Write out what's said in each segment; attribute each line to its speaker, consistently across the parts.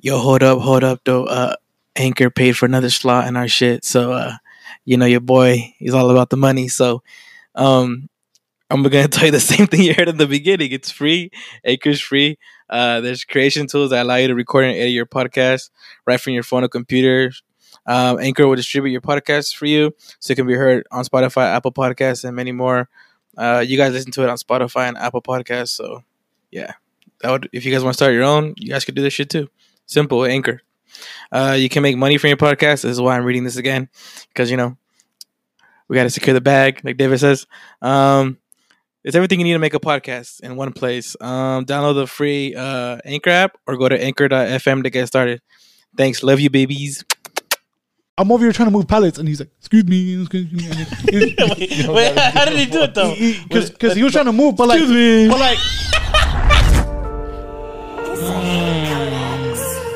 Speaker 1: yo, hold up, hold up, though. Uh, Anchor paid for another slot in our shit, so uh, you know your boy, he's all about the money. So, um, I'm gonna tell you the same thing you heard in the beginning. It's free. Anchor's free. Uh, there's creation tools that allow you to record and edit your podcast right from your phone or computer. Um, Anchor will distribute your podcast for you, so it can be heard on Spotify, Apple Podcasts, and many more. Uh, you guys listen to it on Spotify and Apple Podcasts. So, yeah, that would if you guys want to start your own, you guys could do this shit too. Simple, Anchor. Uh, you can make money from your podcast. This is why I'm reading this again, because you know we got to secure the bag, like David says. Um, it's everything you need to make a podcast in one place. Um, download the free uh, Anchor app or go to anchor.fm to get started. Thanks. Love you, babies.
Speaker 2: I'm over here trying to move pallets, and he's like, "Excuse me, excuse me."
Speaker 3: wait, wait, how did he do it though?
Speaker 2: Because he was trying to move, but like,
Speaker 3: Excuse me.
Speaker 2: but like,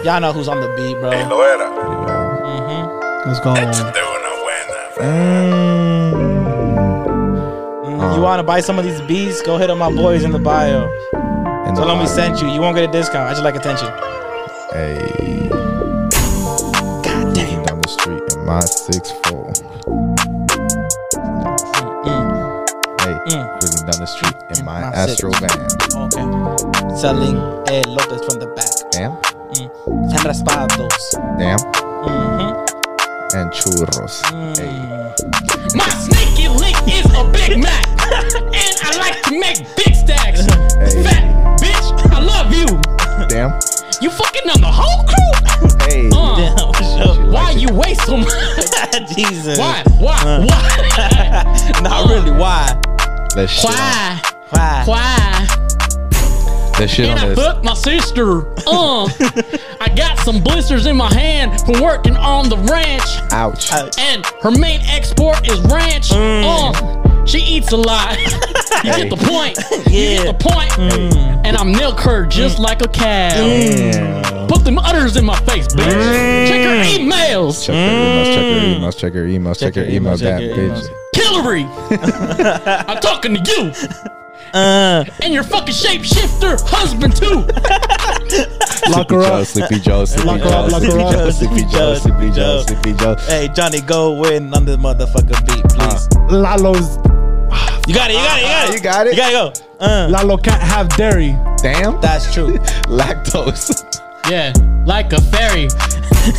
Speaker 3: Y'all know who's on the beat, bro.
Speaker 4: lo era.
Speaker 2: let's go.
Speaker 4: De una buena.
Speaker 3: Mm, You want to buy some of these beats? Go hit up my boys in the bio.
Speaker 5: In the
Speaker 3: Tell them we
Speaker 5: lobby.
Speaker 3: sent you. You won't get a discount. I just like attention.
Speaker 5: Hey. Down the street in my six four. Hey, cruising down the street in my,
Speaker 3: my six.
Speaker 5: Astro van.
Speaker 3: Okay. Selling elotes from the back.
Speaker 5: Damn,
Speaker 3: And raspados.
Speaker 5: damn,
Speaker 3: Mm-hmm.
Speaker 5: and churros. Hey,
Speaker 6: My sneaky link is a Big Mac, and I like to make big stacks.
Speaker 5: Hey.
Speaker 6: Fat bitch, I love you.
Speaker 5: damn,
Speaker 6: You fucking on the whole crew.
Speaker 5: hey.
Speaker 6: Uh,
Speaker 3: Damn, sure.
Speaker 6: why you waste so much?
Speaker 3: Jesus.
Speaker 6: Why? Why? Why?
Speaker 3: Not really. Why?
Speaker 5: That shit, on,
Speaker 6: Why?
Speaker 3: Why?
Speaker 6: Why?
Speaker 5: that shit
Speaker 6: And
Speaker 5: on
Speaker 6: I
Speaker 5: this.
Speaker 6: fucked my sister. Uh, I got some blisters in my hand from working on the ranch.
Speaker 5: Ouch.
Speaker 3: Ouch.
Speaker 6: and her main export is ranch. Uh, she eats a lot. you
Speaker 5: Mm. Hey. Mm.
Speaker 6: get the point. You
Speaker 3: Yeah.
Speaker 6: get the point. And I milk her just like a cow.
Speaker 5: Damn.
Speaker 6: Put them udders in my face, bitch.
Speaker 3: Mm.
Speaker 6: Check her emails.
Speaker 5: Check her emails, check her emails, check her emails, check her emails, that
Speaker 3: check her
Speaker 5: bitch.
Speaker 3: emails.
Speaker 6: Hillary, I'm talking to you
Speaker 3: Uh,
Speaker 6: and your fucking shapeshifter husband too.
Speaker 2: Lock her up.
Speaker 5: Sleepy Joe, Sleepy
Speaker 2: Lock her
Speaker 5: Joe,
Speaker 2: up, lock her
Speaker 5: Sleepy
Speaker 2: up.
Speaker 5: Joe, Sleepy Joe, Sleepy Joe,
Speaker 3: Joe.
Speaker 5: Sleepy Joe.
Speaker 3: hey, Johnny, go win on this motherfucker beat, please.
Speaker 2: Lalo's
Speaker 3: you got it. You got it. You got it.
Speaker 5: Uh, You got it?
Speaker 3: You gotta go. Uh,
Speaker 2: Lalo can't have dairy.
Speaker 5: Damn,
Speaker 3: that's true.
Speaker 5: lactose.
Speaker 6: Yeah, like a fairy.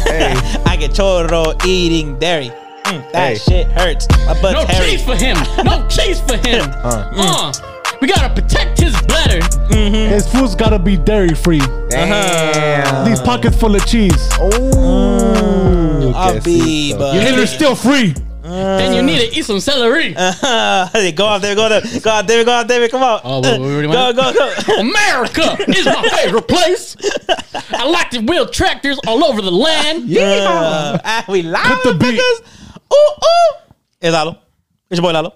Speaker 5: Hey,
Speaker 3: I get choro eating dairy. Mm, that
Speaker 5: Hey.
Speaker 3: shit hurts. My butt's
Speaker 6: No
Speaker 3: hairy.
Speaker 6: cheese for him. No cheese for him.
Speaker 3: mm.
Speaker 5: Uh.
Speaker 6: Uh, we gotta protect his bladder.
Speaker 2: His food's gotta be dairy free.
Speaker 5: damn.
Speaker 2: These pockets full of cheese.
Speaker 5: Ooh,
Speaker 3: I'll
Speaker 5: guess
Speaker 3: be,
Speaker 5: it's
Speaker 3: but
Speaker 6: You
Speaker 2: And they're still free.
Speaker 6: Then
Speaker 3: Uh.
Speaker 6: you need to eat some celery.
Speaker 3: Hey, go out there, go out there, go out there, go out there, come on.
Speaker 6: Oh, wait, we already
Speaker 3: go,
Speaker 6: went?
Speaker 3: go, go.
Speaker 6: America is my favorite place. I like to wheel tractors all over the land.
Speaker 3: Uh, ah, we live,
Speaker 2: the beat.
Speaker 3: niggas. Ooh, ooh. It's Lalo. It's your boy Lalo.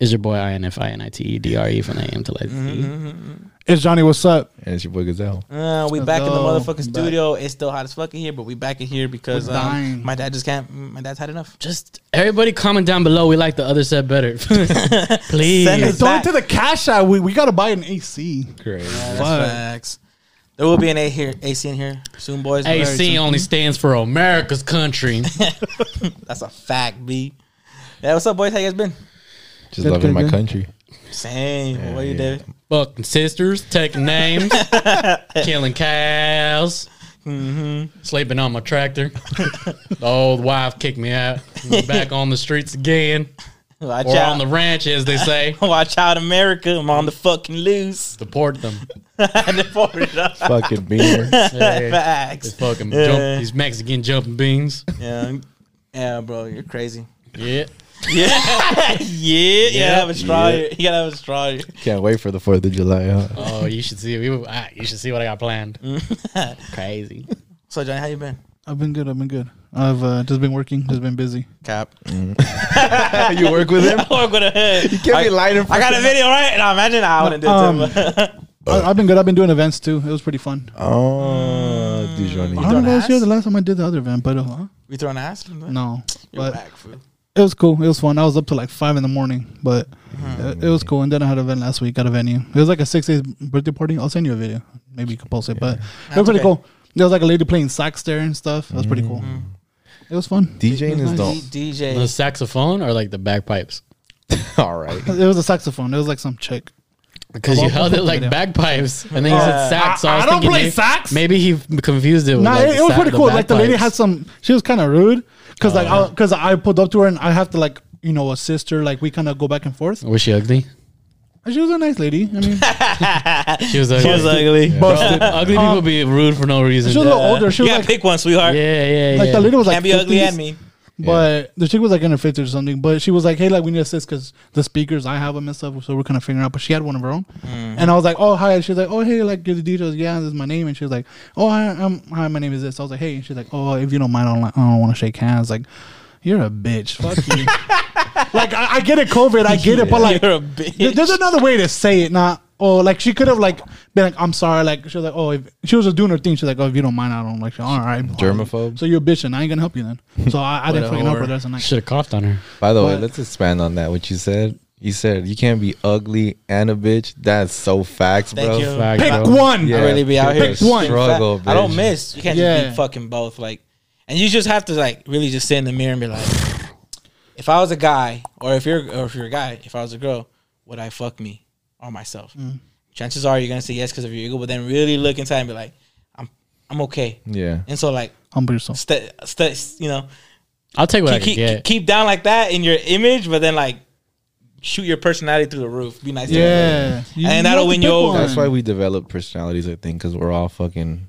Speaker 6: Is your boy I N F I N I T E D R E from the AM to
Speaker 3: Mm-hmm.
Speaker 2: It's Johnny. What's up?
Speaker 5: And it's your boy Gazelle.
Speaker 3: Uh, we back in the
Speaker 2: go.
Speaker 3: motherfucking
Speaker 2: Back.
Speaker 3: studio. It's still hot as fuck in here, but we back in here because
Speaker 2: We're
Speaker 3: um,
Speaker 2: dying.
Speaker 3: my dad just can't. My dad's had enough.
Speaker 6: Just everybody comment down below. We like the other set better. Please.
Speaker 3: Send us
Speaker 2: Throw it
Speaker 3: back.
Speaker 2: to the cash out. We, we gotta buy an AC.
Speaker 5: Crazy.
Speaker 3: Facts. There will be an A here, AC in here soon, boys. Very
Speaker 6: AC
Speaker 3: soon.
Speaker 6: only stands for America's country.
Speaker 3: That's a fact, B. Yeah, what's up, boys? How you guys been?
Speaker 5: Just
Speaker 2: Good,
Speaker 5: loving
Speaker 2: good,
Speaker 5: my
Speaker 2: good.
Speaker 5: country.
Speaker 3: Same. what are you,
Speaker 5: yeah.
Speaker 3: David?
Speaker 6: Fucking sisters, taking names, killing cows,
Speaker 3: Mm-hmm.
Speaker 6: sleeping on my tractor. the old wife kicked me out. Back on the streets again,
Speaker 3: Watch
Speaker 6: or
Speaker 3: out.
Speaker 6: on the ranch, as they say.
Speaker 3: Watch out, America. I'm on the fucking loose.
Speaker 6: Deport them.
Speaker 3: And then forward it up.
Speaker 5: Fucking beamer.
Speaker 3: Facts.
Speaker 6: Fucking
Speaker 3: Yeah.
Speaker 6: jump, these Mexican jumping beans.
Speaker 3: Yeah. Yeah, bro, you're crazy.
Speaker 6: Yeah.
Speaker 3: Yeah, yeah, yeah. You gotta have a straw.
Speaker 5: Yeah.
Speaker 3: You gotta have a straw.
Speaker 5: Can't wait for the 4th of July, huh?
Speaker 6: Oh, you should see. We, ah, you should see what I got planned. Crazy.
Speaker 3: So, Johnny, how you been?
Speaker 2: I've been good. I've been good. I've uh, just been working. Just been busy.
Speaker 3: Cap.
Speaker 5: you work with him?
Speaker 3: Oh, I'm gonna. You
Speaker 5: Can't be lying in
Speaker 3: I
Speaker 5: front
Speaker 3: got a video, right? And I imagine I wouldn't do
Speaker 2: Um,
Speaker 3: it. To him.
Speaker 2: I, I've been good. I've been doing events too. It was pretty fun.
Speaker 5: Oh, Dijon.
Speaker 2: I don't know
Speaker 3: ask?
Speaker 2: if it was the last time I did the other event, but uh,
Speaker 3: we throwing ass? No,
Speaker 2: no.
Speaker 3: you're
Speaker 2: But
Speaker 3: back, fool.
Speaker 2: it was cool. It was fun. I was up to like five in the morning, but uh,
Speaker 3: Mm-hmm.
Speaker 2: it was cool. And then I had an event last week at a venue. It was like a six days birthday party. I'll send you a video. Maybe you can post it, but it was pretty
Speaker 3: okay.
Speaker 2: cool. There was like a lady playing sax there and stuff. That was pretty cool.
Speaker 3: Mm-hmm.
Speaker 2: It was fun.
Speaker 5: DJing is
Speaker 2: Nice.
Speaker 5: dope.
Speaker 3: D- DJ.
Speaker 6: The saxophone or like the bagpipes?
Speaker 5: All right.
Speaker 2: It was a saxophone. It was like some chick.
Speaker 6: Because you
Speaker 2: Well,
Speaker 6: held it like
Speaker 2: yeah.
Speaker 6: bagpipes and then you said sax. So I,
Speaker 2: Uh, I-
Speaker 6: was
Speaker 2: I don't
Speaker 6: thinking
Speaker 2: play
Speaker 6: maybe,
Speaker 2: sax.
Speaker 6: Maybe he f- confused it with
Speaker 2: Nah,
Speaker 6: like,
Speaker 2: it, it was
Speaker 6: sa-
Speaker 2: pretty cool. Like the lady
Speaker 6: bagpipes.
Speaker 2: had some. She was kind of rude because like
Speaker 3: Uh-huh.
Speaker 2: I because I pulled up to her and I have to like you know assist her. Like we kind of go back and forth.
Speaker 6: Was she ugly?
Speaker 2: And she was a nice lady. I mean,
Speaker 6: She was ugly.
Speaker 3: She was ugly.
Speaker 6: Bro, ugly people be rude for no reason.
Speaker 2: she was a little older. She
Speaker 3: You
Speaker 2: was
Speaker 3: gotta
Speaker 2: like,
Speaker 3: pick one, sweetheart.
Speaker 6: yeah, yeah, yeah.
Speaker 2: like the lady was like
Speaker 3: Can't be ugly
Speaker 2: 50s,
Speaker 3: and mean.
Speaker 2: But the chick was like in her fifties or something. But she was like, "Hey, like we need assist because the speakers I have them and stuff." So we're kind of figuring out. But she had one of her own, and I was like, "Oh hi." She was like, "Oh hey, like give the details." Yeah, this is my name. And she was like, "Oh hi, I'm, hi, my name is this." I was like, "Hey," and she's like, "Oh, if you don't mind, I don't, like- I don't want to shake hands." Like, you're a bitch. Fuck you. like I, I get it, COVID. I get it, but like
Speaker 3: You're a bitch.
Speaker 2: there- there's another way to say it, not oh like she could have like been like I'm sorry, like she was like oh if she was just doing her thing, she's like oh if you don't mind I don't like all right
Speaker 5: Germaphobe.
Speaker 2: So you're a bitch and I ain't gonna help you then. So I, I didn't fucking help her. That's a nice.
Speaker 6: Should have coughed on her.
Speaker 5: By the way,
Speaker 2: But-
Speaker 5: let's expand on that. What you said. You said you can't be ugly and a bitch. That's so facts,
Speaker 3: Thank
Speaker 5: bro.
Speaker 3: you.
Speaker 6: Fact,
Speaker 2: Pick
Speaker 6: bro.
Speaker 2: one.
Speaker 5: Yeah.
Speaker 3: I really be out here.
Speaker 5: Pick one. Struggle,
Speaker 3: I don't
Speaker 5: bitch.
Speaker 3: miss. You can't just
Speaker 2: Yeah.
Speaker 3: be fucking both. Like, and you just have to like really just sit in the mirror and be like, if I was a guy, or if you're, or if you're a guy, if I was a girl, would I fuck me or myself? Chances are you're gonna say yes because of your ego, but then really look inside and be like, I'm, I'm okay.
Speaker 5: Yeah.
Speaker 3: And so like,
Speaker 2: Humble yourself.
Speaker 3: st- st- you know,
Speaker 6: I'll take what I
Speaker 3: keep,
Speaker 6: can
Speaker 3: keep,
Speaker 6: get.
Speaker 3: keep down like that in your image, but then like shoot your personality through the roof. Be nice. to everybody.
Speaker 2: Yeah, You-
Speaker 3: And that'll
Speaker 2: have to
Speaker 3: win you
Speaker 2: pick
Speaker 3: over.
Speaker 5: That's why
Speaker 2: one.
Speaker 5: we develop personalities, I think, because we're all fucking.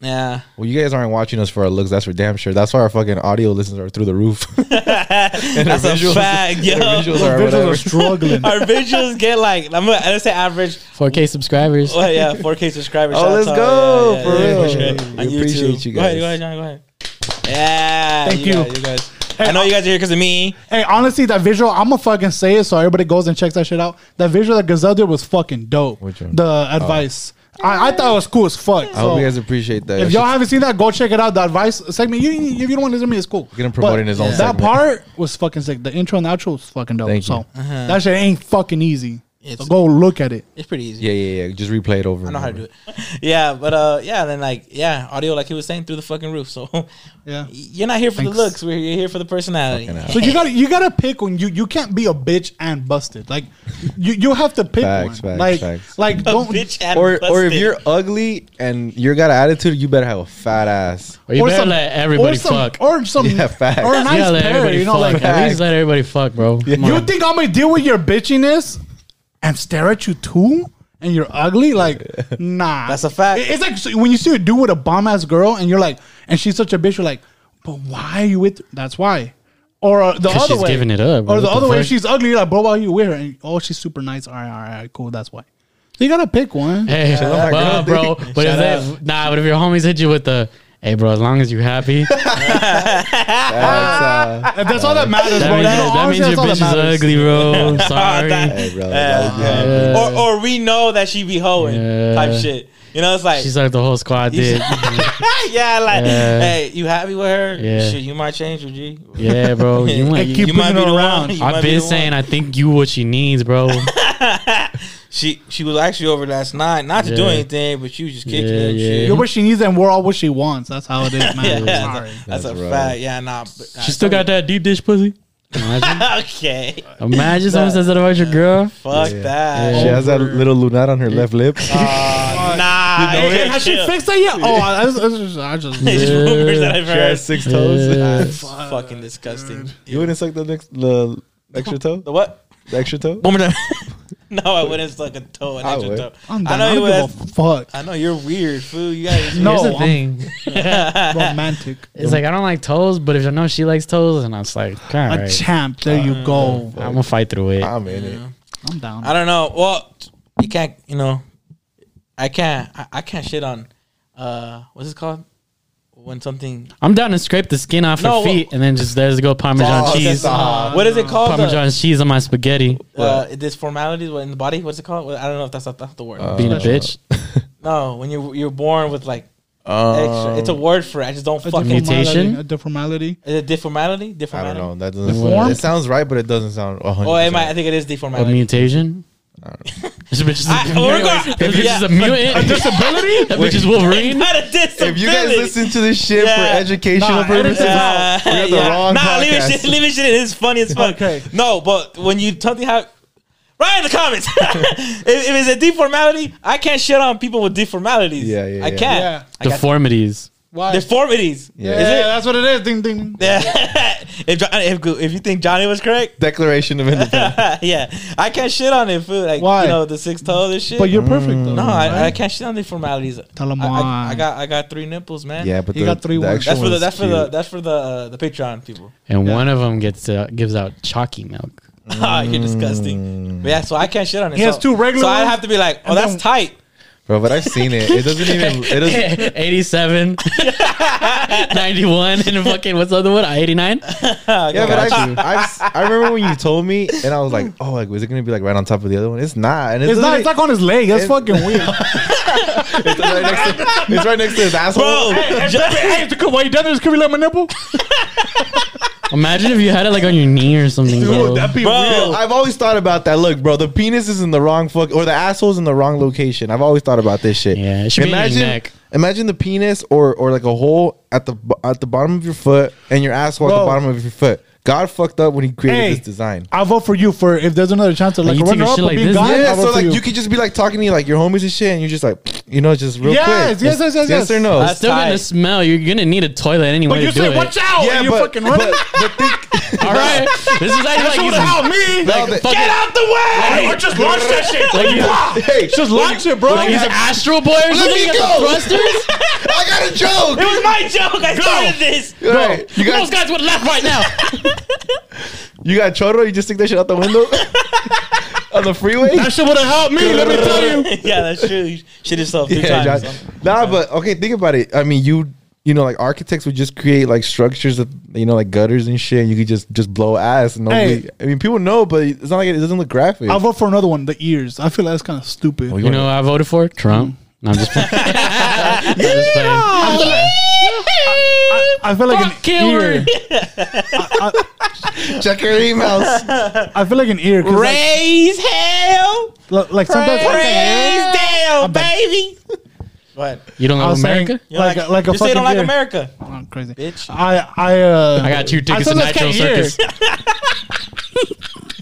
Speaker 3: yeah.
Speaker 5: Well, you guys aren't watching us for our looks. That's for damn sure. That's why our fucking audio listeners are through the roof.
Speaker 3: That's a
Speaker 5: visuals-
Speaker 3: fact, yo.
Speaker 5: Our visuals
Speaker 2: Those
Speaker 5: are
Speaker 2: visuals
Speaker 5: whatever.
Speaker 2: are struggling.
Speaker 3: Our visuals get like I'm gonna, let's say average
Speaker 6: 4K subscribers.
Speaker 3: Oh yeah, 4K subscribers.
Speaker 5: Oh,
Speaker 3: Shout out
Speaker 5: let's
Speaker 3: to-
Speaker 5: go,
Speaker 3: yeah, yeah,
Speaker 5: for
Speaker 3: yeah,
Speaker 5: real.
Speaker 3: sure.
Speaker 5: We
Speaker 3: On YouTube.
Speaker 5: appreciate you
Speaker 3: Go ahead,
Speaker 5: guys.
Speaker 3: go ahead, John. Go ahead. Yeah.
Speaker 2: Thank you.
Speaker 3: Guys, you guys. I know you guys are here because of me.
Speaker 2: hey, honestly, that visual I'm gonna fucking say it so everybody goes and checks that shit out. That visual that Gazelle did was fucking dope.
Speaker 5: Which one? Oh.
Speaker 2: The advice. I, I thought it was cool as fuck.
Speaker 5: I hope
Speaker 2: so-
Speaker 5: you guys appreciate that.
Speaker 2: If y'all haven't seen that, go check it out. The advice segment. You, you- if you don't want to listen to me, it's cool.
Speaker 5: Get him promoting his own
Speaker 2: That
Speaker 5: segment.
Speaker 2: part was fucking sick. The intro and the outro was fucking dope.
Speaker 5: Thank you.
Speaker 2: so
Speaker 6: Uh-huh.
Speaker 2: that shit ain't fucking easy.
Speaker 3: It's-
Speaker 2: so go look at it.
Speaker 3: It's pretty easy.
Speaker 5: yeah, yeah, yeah. Just replay it over.
Speaker 3: I know how to do it. Yeah, but uh, yeah, then like yeah, audio like he was saying through the fucking roof. So
Speaker 2: Yeah.
Speaker 3: you're not here for
Speaker 2: Thanks.
Speaker 3: the looks. We're you're here for the personality.
Speaker 5: Fucking hell.
Speaker 2: So you gotta you gotta pick when you you can't be a bitch and busted. Like you you have to pick
Speaker 5: Facts,
Speaker 2: one.
Speaker 5: facts,
Speaker 2: like
Speaker 5: facts.
Speaker 2: like
Speaker 3: A
Speaker 2: don't
Speaker 3: bitch and
Speaker 5: Or, or if
Speaker 3: busted.
Speaker 5: you're ugly and you got an attitude, you better have a fat ass.
Speaker 6: Or you
Speaker 2: or
Speaker 6: better
Speaker 2: some-
Speaker 6: let everybody
Speaker 2: or some,
Speaker 6: fuck.
Speaker 2: or some
Speaker 5: Yeah, facts.
Speaker 2: or a
Speaker 6: You
Speaker 2: nice
Speaker 6: gotta let
Speaker 2: pair.
Speaker 6: everybody
Speaker 2: You know,
Speaker 6: fuck.
Speaker 2: like
Speaker 6: At
Speaker 5: facts.
Speaker 6: least let everybody fuck, bro. Come
Speaker 2: you
Speaker 6: on.
Speaker 2: think I'm gonna deal with your bitchiness and stare at you too? And you're ugly, like nah.
Speaker 3: That's a fact.
Speaker 2: It- It's like so when you see a dude with a bomb ass girl, and you're like, and she's such a bitch. You're like, but why are you with? That's why. Or uh, the
Speaker 6: 'Cause
Speaker 2: other
Speaker 6: she's
Speaker 2: way,
Speaker 6: giving it up, bro.
Speaker 2: Or the
Speaker 6: What the
Speaker 2: other way,
Speaker 6: fuck?
Speaker 2: she's ugly. You're like, bro, why are you with her? And oh, she's super nice. All right, all right, all right, cool. That's why. So you gotta pick one.
Speaker 6: Hey,
Speaker 5: out my
Speaker 6: uh,
Speaker 5: girl,
Speaker 6: bro. But if they, nah, but if your homies hit you with the, hey, bro, as long as you happy, that,
Speaker 5: That's, uh,
Speaker 2: If that's all that matters, bro.
Speaker 6: means,
Speaker 2: you know,
Speaker 6: that,
Speaker 2: honestly,
Speaker 6: means your
Speaker 2: that's
Speaker 6: bitch is
Speaker 2: all that matters.
Speaker 6: ugly, bro. Sorry.
Speaker 5: hey, bro, that was
Speaker 3: Uh,
Speaker 5: good.
Speaker 6: Yeah.
Speaker 3: or or we know that she be hoeing
Speaker 6: Yeah.
Speaker 3: type shit. You know, it's like
Speaker 6: She's like the whole squad did.
Speaker 3: yeah, like
Speaker 6: Yeah.
Speaker 3: hey, you happy with her?
Speaker 6: Yeah.
Speaker 3: Shit, you might change with G.
Speaker 6: yeah, bro. You want?
Speaker 2: keep
Speaker 3: you might
Speaker 2: bringing
Speaker 3: be the
Speaker 2: her
Speaker 3: one.
Speaker 2: around.
Speaker 3: You might
Speaker 6: I've
Speaker 3: be
Speaker 6: been
Speaker 3: the one.
Speaker 6: saying I think you what she needs, bro.
Speaker 3: She she was actually over last night, not to do
Speaker 6: Yeah.
Speaker 3: anything, but she was just kicking
Speaker 6: Yeah,
Speaker 3: it and
Speaker 6: yeah.
Speaker 3: shit.
Speaker 2: You're what she needs, and we're all what she wants. That's how it is, man.
Speaker 3: Yeah.
Speaker 2: Sorry.
Speaker 3: That's,
Speaker 5: That's
Speaker 3: a
Speaker 5: right.
Speaker 3: fact. Yeah, nah. But,
Speaker 6: she still got that deep dish pussy. Imagine,
Speaker 3: okay.
Speaker 6: imagine someone says that about your girl.
Speaker 3: Fuck
Speaker 5: Yeah.
Speaker 3: that.
Speaker 5: She has that little lunette on her left lip.
Speaker 3: Uh, nah.
Speaker 2: Hey, has she
Speaker 3: chill.
Speaker 2: fixed that yet? Oh, I, I just, I just
Speaker 3: It's just rumors that I've
Speaker 5: She
Speaker 3: heard.
Speaker 5: has six toes.
Speaker 6: Yeah.
Speaker 3: It's fucking disgusting.
Speaker 5: You wouldn't suck the next the extra toe,
Speaker 3: The what?
Speaker 5: the extra toe.
Speaker 3: One more time. no, I wouldn't suck a toe. An
Speaker 5: I
Speaker 3: extra
Speaker 5: would.
Speaker 3: toe.
Speaker 2: I'm
Speaker 3: I
Speaker 2: done. I,
Speaker 3: know you
Speaker 2: don't
Speaker 3: would.
Speaker 2: give a fuck.
Speaker 3: I know you're weird, fool. You guys.
Speaker 2: No,
Speaker 6: Here's the
Speaker 2: I'm-
Speaker 6: thing.
Speaker 2: Romantic.
Speaker 6: It's like I don't like toes, but if I know she likes toes, and I was like, all
Speaker 2: A
Speaker 6: right,
Speaker 2: champ. There you go.
Speaker 6: I'm gonna fight through it.
Speaker 5: I'm in it.
Speaker 2: I'm down.
Speaker 3: I don't know. Well, you can't. You know, I can't. I, I can't shit on. Uh, what's it called? When something.
Speaker 6: I'm down to scrape the skin off
Speaker 3: No,
Speaker 6: her feet, and then just there's go parmesan
Speaker 5: Oh,
Speaker 6: cheese,
Speaker 5: that's all.
Speaker 3: uh, what is it called? The-
Speaker 6: parmesan cheese on my spaghetti.
Speaker 3: uh, this formality what, in the body. What's it called? Well, I don't know if that's not, that's the word.
Speaker 5: Uh,
Speaker 6: Being a bitch,
Speaker 3: no, when you're you're born with like extra,
Speaker 5: Um,
Speaker 3: it's a word for it. I just don't
Speaker 2: A
Speaker 3: fucking.
Speaker 6: deform- mutation?
Speaker 2: deformality, A deformality.
Speaker 3: is it deformality?
Speaker 5: I
Speaker 3: Deformality.
Speaker 5: don't know. That doesn't.
Speaker 6: Deformed?
Speaker 5: It sounds right, but it doesn't sound. 100%.
Speaker 3: Oh, it might, I think it is
Speaker 6: a
Speaker 3: deformality.
Speaker 6: mutation. This bitch is a,
Speaker 3: I- we're going-
Speaker 6: this bitch
Speaker 3: yeah.
Speaker 6: is a mutant. A disability? That bitch is Wolverine.
Speaker 3: Not a disability.
Speaker 5: If you guys listen to this shit
Speaker 3: Yeah.
Speaker 5: for educational
Speaker 2: Nah, edit
Speaker 5: purposes,
Speaker 2: this
Speaker 3: Uh,
Speaker 5: we got the
Speaker 3: yeah.
Speaker 5: wrong
Speaker 3: nah, leave it
Speaker 5: podcast.
Speaker 3: shit. Leave it shit. It's funny as fuck.
Speaker 2: Okay.
Speaker 3: No, but when you something have right in the comments, if, if it's a deformality, I can't shit on people with deformalities.
Speaker 5: Yeah, yeah,
Speaker 3: I
Speaker 5: yeah.
Speaker 3: can't.
Speaker 2: Yeah.
Speaker 3: I got
Speaker 6: Deformities.
Speaker 2: Why?
Speaker 3: deformities.
Speaker 5: Yeah.
Speaker 2: yeah,
Speaker 3: Is it?
Speaker 2: that's what it is. Ding ding.
Speaker 3: if, Jo- if if you think Johnny was correct,
Speaker 5: Declaration of Independence.
Speaker 3: yeah, I can't shit on it. Food, like
Speaker 2: Why?
Speaker 3: you know the six toes and shit.
Speaker 2: But you're perfect though.
Speaker 3: no,
Speaker 2: right?
Speaker 3: I, I can't shit on deformalities.
Speaker 2: Tell 'em
Speaker 3: I, I,
Speaker 2: why.
Speaker 3: I got I got three nipples, man.
Speaker 5: yeah, but
Speaker 2: He
Speaker 5: the,
Speaker 2: got three
Speaker 5: the
Speaker 2: ones.
Speaker 5: actual
Speaker 3: That's for the
Speaker 5: one's
Speaker 3: that's for the
Speaker 5: cute.
Speaker 3: that's for the uh, the Patreon people.
Speaker 6: And
Speaker 2: Yeah.
Speaker 6: one of them gets uh, gives out chalky milk.
Speaker 3: Ah, you're disgusting.
Speaker 5: Mm.
Speaker 3: But yeah, so I can't shit on it.
Speaker 2: He has
Speaker 3: So-
Speaker 2: two regular
Speaker 3: So I
Speaker 2: ones,
Speaker 3: have to be like, oh,
Speaker 2: and
Speaker 3: that's
Speaker 2: then-
Speaker 3: tight.
Speaker 5: Bro, but I've seen it. It doesn't even. It doesn't.
Speaker 6: 87, 91, and fucking what's the other one? 89?
Speaker 5: Yeah, but I've, I've, I remember when you told me, and I was like, "Oh, like, was it gonna be like right on top of the other one?" It's not, and
Speaker 2: It's not. It's like on his leg. That's
Speaker 5: it-
Speaker 2: fucking weird.
Speaker 5: it's right next to, it's right next to his asshole.
Speaker 3: Bro,
Speaker 2: hey, it's cool. Why you done this? Could we let my nipple?
Speaker 6: Imagine if you had it like on your knee or something. bro.
Speaker 5: that'd be
Speaker 3: Bro.
Speaker 5: weird. I've always thought about that. Look, bro, the penis is in the wrong fuck, or the asshole's in the wrong location. I've always thought about this shit.
Speaker 6: Yeah, it should be in your neck.
Speaker 5: Imagine the penis or or like a hole at the bo- at the bottom of your foot and your asshole at the
Speaker 2: Bro.
Speaker 5: bottom of your foot. God fucked up when he created
Speaker 2: Hey.
Speaker 5: this design.
Speaker 2: I vote for you for if there's another chance of like
Speaker 6: you
Speaker 2: a
Speaker 6: take your
Speaker 2: runner up
Speaker 6: shit
Speaker 2: or
Speaker 6: like
Speaker 2: being
Speaker 6: this?
Speaker 2: God.
Speaker 5: Yeah,
Speaker 2: I vote
Speaker 5: so
Speaker 2: for
Speaker 5: like
Speaker 2: you.
Speaker 5: you could just be like talking to like your homies and shit, and you're just like, you know, just real
Speaker 2: Yes,
Speaker 5: quick.
Speaker 2: yes, yes, yes, yes.
Speaker 5: or no?
Speaker 6: It's still gonna
Speaker 3: tight.
Speaker 6: smell. You're gonna need a toilet anyway
Speaker 2: But
Speaker 6: to
Speaker 2: you
Speaker 6: do
Speaker 2: say,
Speaker 6: it.
Speaker 2: watch out!
Speaker 5: yeah,
Speaker 2: and you
Speaker 5: but,
Speaker 2: fucking run.
Speaker 5: but, but think,
Speaker 6: All right, this is like, like,
Speaker 2: Without me,
Speaker 5: No,
Speaker 6: like
Speaker 5: the-
Speaker 6: fucking,
Speaker 3: out the way.
Speaker 2: or just launch that shit.
Speaker 6: like, he's-
Speaker 5: hey,
Speaker 2: Just launch it, bro.
Speaker 6: like he's an Astro Boy or something.
Speaker 5: me
Speaker 6: He got
Speaker 5: go.
Speaker 6: the thrusters.
Speaker 5: I got a joke.
Speaker 3: It was my joke. I started this.
Speaker 5: All right, you
Speaker 6: Those
Speaker 5: got
Speaker 6: guys would have left right now.
Speaker 5: you got choro. You just stick that shit out the window on the freeway.
Speaker 2: That shit would have helped me. Let me tell you.
Speaker 3: yeah, that's true. You shit yourself three
Speaker 5: Yeah,
Speaker 3: times.
Speaker 5: Josh. Nah, but okay, think about it. I mean, you you know, like architects would just create like structures that you know, like gutters and shit. And you could just just blow ass. And nobody,
Speaker 2: Hey.
Speaker 5: I mean, people know, but it's not like it doesn't look graphic.
Speaker 2: I'll vote for another one. The ears. I feel like that's kind of stupid.
Speaker 5: Oh,
Speaker 6: You know, what I voted for Trump. No, I'm just playing. I'm just playing.
Speaker 2: I feel like, I, I feel like an
Speaker 6: Fuck Hillary.
Speaker 2: ear.
Speaker 5: check your emails.
Speaker 2: I feel like an ear. 'cause, Like,
Speaker 3: Raise hell.
Speaker 2: like, like sometimes,
Speaker 3: Raise down,
Speaker 2: back.
Speaker 3: baby. What?
Speaker 6: You don't
Speaker 2: I
Speaker 6: love
Speaker 2: was saying,
Speaker 6: America?
Speaker 3: You don't
Speaker 2: like, like, like a
Speaker 3: you say you
Speaker 2: fucking
Speaker 3: don't like
Speaker 2: ear. Oh,
Speaker 3: America,
Speaker 2: I'm crazy.
Speaker 3: bitch.
Speaker 2: I I uh
Speaker 6: I got two tickets to
Speaker 2: sometimes
Speaker 6: Nitro
Speaker 2: can't hear.
Speaker 6: Circus.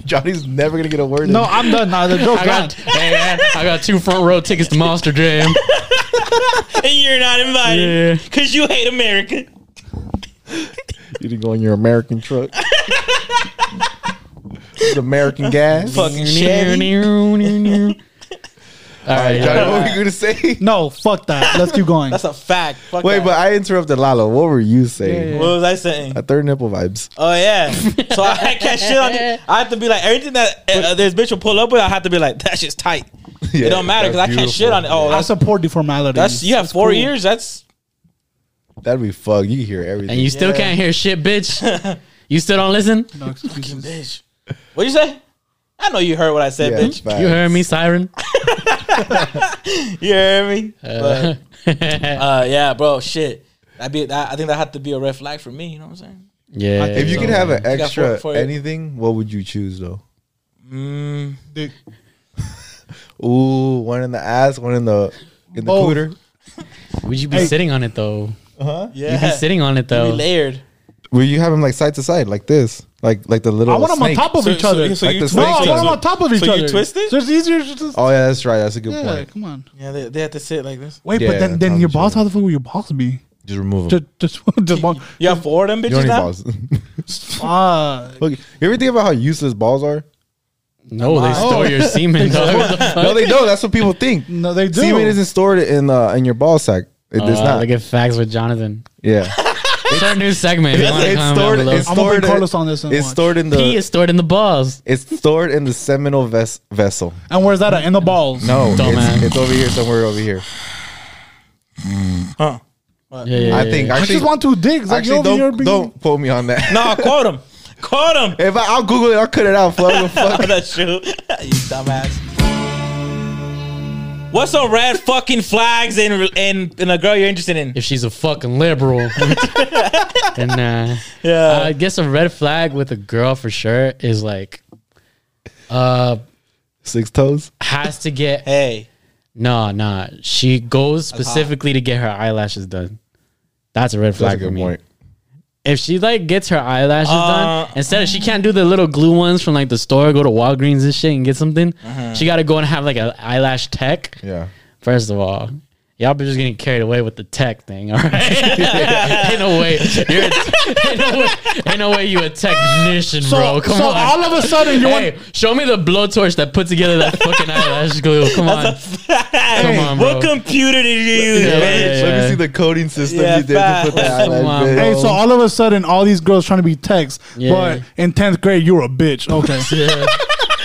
Speaker 5: Johnny's never gonna get a word.
Speaker 2: No,
Speaker 5: in.
Speaker 2: I'm done. Nah, the joke
Speaker 6: I
Speaker 2: gone.
Speaker 6: got, hey, man, I got two front row tickets to Monster Jam.
Speaker 3: and you're not invited
Speaker 6: Yeah.
Speaker 3: because you hate America.
Speaker 5: you didn't go in your American truck. It's American gas. All
Speaker 3: Fucking shit.
Speaker 6: All right,
Speaker 5: right,
Speaker 6: yeah.
Speaker 5: Johnny, what were you gonna say?
Speaker 2: No, fuck that. Let's keep going.
Speaker 3: That's a fact. Fuck
Speaker 5: Wait,
Speaker 3: that.
Speaker 5: but I interrupted Lalo. What were you saying?
Speaker 2: Yeah, yeah.
Speaker 3: what was I saying?
Speaker 5: A third nipple vibes.
Speaker 3: Oh yeah. So I can't shit on it. I have to be like everything that uh, uh, this bitch will pull up with. I have to be like that's just tight.
Speaker 5: Yeah,
Speaker 3: it don't matter because I
Speaker 5: that's
Speaker 3: can't
Speaker 5: beautiful.
Speaker 3: shit on it. Oh,
Speaker 2: I
Speaker 3: that's
Speaker 2: support deformality.
Speaker 3: that's you have four
Speaker 2: cool.
Speaker 3: ears. That's
Speaker 5: That'd be fuck. You hear everything.
Speaker 6: and you still
Speaker 3: Yeah.
Speaker 6: can't hear shit, bitch. You still don't listen?
Speaker 2: No excuses.
Speaker 3: bitch. What you say? I know you heard what I said,
Speaker 5: Yeah,
Speaker 3: bitch.
Speaker 5: facts.
Speaker 6: You heard me, siren.
Speaker 3: You heard me? But,
Speaker 6: yeah.
Speaker 3: uh, yeah, bro. Shit. That be. That, I think that had to be a red flag for me. You know what I'm saying?
Speaker 5: If you
Speaker 6: so-
Speaker 5: could have an
Speaker 3: got
Speaker 5: extra
Speaker 3: four- four-
Speaker 5: anything, what would you choose though?
Speaker 3: Mm,
Speaker 2: Dick.
Speaker 5: Ooh, one in the ass, one in the in the
Speaker 2: Both.
Speaker 5: cooter.
Speaker 6: would you be
Speaker 2: Hey.
Speaker 6: sitting on it though?
Speaker 3: yeah.
Speaker 6: You'd be sitting on it
Speaker 3: You
Speaker 6: though.
Speaker 3: be layered.
Speaker 5: Will you have them like side to side, like this, like like the little.
Speaker 2: I want them on
Speaker 5: snake.
Speaker 2: top of each other.
Speaker 5: Like the
Speaker 3: tw-
Speaker 2: No,
Speaker 5: snake
Speaker 2: I
Speaker 5: does.
Speaker 2: want them on top of each
Speaker 3: So you
Speaker 2: other.
Speaker 3: twist it?
Speaker 2: So it's easier to just.
Speaker 5: Oh yeah, that's right. That's a good
Speaker 2: yeah,
Speaker 5: point.
Speaker 2: come on.
Speaker 3: yeah, they, they have to sit like this.
Speaker 2: Wait,
Speaker 5: Yeah, Oh.
Speaker 2: but then,
Speaker 5: on
Speaker 2: then your
Speaker 5: each
Speaker 2: balls.
Speaker 5: other.
Speaker 2: How the fuck will your balls be?
Speaker 5: Just remove them.
Speaker 2: Just, just, just walk.
Speaker 3: You have four of them
Speaker 5: You don't
Speaker 3: bitches
Speaker 5: need
Speaker 3: now.
Speaker 5: balls.
Speaker 2: Ah,
Speaker 5: Look, you ever think about how useless balls are?
Speaker 6: No, they store your semen. dog. What the fuck?
Speaker 5: No, they don't. That's what people think.
Speaker 2: no, they do.
Speaker 5: Semen isn't stored in uh, in your ball sack. It does
Speaker 6: Uh,
Speaker 5: not.
Speaker 6: Look at facts with Jonathan.
Speaker 5: yeah,
Speaker 6: It's our new segment. If you wanna
Speaker 5: it's
Speaker 6: comment
Speaker 5: stored.
Speaker 6: down below.
Speaker 5: It's
Speaker 2: I'm gonna bring
Speaker 5: stored.
Speaker 2: Carlos on this and
Speaker 5: It's
Speaker 2: watch.
Speaker 5: stored in
Speaker 6: Pee
Speaker 5: the.
Speaker 6: is stored in the balls.
Speaker 5: It's stored in the seminal ves- vessel.
Speaker 2: And where's that at? In the balls.
Speaker 5: No,
Speaker 6: Dumbass.
Speaker 5: it's, it's over here somewhere. Over here.
Speaker 6: Yeah, yeah,
Speaker 5: I
Speaker 6: yeah,
Speaker 5: think
Speaker 6: yeah.
Speaker 2: I
Speaker 5: actually.
Speaker 2: just want two dicks. Like,
Speaker 5: actually,
Speaker 2: you over here
Speaker 5: don't
Speaker 2: being-
Speaker 5: don't quote me on that.
Speaker 3: No, quote them. Quote them.
Speaker 5: If I, I'll Google it, I'll cut it out. Fuck, the
Speaker 3: Oh,
Speaker 5: fuck.
Speaker 3: that's true. you dumbass. What's some red fucking flags in in in a girl you're interested in?
Speaker 6: if she's a fucking liberal. and uh,
Speaker 3: Yeah.
Speaker 6: I guess a red flag with a girl for sure is like, uh,
Speaker 5: Six toes.
Speaker 6: has to get
Speaker 3: Hey,
Speaker 6: no, nah. She goes specifically to get her eyelashes done. That's a red
Speaker 5: That's a
Speaker 6: flag for
Speaker 5: good
Speaker 6: me.
Speaker 5: point.
Speaker 6: If she like gets her eyelashes
Speaker 3: Uh,
Speaker 6: done, instead of she can't do the little glue ones from like the store, go to Walgreens and shit and get something.
Speaker 5: Mm-hmm.
Speaker 6: She got to go and have like an eyelash tech.
Speaker 5: Yeah.
Speaker 6: First of all, y'all be just getting carried away with the tech thing, all right? ain't no way, you're a te- ain't, no way ain't no way you a technician, bro. Come
Speaker 2: so
Speaker 6: on.
Speaker 2: all of a sudden you
Speaker 6: Hey, show me the blowtorch that put together that fucking eyelash glue. Come on, come on, bro.
Speaker 3: what computer did you use,
Speaker 6: Yeah,
Speaker 3: bitch?
Speaker 6: yeah,
Speaker 5: Let
Speaker 6: yeah.
Speaker 5: me see the coding system
Speaker 3: Yeah,
Speaker 5: you did to put that
Speaker 6: facts. Come on,
Speaker 5: eyelash.
Speaker 2: Hey,
Speaker 5: bit.
Speaker 2: so all of a sudden, all these girls trying to be techs,
Speaker 6: Yeah.
Speaker 2: but in tenth grade, you were a bitch. Okay,
Speaker 6: Yeah.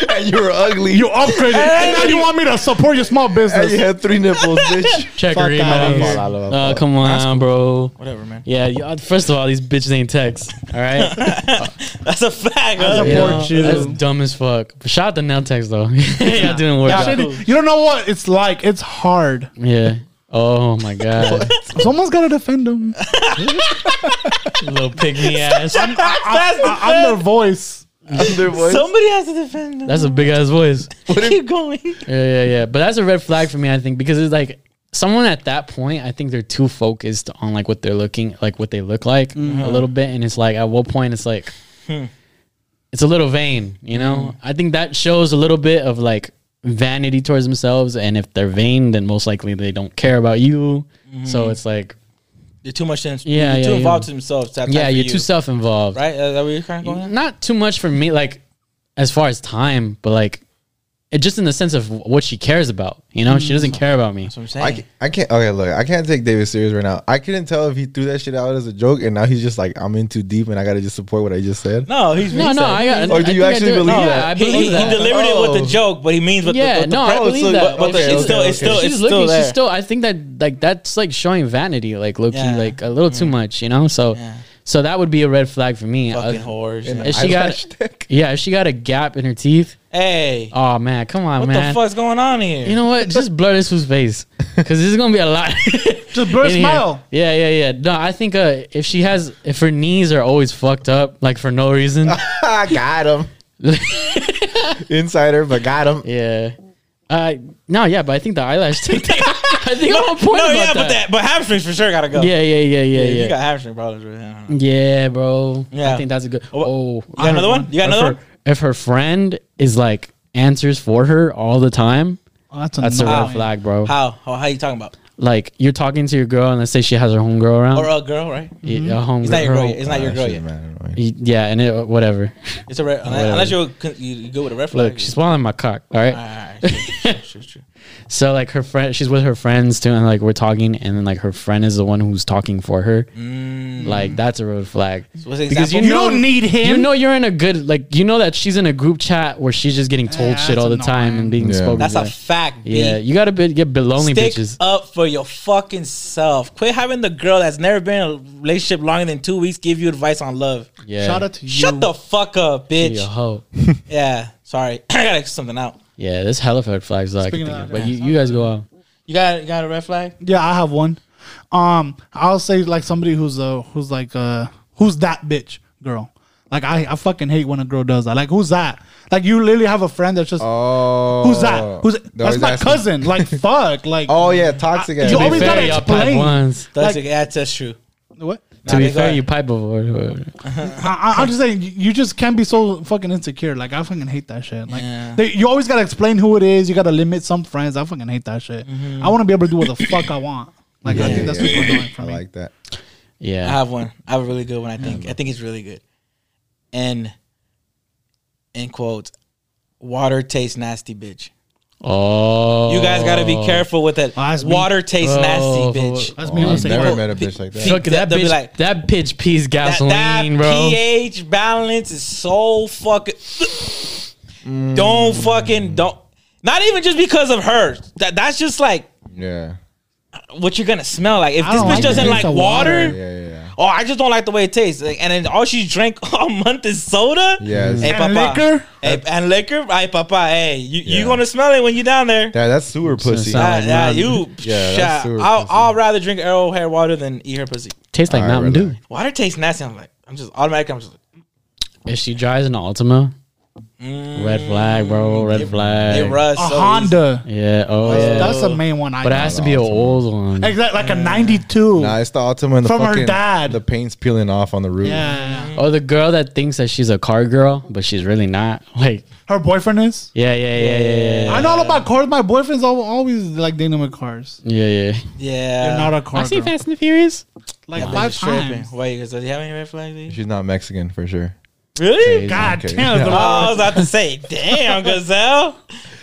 Speaker 5: And you were ugly.
Speaker 2: you upgraded, and now you want me to support your small
Speaker 5: and
Speaker 2: business.
Speaker 5: you had three nipples, bitch.
Speaker 6: Check
Speaker 2: Fuck
Speaker 6: her email.
Speaker 2: outta here.
Speaker 6: Uh, come on, bro.
Speaker 3: Whatever, man.
Speaker 6: Yeah, you, uh, first of all, these bitches ain't texts. All right,
Speaker 3: That's a fact. huh?
Speaker 2: a
Speaker 6: You know,
Speaker 2: Support you.
Speaker 6: that's dumb as fuck. But shout out to nail techs though. Y'all doing work.
Speaker 2: That
Speaker 6: out.
Speaker 2: shit- you don't know what it's like. It's hard.
Speaker 6: Yeah. Oh my god,
Speaker 2: Someone's got to defend them.
Speaker 6: little pygmy ass.
Speaker 3: That's the
Speaker 2: I, am their voice.
Speaker 5: Under voice.
Speaker 3: Somebody has to defend them.
Speaker 6: That's a big ass voice.
Speaker 3: Keep going.
Speaker 6: Yeah, yeah, yeah. But that's a red flag for me, I think, because it's like someone at that point, I think they're too focused on like what they're looking, like what they look like
Speaker 3: Mm-hmm.
Speaker 6: a little bit, and it's like at what point it's like
Speaker 3: Hmm.
Speaker 6: it's a little vain, you know.
Speaker 3: Mm-hmm.
Speaker 6: I think that shows a little bit of like vanity towards themselves, and if they're vain, then most likely they don't care about you.
Speaker 3: Mm-hmm.
Speaker 6: So it's like,
Speaker 3: You're too much. In,
Speaker 6: Yeah,
Speaker 3: you're
Speaker 6: yeah,
Speaker 3: too
Speaker 6: yeah.
Speaker 3: involved to themselves. to have time
Speaker 6: yeah,
Speaker 3: for
Speaker 6: you're
Speaker 3: you,
Speaker 6: too self-involved.
Speaker 3: Right? Is that what you're kind of going? at?
Speaker 6: not too much for me like as far as time but like it just in the sense of what she cares about you know she doesn't care about me
Speaker 3: Mm. That's what I'm
Speaker 5: I
Speaker 3: saying.
Speaker 5: can't, I can't. Okay, look, I can't take David serious right now. I couldn't tell if he threw that shit out as a joke, and now he's just like, I'm in too deep, and I gotta just support what I just said.
Speaker 3: no, he's
Speaker 6: no no i got
Speaker 5: Or
Speaker 6: I
Speaker 5: do you
Speaker 6: think I
Speaker 5: actually
Speaker 6: it.
Speaker 5: believe
Speaker 6: yeah,
Speaker 5: that?
Speaker 6: i
Speaker 3: He,
Speaker 6: believe
Speaker 3: he
Speaker 6: that
Speaker 3: delivered it with
Speaker 5: Oh.
Speaker 3: the joke, but he means with the,
Speaker 6: yeah
Speaker 3: the,
Speaker 6: no
Speaker 3: the
Speaker 6: i
Speaker 5: premise-
Speaker 6: believe
Speaker 5: so-
Speaker 6: that
Speaker 5: but- but
Speaker 6: If
Speaker 5: okay,
Speaker 6: she's
Speaker 5: okay,
Speaker 6: still
Speaker 5: okay.
Speaker 6: it's still
Speaker 3: She's
Speaker 6: it's still
Speaker 3: looking, she's
Speaker 6: there
Speaker 3: still-
Speaker 6: still i think that like that's like showing vanity like low-key
Speaker 3: Yeah. Mm.
Speaker 6: like a little too much you know so
Speaker 3: Yeah.
Speaker 6: so that would be a red flag for me
Speaker 3: fucking
Speaker 6: Uh,
Speaker 3: whores.
Speaker 6: if she got
Speaker 5: Eyelash tech.
Speaker 6: yeah if she got a gap in her teeth
Speaker 3: Hey,
Speaker 6: oh man come on
Speaker 3: what the
Speaker 6: man
Speaker 3: fuck's going on here?
Speaker 6: you know what just blur this who's face because this is gonna be a lot
Speaker 2: Just blur
Speaker 6: in here.
Speaker 2: smile.
Speaker 6: Yeah, yeah, yeah. No, I think uh, if she has, if her knees are always fucked up, like for no reason,
Speaker 5: I got him. Insider, but got him.
Speaker 6: yeah. Uh, no, yeah, but I think the eyelash. thing- I think I'm on point
Speaker 3: no,
Speaker 6: about
Speaker 3: yeah,
Speaker 6: that.
Speaker 3: but that, but hamstrings for sure gotta go.
Speaker 6: Yeah, yeah, yeah, yeah,
Speaker 3: If
Speaker 6: yeah.
Speaker 3: You got hamstring problems. With him. I don't know.
Speaker 6: yeah, bro.
Speaker 3: Yeah.
Speaker 6: I think that's a good.
Speaker 3: Oh, what-
Speaker 6: Oh,
Speaker 3: you got another one? You got
Speaker 6: If
Speaker 3: another
Speaker 6: her-
Speaker 3: one?
Speaker 6: If her friend is like answers for her all the time,
Speaker 2: Oh, that's
Speaker 6: that's a
Speaker 3: Wow.
Speaker 6: red flag, bro.
Speaker 3: How? How? How you talking about?
Speaker 6: Like you're talking to your girl, and let's say she has her homegirl around.
Speaker 3: Or a girl, right?
Speaker 6: yeah, a homegirl.
Speaker 3: It's not your girl. Yet. It's not your
Speaker 5: Ah,
Speaker 3: girl
Speaker 5: shit,
Speaker 3: yet.
Speaker 5: man, I don't know.
Speaker 6: Yeah, and it whatever.
Speaker 3: It's a red. Unless, unless you're, con- you you go with a red flag.
Speaker 6: Look, she's swallowing my cock. All right.
Speaker 3: All right, all right, sure, sure, sure, sure.
Speaker 6: So like her friend, she's with her friends too, and like we're talking, and then like her friend is the one who's talking for her.
Speaker 3: Mm.
Speaker 6: Like that's a red flag.
Speaker 3: What's the
Speaker 6: Mm. Because you
Speaker 3: example?
Speaker 6: know-
Speaker 2: don't need him.
Speaker 6: You know you're in a good like you know that she's in a group chat where she's just getting told
Speaker 2: Yeah,
Speaker 6: shit
Speaker 2: that's
Speaker 6: all the time
Speaker 2: annoying.
Speaker 6: and being
Speaker 5: Yeah.
Speaker 6: spoken.
Speaker 3: that's
Speaker 6: to.
Speaker 3: a fact. B.
Speaker 6: yeah. You gotta be, get be lonely
Speaker 3: Stick
Speaker 6: bitches.
Speaker 3: up for your fucking self. Quit having the girl that's never been in a relationship longer than two weeks give you advice on love.
Speaker 6: Yeah.
Speaker 2: Shout out to you.
Speaker 3: Shut the fuck up,
Speaker 6: Be a
Speaker 3: bitch.
Speaker 6: hoe.
Speaker 3: Yeah, sorry, I gotta get something out.
Speaker 6: Yeah, there's hella red flags that I can
Speaker 2: Speaking
Speaker 6: think
Speaker 2: of
Speaker 6: of.
Speaker 2: that,
Speaker 6: But you, you guys go out.
Speaker 3: You got you got a red flag?
Speaker 2: Yeah, I have one. Um, I'll say like somebody who's uh who's like uh who's that bitch girl. Like I, I fucking hate when a girl does that. Like who's that? Like you literally have a friend that's just
Speaker 5: Oh,
Speaker 2: who's that? Who's
Speaker 5: No,
Speaker 2: that's
Speaker 5: he's
Speaker 2: my
Speaker 5: asking-
Speaker 2: cousin? Like fuck. Like
Speaker 5: Oh yeah, toxic.
Speaker 2: I-
Speaker 5: ass.
Speaker 2: you
Speaker 5: bitch.
Speaker 2: always
Speaker 6: fair,
Speaker 2: gotta
Speaker 6: y'all pipe
Speaker 2: explain.
Speaker 6: once.
Speaker 3: That's,
Speaker 2: Like-
Speaker 3: yeah, that's true.
Speaker 2: what?
Speaker 6: To be
Speaker 3: they go
Speaker 6: fair,
Speaker 3: out.
Speaker 6: you pipe before.
Speaker 2: I, I, I'm just saying you, you just can't be so fucking insecure. Like I fucking hate that shit. Like
Speaker 3: Yeah.
Speaker 2: they, you always gotta explain who it is. You gotta limit some friends. I fucking hate that shit.
Speaker 5: Mm-hmm.
Speaker 2: I want to be able to do what the fuck I want. Like I think that's super annoying for
Speaker 5: I
Speaker 2: me.
Speaker 5: like that.
Speaker 6: Yeah.
Speaker 3: I have one. I have a really good one. I think. I think it's really good. And in quotes, water tastes nasty, bitch.
Speaker 6: oh.
Speaker 3: You guys gotta be careful with that.
Speaker 2: Oh, that's me.
Speaker 3: water tastes
Speaker 6: Oh,
Speaker 3: nasty, bitch.
Speaker 2: that's me.
Speaker 5: Oh, I've
Speaker 2: honestly.
Speaker 5: never
Speaker 3: Well,
Speaker 5: met a
Speaker 3: pe-
Speaker 5: bitch like that.
Speaker 3: pe-
Speaker 6: Look, that
Speaker 3: They'll be
Speaker 6: bitch,
Speaker 3: like-
Speaker 6: that bitch pees
Speaker 3: That,
Speaker 6: gasoline,
Speaker 3: that
Speaker 6: bro.
Speaker 3: pH balance is so fucking. Don't
Speaker 5: Mm.
Speaker 3: fucking don't. Not even just because of her. That that's just like
Speaker 5: Yeah,
Speaker 3: what you're gonna smell like. If
Speaker 2: I
Speaker 3: this
Speaker 2: don't
Speaker 3: bitch
Speaker 2: like the
Speaker 3: doesn't
Speaker 2: taste
Speaker 3: like
Speaker 2: of
Speaker 3: water,
Speaker 2: water.
Speaker 5: yeah, yeah, yeah.
Speaker 3: oh, I just don't like the way it tastes. Like, and then all she drank all month is soda.
Speaker 5: Yeah, it's-
Speaker 3: hey,
Speaker 2: And
Speaker 3: papa.
Speaker 2: liquor?
Speaker 3: Hey, and liquor. Hey, papa. Hey, you
Speaker 5: Yeah.
Speaker 3: you gonna smell it when you down there?
Speaker 5: That, that's sewer pussy.
Speaker 6: sound-
Speaker 3: Yeah,
Speaker 6: like
Speaker 3: yeah,
Speaker 6: mine.
Speaker 3: you.
Speaker 5: Yeah,
Speaker 3: shit.
Speaker 5: that's sewer
Speaker 3: I'll,
Speaker 5: pussy.
Speaker 3: I'll rather drink arrow hair water than eat her pussy.
Speaker 6: Tastes like
Speaker 5: All right,
Speaker 6: Mountain Dew.
Speaker 5: relax.
Speaker 3: Water tastes nasty. I'm like, I'm just automatically. I'm just.
Speaker 6: If she drives an Altima,
Speaker 3: mm.
Speaker 6: Red flag, bro. Red flag.
Speaker 3: It rusts.
Speaker 2: a
Speaker 3: so
Speaker 2: Honda.
Speaker 6: Yeah. Oh
Speaker 2: That's-
Speaker 6: yeah.
Speaker 2: That's the main one. I
Speaker 6: But it
Speaker 2: got.
Speaker 6: has to be an old one.
Speaker 2: Exact- like a '92.
Speaker 5: Nah, it's the Altima and the
Speaker 2: From her
Speaker 5: fucking,
Speaker 2: dad.
Speaker 5: The paint's peeling off on the roof.
Speaker 2: yeah,
Speaker 6: Or Oh, the girl that thinks that she's a car girl, but she's really not. Like,
Speaker 2: her boyfriend is.
Speaker 6: yeah, yeah, yeah, yeah, yeah. yeah.
Speaker 2: I know all about cars. My boyfriend's al- always like dating with cars.
Speaker 6: Yeah, yeah.
Speaker 3: easy. Yeah.
Speaker 2: You're not a car.
Speaker 6: I see
Speaker 2: girl.
Speaker 6: Fast and the Furious.
Speaker 2: Like
Speaker 3: Y'all
Speaker 2: five
Speaker 3: niggas tripping.
Speaker 2: times.
Speaker 3: Why you guys? Do you have any red flags? Lee?
Speaker 5: She's not Mexican for sure.
Speaker 3: Really?
Speaker 2: God
Speaker 5: Okay.
Speaker 2: damn.
Speaker 3: Oh, I was about to say, damn, Gazelle,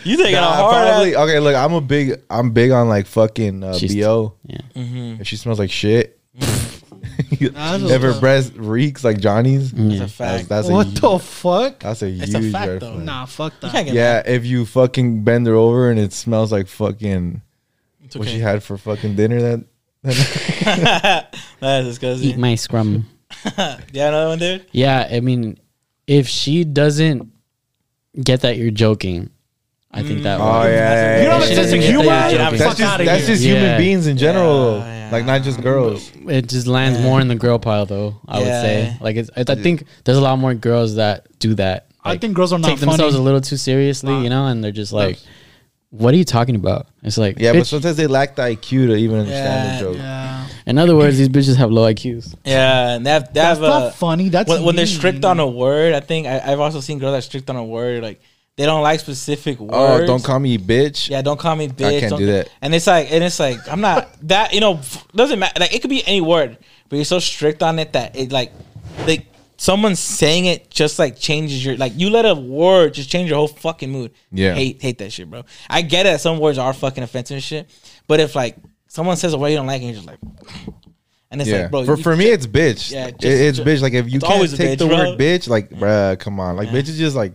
Speaker 3: you taking a
Speaker 5: Nah,
Speaker 3: hard. ass-
Speaker 5: probably- okay, look, I'm a big, I'm big on like fucking uh,
Speaker 6: She's-
Speaker 5: bo.
Speaker 6: yeah.
Speaker 5: If she smells like shit,
Speaker 2: Nah, Mm-hmm. that's
Speaker 5: if her
Speaker 2: what's up.
Speaker 5: breath reeks like Johnny's,
Speaker 3: That's a
Speaker 5: that's,
Speaker 3: fact.
Speaker 5: that's a
Speaker 2: What
Speaker 5: huge,
Speaker 2: the fuck?
Speaker 5: that's a huge
Speaker 3: a fact,
Speaker 5: red
Speaker 3: though.
Speaker 5: flag.
Speaker 2: Nah, fuck
Speaker 3: You
Speaker 2: that.
Speaker 3: can't get
Speaker 5: Yeah, if you fucking bend her over and it smells like fucking
Speaker 3: It's
Speaker 5: what she
Speaker 3: okay.
Speaker 5: had for fucking dinner that.
Speaker 3: That's
Speaker 6: Eat
Speaker 3: disgusting.
Speaker 6: my scrum.
Speaker 3: yeah, another one, dude.
Speaker 6: Yeah, I mean, if she doesn't get that you're joking, I think that.
Speaker 5: Oh yeah,
Speaker 6: would-
Speaker 5: yeah,
Speaker 2: You don't have
Speaker 6: She
Speaker 2: a sense
Speaker 6: doesn't
Speaker 2: of
Speaker 6: get
Speaker 2: humor.
Speaker 6: that you're
Speaker 3: Yeah,
Speaker 6: joking.
Speaker 5: That's
Speaker 2: Fuck
Speaker 5: just,
Speaker 2: outta
Speaker 5: that's
Speaker 2: here.
Speaker 5: just
Speaker 6: Yeah.
Speaker 5: human beings in general,
Speaker 3: Yeah, yeah.
Speaker 5: like not just girls.
Speaker 6: it just lands more in the girl pile though i would
Speaker 3: Yeah.
Speaker 6: say like it's, it, i think there's a lot more girls that do that
Speaker 2: I
Speaker 6: Like,
Speaker 2: think girls are not
Speaker 6: take themselves
Speaker 2: funny.
Speaker 6: a little too seriously you know and they're just like what are you talking about it's like
Speaker 5: Yeah, but
Speaker 6: bitch,
Speaker 5: sometimes they lack the IQ to even
Speaker 3: Yeah,
Speaker 5: understand the joke.
Speaker 2: Yeah.
Speaker 6: in other words these bitches have low iqs
Speaker 3: Yeah, and they have, they
Speaker 2: That's
Speaker 3: have uh,
Speaker 2: not funny. That's
Speaker 3: when, when they're
Speaker 2: mean.
Speaker 3: strict on a word. I think I, I've also seen girls that are strict on a word. Like they don't like specific words.
Speaker 5: Oh, don't call me bitch.
Speaker 3: Yeah, don't call me bitch.
Speaker 5: can't
Speaker 3: don't-
Speaker 5: do that.
Speaker 3: And it's like, and it's like, I'm not that. You know, doesn't matter. Like it could be any word, but you're so strict on it that it like, like someone saying it just like changes your like. You let a word just change your whole fucking mood.
Speaker 5: Yeah.
Speaker 3: hate hate that shit, bro. I get that some words are fucking offensive and shit, but if like someone says a word you don't like, and you're just like, and it's
Speaker 5: yeah.
Speaker 3: like, bro,
Speaker 5: for
Speaker 3: you-
Speaker 5: for me, it's bitch.
Speaker 3: Yeah,
Speaker 5: Yeah,
Speaker 3: just-
Speaker 5: it's
Speaker 3: ju-
Speaker 5: bitch. Like if you
Speaker 3: it's
Speaker 5: can't
Speaker 3: always a
Speaker 5: take
Speaker 3: bitch,
Speaker 5: the
Speaker 3: bro.
Speaker 5: word bitch, like bruh, come on. Like bitch is just like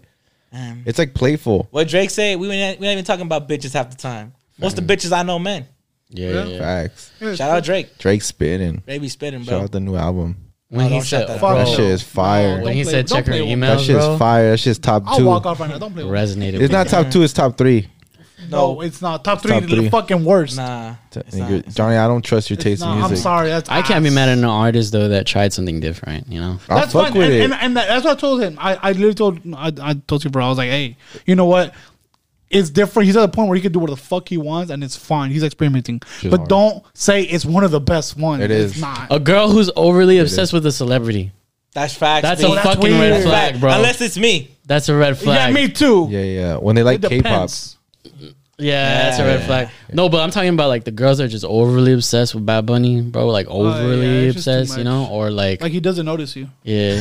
Speaker 3: Um,
Speaker 5: it's like playful.
Speaker 3: what Drake say? We we're not, we not even talking about bitches half the time. Most of the
Speaker 5: Mm-hmm.
Speaker 3: bitches I know, men.
Speaker 6: yeah, yeah, yeah.
Speaker 5: Facts.
Speaker 3: Shout out Drake,
Speaker 5: Drake spitting.
Speaker 3: baby spitting,
Speaker 5: Shout
Speaker 3: bro.
Speaker 5: out the new album.
Speaker 6: when
Speaker 3: No,
Speaker 6: he
Speaker 3: don't shut
Speaker 6: said
Speaker 3: that up.
Speaker 2: Fuck
Speaker 5: That
Speaker 2: no.
Speaker 5: shit is fire.
Speaker 2: No,
Speaker 6: when he
Speaker 2: don't
Speaker 6: said
Speaker 2: play-
Speaker 6: check her
Speaker 2: don't play with me.
Speaker 6: emails
Speaker 5: that shit
Speaker 6: bro,
Speaker 5: is fire. That shit's top
Speaker 2: I'll
Speaker 5: two.
Speaker 2: walk off right now. Don't play. With me.
Speaker 6: resonated with
Speaker 5: It's not
Speaker 6: me.
Speaker 5: top two. It's top three.
Speaker 2: No, it's not top three.
Speaker 5: Top
Speaker 2: the
Speaker 5: three.
Speaker 2: Fucking worst.
Speaker 3: Nah, it's
Speaker 5: Nigga,
Speaker 3: not, it's
Speaker 5: Johnny, I don't trust your
Speaker 2: It's
Speaker 5: taste
Speaker 2: not-
Speaker 5: in music.
Speaker 2: I'm sorry. That's
Speaker 6: i can't be mad at an artist though that tried something different you know
Speaker 5: I
Speaker 2: That's
Speaker 5: fuck
Speaker 2: fine.
Speaker 5: with
Speaker 2: and,
Speaker 5: it.
Speaker 2: And, and that's what I told him. I, I literally told I, I told you, bro. I was like, hey, you know what? It's different. He's at a point where he can do what the fuck he wants, and it's fine. He's experimenting,
Speaker 5: Just
Speaker 2: but
Speaker 5: hard.
Speaker 2: don't say it's one of the best ones.
Speaker 5: It
Speaker 2: it's
Speaker 5: is.
Speaker 2: not.
Speaker 6: a girl who's overly obsessed with a celebrity
Speaker 3: That's facts.
Speaker 6: that's
Speaker 3: B.
Speaker 6: a
Speaker 2: that's
Speaker 6: fucking
Speaker 2: weird.
Speaker 6: red
Speaker 2: That's
Speaker 6: flag bro
Speaker 3: Unless it's me.
Speaker 6: that's a red flag
Speaker 2: Yeah, me too.
Speaker 5: yeah, yeah. When they like
Speaker 2: it
Speaker 5: K-pop,
Speaker 2: depends.
Speaker 6: Yeah, that's a red
Speaker 3: Yeah.
Speaker 6: flag. No, but I'm talking about like the girls that are just overly obsessed with Bad Bunny, bro. Like overly
Speaker 2: Oh, it's just too
Speaker 6: obsessed, you know,
Speaker 2: much.
Speaker 6: or like,
Speaker 2: Like he doesn't notice you.
Speaker 6: yeah,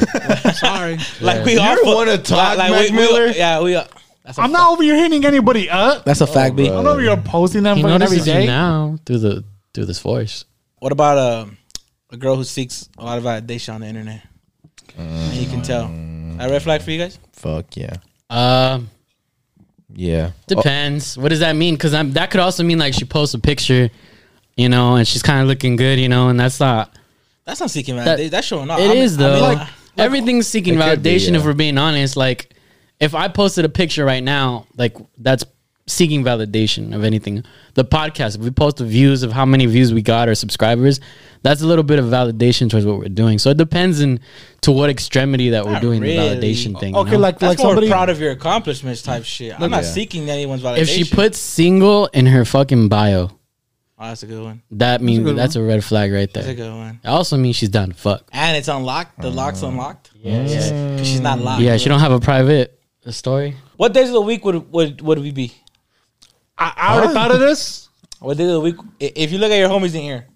Speaker 2: Sorry,
Speaker 3: Like we all
Speaker 5: don't wanna talk, Mac
Speaker 3: we,
Speaker 5: Miller.
Speaker 3: We, yeah, we. Are. That's a Oh,
Speaker 2: I'm not over here hitting anybody up.
Speaker 3: That's a fact, B.
Speaker 2: I'm not over here posting them
Speaker 6: he
Speaker 2: fucking every
Speaker 6: notices you
Speaker 2: day.
Speaker 6: now through the through this voice.
Speaker 3: What about uh, a girl who seeks a lot of validation on the internet? and you can tell. A red flag for you guys?
Speaker 5: fuck yeah, Uh,
Speaker 6: Uh,
Speaker 5: yeah.
Speaker 6: depends. What does that mean? Because I'm that could also mean like she posts a picture, you know, and she's kind of looking good, you know, and that's not.
Speaker 3: That's not seeking
Speaker 6: That-
Speaker 3: validation. that's showing off.
Speaker 6: It is
Speaker 3: I mean- I
Speaker 6: though.
Speaker 3: mean,
Speaker 6: like, everything's seeking
Speaker 5: It
Speaker 6: validation.
Speaker 5: could be, yeah.
Speaker 6: If we're being honest, like if I posted a picture right now, like that's seeking validation of anything. The podcast, if we post the views of how many views we got or subscribers, that's a little bit of validation towards what we're doing. So it depends on to what extremity that we're
Speaker 3: Not
Speaker 6: doing
Speaker 3: really.
Speaker 6: the validation thing. you
Speaker 2: Okay,
Speaker 6: know?
Speaker 2: like
Speaker 3: that's
Speaker 2: like
Speaker 3: more
Speaker 2: somebody.
Speaker 3: proud of your accomplishments type shit. I'm not
Speaker 5: Yeah.
Speaker 3: seeking anyone's validation.
Speaker 6: if she puts single in her fucking
Speaker 3: oh,
Speaker 6: bio,
Speaker 3: that's a good one.
Speaker 6: that means that's a, red flag right
Speaker 3: That's a
Speaker 6: there.
Speaker 3: good one.
Speaker 6: It also means she's down to fuck.
Speaker 3: And it's unlocked. The lock's unlocked.
Speaker 6: Yeah, yeah.
Speaker 3: 'Cause she's not locked.
Speaker 6: yeah. She don't have a private story.
Speaker 3: What days of the week would would would we be?
Speaker 2: I, I already thought of this.
Speaker 3: What day of the week? i- If you look at your homies in here,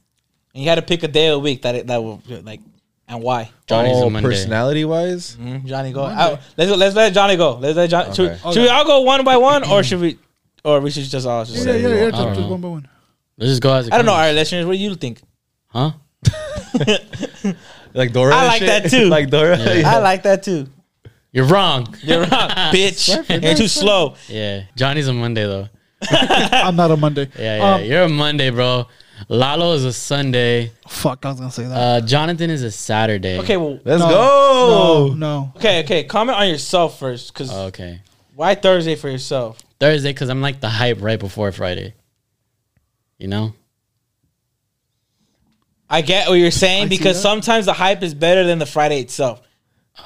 Speaker 3: and you had to pick a day of the week that it, that will like, and why?
Speaker 6: Johnny's a
Speaker 5: oh,
Speaker 6: Monday.
Speaker 5: personality wise,
Speaker 6: Mm-hmm.
Speaker 3: Mhm, Johnny go. Out. Let's let's let Johnny go. Let's let Johnny. Should,
Speaker 5: Okay.
Speaker 3: we- should we all go one by one, or should we, or we should just all? Just
Speaker 2: Yeah, yeah, yeah.
Speaker 6: I don't
Speaker 2: Just,
Speaker 6: know.
Speaker 2: just one by one.
Speaker 6: Let's just go as it
Speaker 3: I don't know,
Speaker 6: comes.
Speaker 3: our listeners. What do you think?
Speaker 6: Huh?
Speaker 5: like Dora.
Speaker 3: I
Speaker 5: and
Speaker 3: like
Speaker 5: shit?
Speaker 3: that too.
Speaker 5: like Dora.
Speaker 3: I like that too.
Speaker 6: You're wrong.
Speaker 3: You're wrong, bitch. You're too slow.
Speaker 6: Yeah, Johnny's a Monday though.
Speaker 2: I'm not a Monday.
Speaker 6: Yeah, yeah,
Speaker 2: Um,
Speaker 6: you're a Monday, bro. Lalo is a Sunday.
Speaker 2: Fuck, I was gonna say that.
Speaker 6: Uh, Jonathan is a Saturday.
Speaker 3: Okay, well,
Speaker 5: Let's
Speaker 2: No,
Speaker 5: go.
Speaker 2: No, no.
Speaker 3: okay, okay. Comment on yourself first, cause
Speaker 6: Okay.
Speaker 3: why Thursday for yourself?
Speaker 6: Thursday, because I'm like the hype right before Friday. You know?
Speaker 3: I get what you're saying
Speaker 2: see
Speaker 3: because
Speaker 2: that.
Speaker 3: sometimes the hype is better than the Friday itself,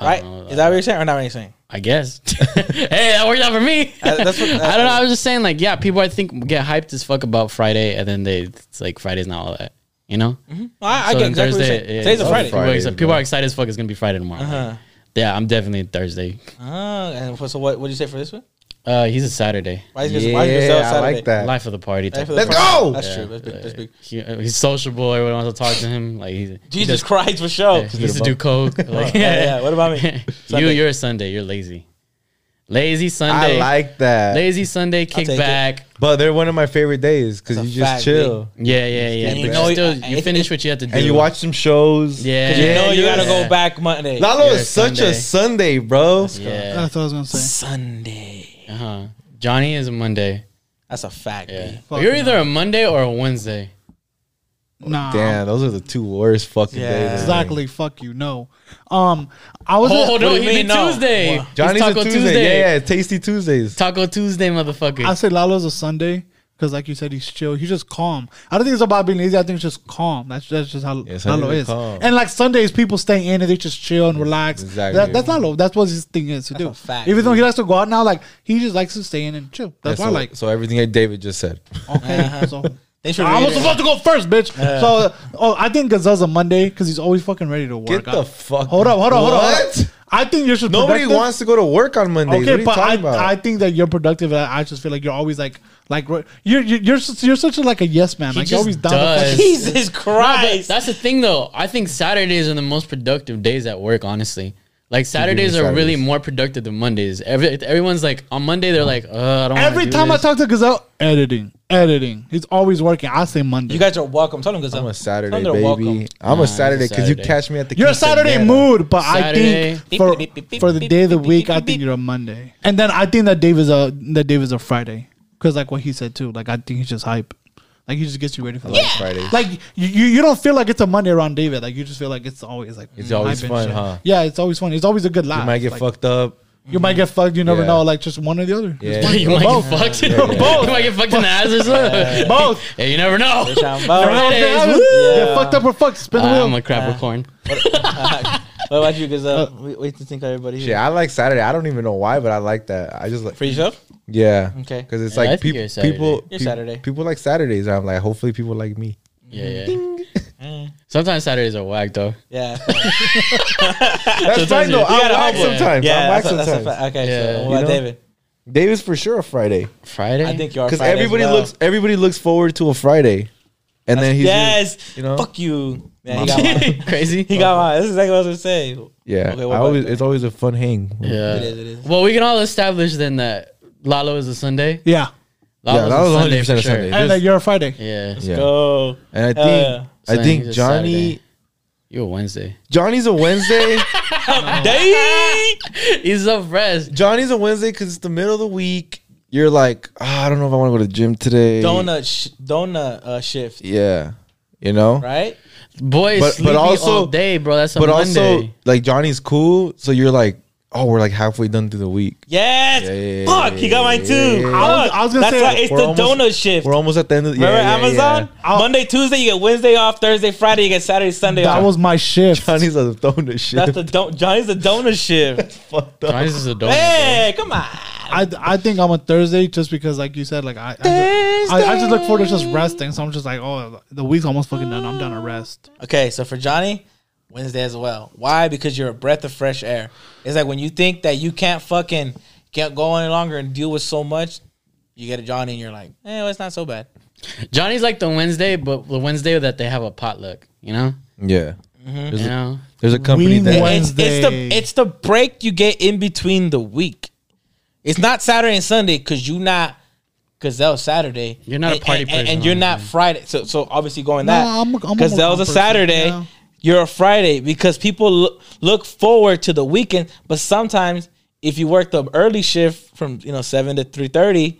Speaker 3: right?
Speaker 6: know
Speaker 3: Is that what you're saying, or not what you're saying?
Speaker 6: I guess. hey, that worked out for me.
Speaker 3: Uh, that's what-
Speaker 6: I don't know. I was just saying, like, yeah, people I think get hyped as fuck about Friday, and then they it's like Friday's not all that, you know.
Speaker 3: I, I get
Speaker 6: So then
Speaker 3: exactly what you're saying.
Speaker 6: yeah,
Speaker 3: Today's a
Speaker 6: so
Speaker 3: Friday.
Speaker 6: People, are
Speaker 5: Friday,
Speaker 6: exci-
Speaker 5: bro.
Speaker 6: people are excited as fuck. It's gonna be Friday tomorrow.
Speaker 3: Uh-huh.
Speaker 6: Yeah, I'm definitely Thursday.
Speaker 3: Ah, and so what? What do you say for this one?
Speaker 6: Uh, he's a Saturday.
Speaker 3: Why is
Speaker 5: Yeah,
Speaker 3: why is yourself
Speaker 5: I like
Speaker 3: Saturday?
Speaker 5: that.
Speaker 6: Life of the party.
Speaker 3: Life of
Speaker 6: Type.
Speaker 3: the
Speaker 5: Let's
Speaker 3: party.
Speaker 5: go!
Speaker 3: That's
Speaker 6: Yeah,
Speaker 3: true. That's big. That's
Speaker 6: like,
Speaker 3: big.
Speaker 6: he- uh, he's sociable. Everyone wants to talk to him. Like he's,
Speaker 3: Jesus Christ, for sure.
Speaker 6: he used to do coke. Like,
Speaker 3: yeah, yeah. What about me?
Speaker 6: you,
Speaker 3: Sunday.
Speaker 6: you're a Sunday. You're lazy. Lazy
Speaker 5: I
Speaker 6: Sunday.
Speaker 5: like that.
Speaker 6: lazy Sunday. Kick
Speaker 3: take it.
Speaker 6: back.
Speaker 5: But they're one of my favorite days because
Speaker 3: That's
Speaker 5: you
Speaker 3: a
Speaker 5: just
Speaker 3: fact,
Speaker 5: chill
Speaker 6: Yeah, yeah, yeah.
Speaker 3: And
Speaker 6: But
Speaker 3: you
Speaker 6: you
Speaker 3: know it-
Speaker 6: still,
Speaker 3: I-
Speaker 6: you
Speaker 3: it-
Speaker 6: finish what you have to do.
Speaker 5: and you watch some shows.
Speaker 6: Yeah,
Speaker 3: You know you
Speaker 5: Yeah.
Speaker 3: gotta go back Monday.
Speaker 5: Lalo
Speaker 6: Yeah,
Speaker 5: is such
Speaker 6: Sunday.
Speaker 5: a Sunday, bro.
Speaker 6: Yeah.
Speaker 2: That's what I was gonna say.
Speaker 3: Sunday.
Speaker 6: Uh huh. Johnny is a Monday.
Speaker 3: That's a fact.
Speaker 6: Yeah.
Speaker 3: B.
Speaker 2: Fuck
Speaker 6: You're
Speaker 2: no.
Speaker 6: either a Monday or a Wednesday.
Speaker 2: Nah,
Speaker 5: Damn, those are the two worst fucking
Speaker 3: Yeah.
Speaker 5: days.
Speaker 2: exactly. Fuck you. No. Um, I was.
Speaker 6: Oh
Speaker 3: What
Speaker 6: no,
Speaker 3: do you
Speaker 6: he's
Speaker 3: mean,
Speaker 6: a
Speaker 3: no?
Speaker 6: Tuesday.
Speaker 3: What?
Speaker 6: He's
Speaker 5: Johnny's
Speaker 6: Taco
Speaker 5: a Tuesday. Yeah, yeah, Tasty Tuesdays.
Speaker 6: Taco Tuesday, motherfucker.
Speaker 2: I say Lalo's a Sunday because, like you said, he's chill. He's just calm. I don't think it's about being lazy. I think it's just calm. That's that's just how
Speaker 5: Yeah, Sundays
Speaker 2: Lalo
Speaker 5: are
Speaker 2: is.
Speaker 5: calm.
Speaker 2: And like Sundays, people stay in and they just chill and relax.
Speaker 5: exactly.
Speaker 2: That, that's Lalo. That's what his thing is to do.
Speaker 3: a fact,
Speaker 2: Even though he
Speaker 3: dude.
Speaker 2: likes to go out now, like he just likes to stay in and chill. That's
Speaker 5: Yeah,
Speaker 2: why,
Speaker 5: so,
Speaker 2: like,
Speaker 5: so everything that David just said.
Speaker 2: okay, so.
Speaker 3: They should
Speaker 2: I
Speaker 3: read
Speaker 2: was
Speaker 3: it.
Speaker 2: supposed to go first, bitch. So, oh, I think Gazelle's a Monday because he's always fucking ready to work.
Speaker 5: Get the
Speaker 2: out.
Speaker 5: fuck.
Speaker 2: Hold up, hold up, hold up. hold up.
Speaker 5: What?
Speaker 2: I think you should.
Speaker 5: Nobody
Speaker 2: productive-
Speaker 5: wants to go to work on Mondays. what are
Speaker 2: Okay,
Speaker 5: you
Speaker 2: but
Speaker 5: talking
Speaker 2: I,
Speaker 5: about?
Speaker 2: I think that you're productive. and I I just feel like you're always like like ro- you're you're you're, such- you're such a, like a yes man.
Speaker 6: He
Speaker 2: Like you're always
Speaker 6: just
Speaker 2: down. to fuck-
Speaker 6: does.
Speaker 3: Jesus Christ.
Speaker 6: That's the thing, though. I think Saturdays are the most productive days at work. Honestly, like Saturdays are
Speaker 5: Saturdays.
Speaker 6: really more productive than Mondays. Every, everyone's like on Monday, they're like, "Uh, I don't." wanna
Speaker 2: Every
Speaker 6: do
Speaker 2: time
Speaker 6: this.
Speaker 2: I talk to Gazelle, editing, editing. He's always working. I say Monday.
Speaker 3: you guys are welcome. Tell them because
Speaker 5: I'm a Saturday
Speaker 3: they're
Speaker 5: baby.
Speaker 3: welcome.
Speaker 5: I'm a
Speaker 6: Nah, it's a
Speaker 5: Saturday because you
Speaker 6: Saturday.
Speaker 5: catch me at the.
Speaker 2: you're a Saturday
Speaker 5: quinceañera.
Speaker 2: mood, but I
Speaker 6: Saturday.
Speaker 2: think for for the day of the week, I think you're a Monday. And then I think that Dave is a that Dave is a Friday because like what he said too. Like I think he's just hype. Like he just gets you ready for
Speaker 5: I
Speaker 2: the
Speaker 5: like Fridays.
Speaker 2: Like you, you you don't feel like it's a Monday around David. Like you just feel like it's always like
Speaker 5: It's always
Speaker 2: hype and
Speaker 5: fun,
Speaker 2: shit.
Speaker 5: huh?
Speaker 2: Yeah, it's always fun. It's always a good laugh.
Speaker 5: You might get
Speaker 2: Like,
Speaker 5: fucked up.
Speaker 2: You might get fucked. You never
Speaker 5: Yeah.
Speaker 2: know. Like just one or the other.
Speaker 5: Yeah.
Speaker 2: Just one.
Speaker 6: you might
Speaker 2: Both.
Speaker 6: get fucked. You,
Speaker 5: Yeah,
Speaker 6: know?
Speaker 5: yeah.
Speaker 6: you might get fucked in the ass or something.
Speaker 2: Both.
Speaker 6: Yeah, you never know.
Speaker 3: Sound about right.
Speaker 6: Fridays,
Speaker 2: Yeah,
Speaker 6: woo!
Speaker 2: Get fucked up or fucked. Spin the
Speaker 6: Uh, I'm
Speaker 2: wheel.
Speaker 6: a Capricorn.
Speaker 3: What about you? Because uh, we wait to think of everybody. Here.
Speaker 5: Shit, I like Saturday. I don't even know why, but I like that. I just like
Speaker 3: For yourself?
Speaker 5: yeah,
Speaker 3: Okay.
Speaker 5: because it's
Speaker 6: Yeah, I
Speaker 5: like
Speaker 6: think
Speaker 5: peop-
Speaker 6: you're a Saturday.
Speaker 5: people,
Speaker 3: You're
Speaker 5: peop-
Speaker 3: Saturday.
Speaker 5: people like Saturdays. I'm like, hopefully, people like me.
Speaker 6: Yeah, yeah. Sometimes Saturdays are whack though.
Speaker 3: Yeah.
Speaker 5: That's fine though.
Speaker 6: you
Speaker 5: I'm
Speaker 3: gotta
Speaker 5: whack
Speaker 6: humble it.
Speaker 5: sometimes.
Speaker 3: yeah.
Speaker 5: I'm whack
Speaker 3: That's a, that's a
Speaker 5: sometimes.
Speaker 3: fact. Okay.
Speaker 6: Yeah.
Speaker 3: So
Speaker 6: You
Speaker 3: what about
Speaker 5: know?
Speaker 3: David?
Speaker 5: Days for sure a Friday
Speaker 6: Friday.
Speaker 3: I think you are.
Speaker 5: because
Speaker 3: Friday as
Speaker 5: everybody
Speaker 3: well.
Speaker 5: looks everybody looks forward to a Friday, and then he's just-
Speaker 3: yes.
Speaker 5: you know?
Speaker 3: Fuck you. Yeah, he got mine.
Speaker 6: crazy.
Speaker 3: He got mine. This is exactly what I was gonna say.
Speaker 5: yeah.
Speaker 3: Okay, what
Speaker 5: I
Speaker 3: about
Speaker 5: always
Speaker 3: you?
Speaker 5: it's always a fun hang.
Speaker 6: Yeah.
Speaker 3: It is, it is.
Speaker 6: Well, we can all establish then that Lalo is a Sunday.
Speaker 2: Yeah,
Speaker 6: Lalo's
Speaker 5: that was
Speaker 6: a Sunday
Speaker 5: 100%
Speaker 6: for
Speaker 5: a
Speaker 6: sure.
Speaker 5: Sunday.
Speaker 2: and
Speaker 5: This-
Speaker 2: that you're a Friday.
Speaker 6: Yeah.
Speaker 5: Yeah.
Speaker 3: Go. uh,
Speaker 5: And I
Speaker 3: Hell
Speaker 5: think I
Speaker 6: Saying
Speaker 5: think
Speaker 6: he's a
Speaker 5: Johnny
Speaker 6: Saturday. You a Wednesday.
Speaker 5: Johnny's a Wednesday.
Speaker 3: Dang.
Speaker 6: He's so fresh.
Speaker 5: Johnny's a Wednesday because it's the middle of the week. You're like, "Ah, I don't know if I want to go to the gym today.
Speaker 3: Donut. Sh- donut uh, shift.
Speaker 5: Yeah, you know.
Speaker 3: Right.
Speaker 6: Boy,
Speaker 5: But- but
Speaker 6: but, sleepy
Speaker 5: also-
Speaker 6: all day, bro. That's a
Speaker 5: But
Speaker 6: Monday.
Speaker 5: also, like Johnny's cool, so you're like, oh, we're like halfway done through the week.
Speaker 3: Yes.
Speaker 5: Yeah.
Speaker 3: Fuck. He got mine too.
Speaker 2: I was- I was gonna
Speaker 3: That's
Speaker 2: say-
Speaker 3: why it's
Speaker 5: We're
Speaker 3: the
Speaker 5: almost-
Speaker 3: donut shift.
Speaker 5: We're almost at the end of the yeah,
Speaker 3: Remember
Speaker 5: yeah,
Speaker 3: Amazon?
Speaker 5: yeah.
Speaker 2: I'll-
Speaker 3: Monday, Tuesday, you get Wednesday off. Thursday, Friday, you get Saturday, Sunday
Speaker 2: That
Speaker 3: off.
Speaker 2: was my shift.
Speaker 5: Johnny's a donut shit.
Speaker 3: That's the don- Johnny's the donut shift.
Speaker 5: fucked up.
Speaker 6: Johnny's is a donut.
Speaker 3: hey, come on.
Speaker 2: I, I think I'm a Thursday just because like you said like I I just, I, I just look forward to just resting so I'm just like oh the week's almost fucking done I'm done to rest
Speaker 3: Okay, so for Johnny, Wednesday as well. Why? Because you're a breath of fresh air. It's like when you think that you can't fucking can't go any longer and deal with so much, you get a Johnny and you're like, eh, well, it's not so bad.
Speaker 6: bro. Johnny's like the Wednesday, but the Wednesday that they have a potluck, you know?
Speaker 5: Yeah.
Speaker 6: You know?
Speaker 5: There's a company
Speaker 2: We
Speaker 5: that
Speaker 2: went-
Speaker 3: It's, it's the
Speaker 2: Wednesday.
Speaker 3: it's the break you get in between the week. It's not Saturday and Sunday because you not because that was Saturday.
Speaker 6: You're not a
Speaker 3: And-
Speaker 6: party
Speaker 3: and, and,
Speaker 6: person,
Speaker 3: and you're not
Speaker 6: honestly.
Speaker 3: Friday. So so obviously going
Speaker 2: No,
Speaker 3: that
Speaker 2: I'm a- I'm a
Speaker 3: because that
Speaker 2: working
Speaker 3: was a
Speaker 2: person,
Speaker 3: Saturday.
Speaker 2: yeah.
Speaker 3: You're a Friday because people look, look forward to the weekend. But sometimes if you work the early shift from you know seven to three thirty,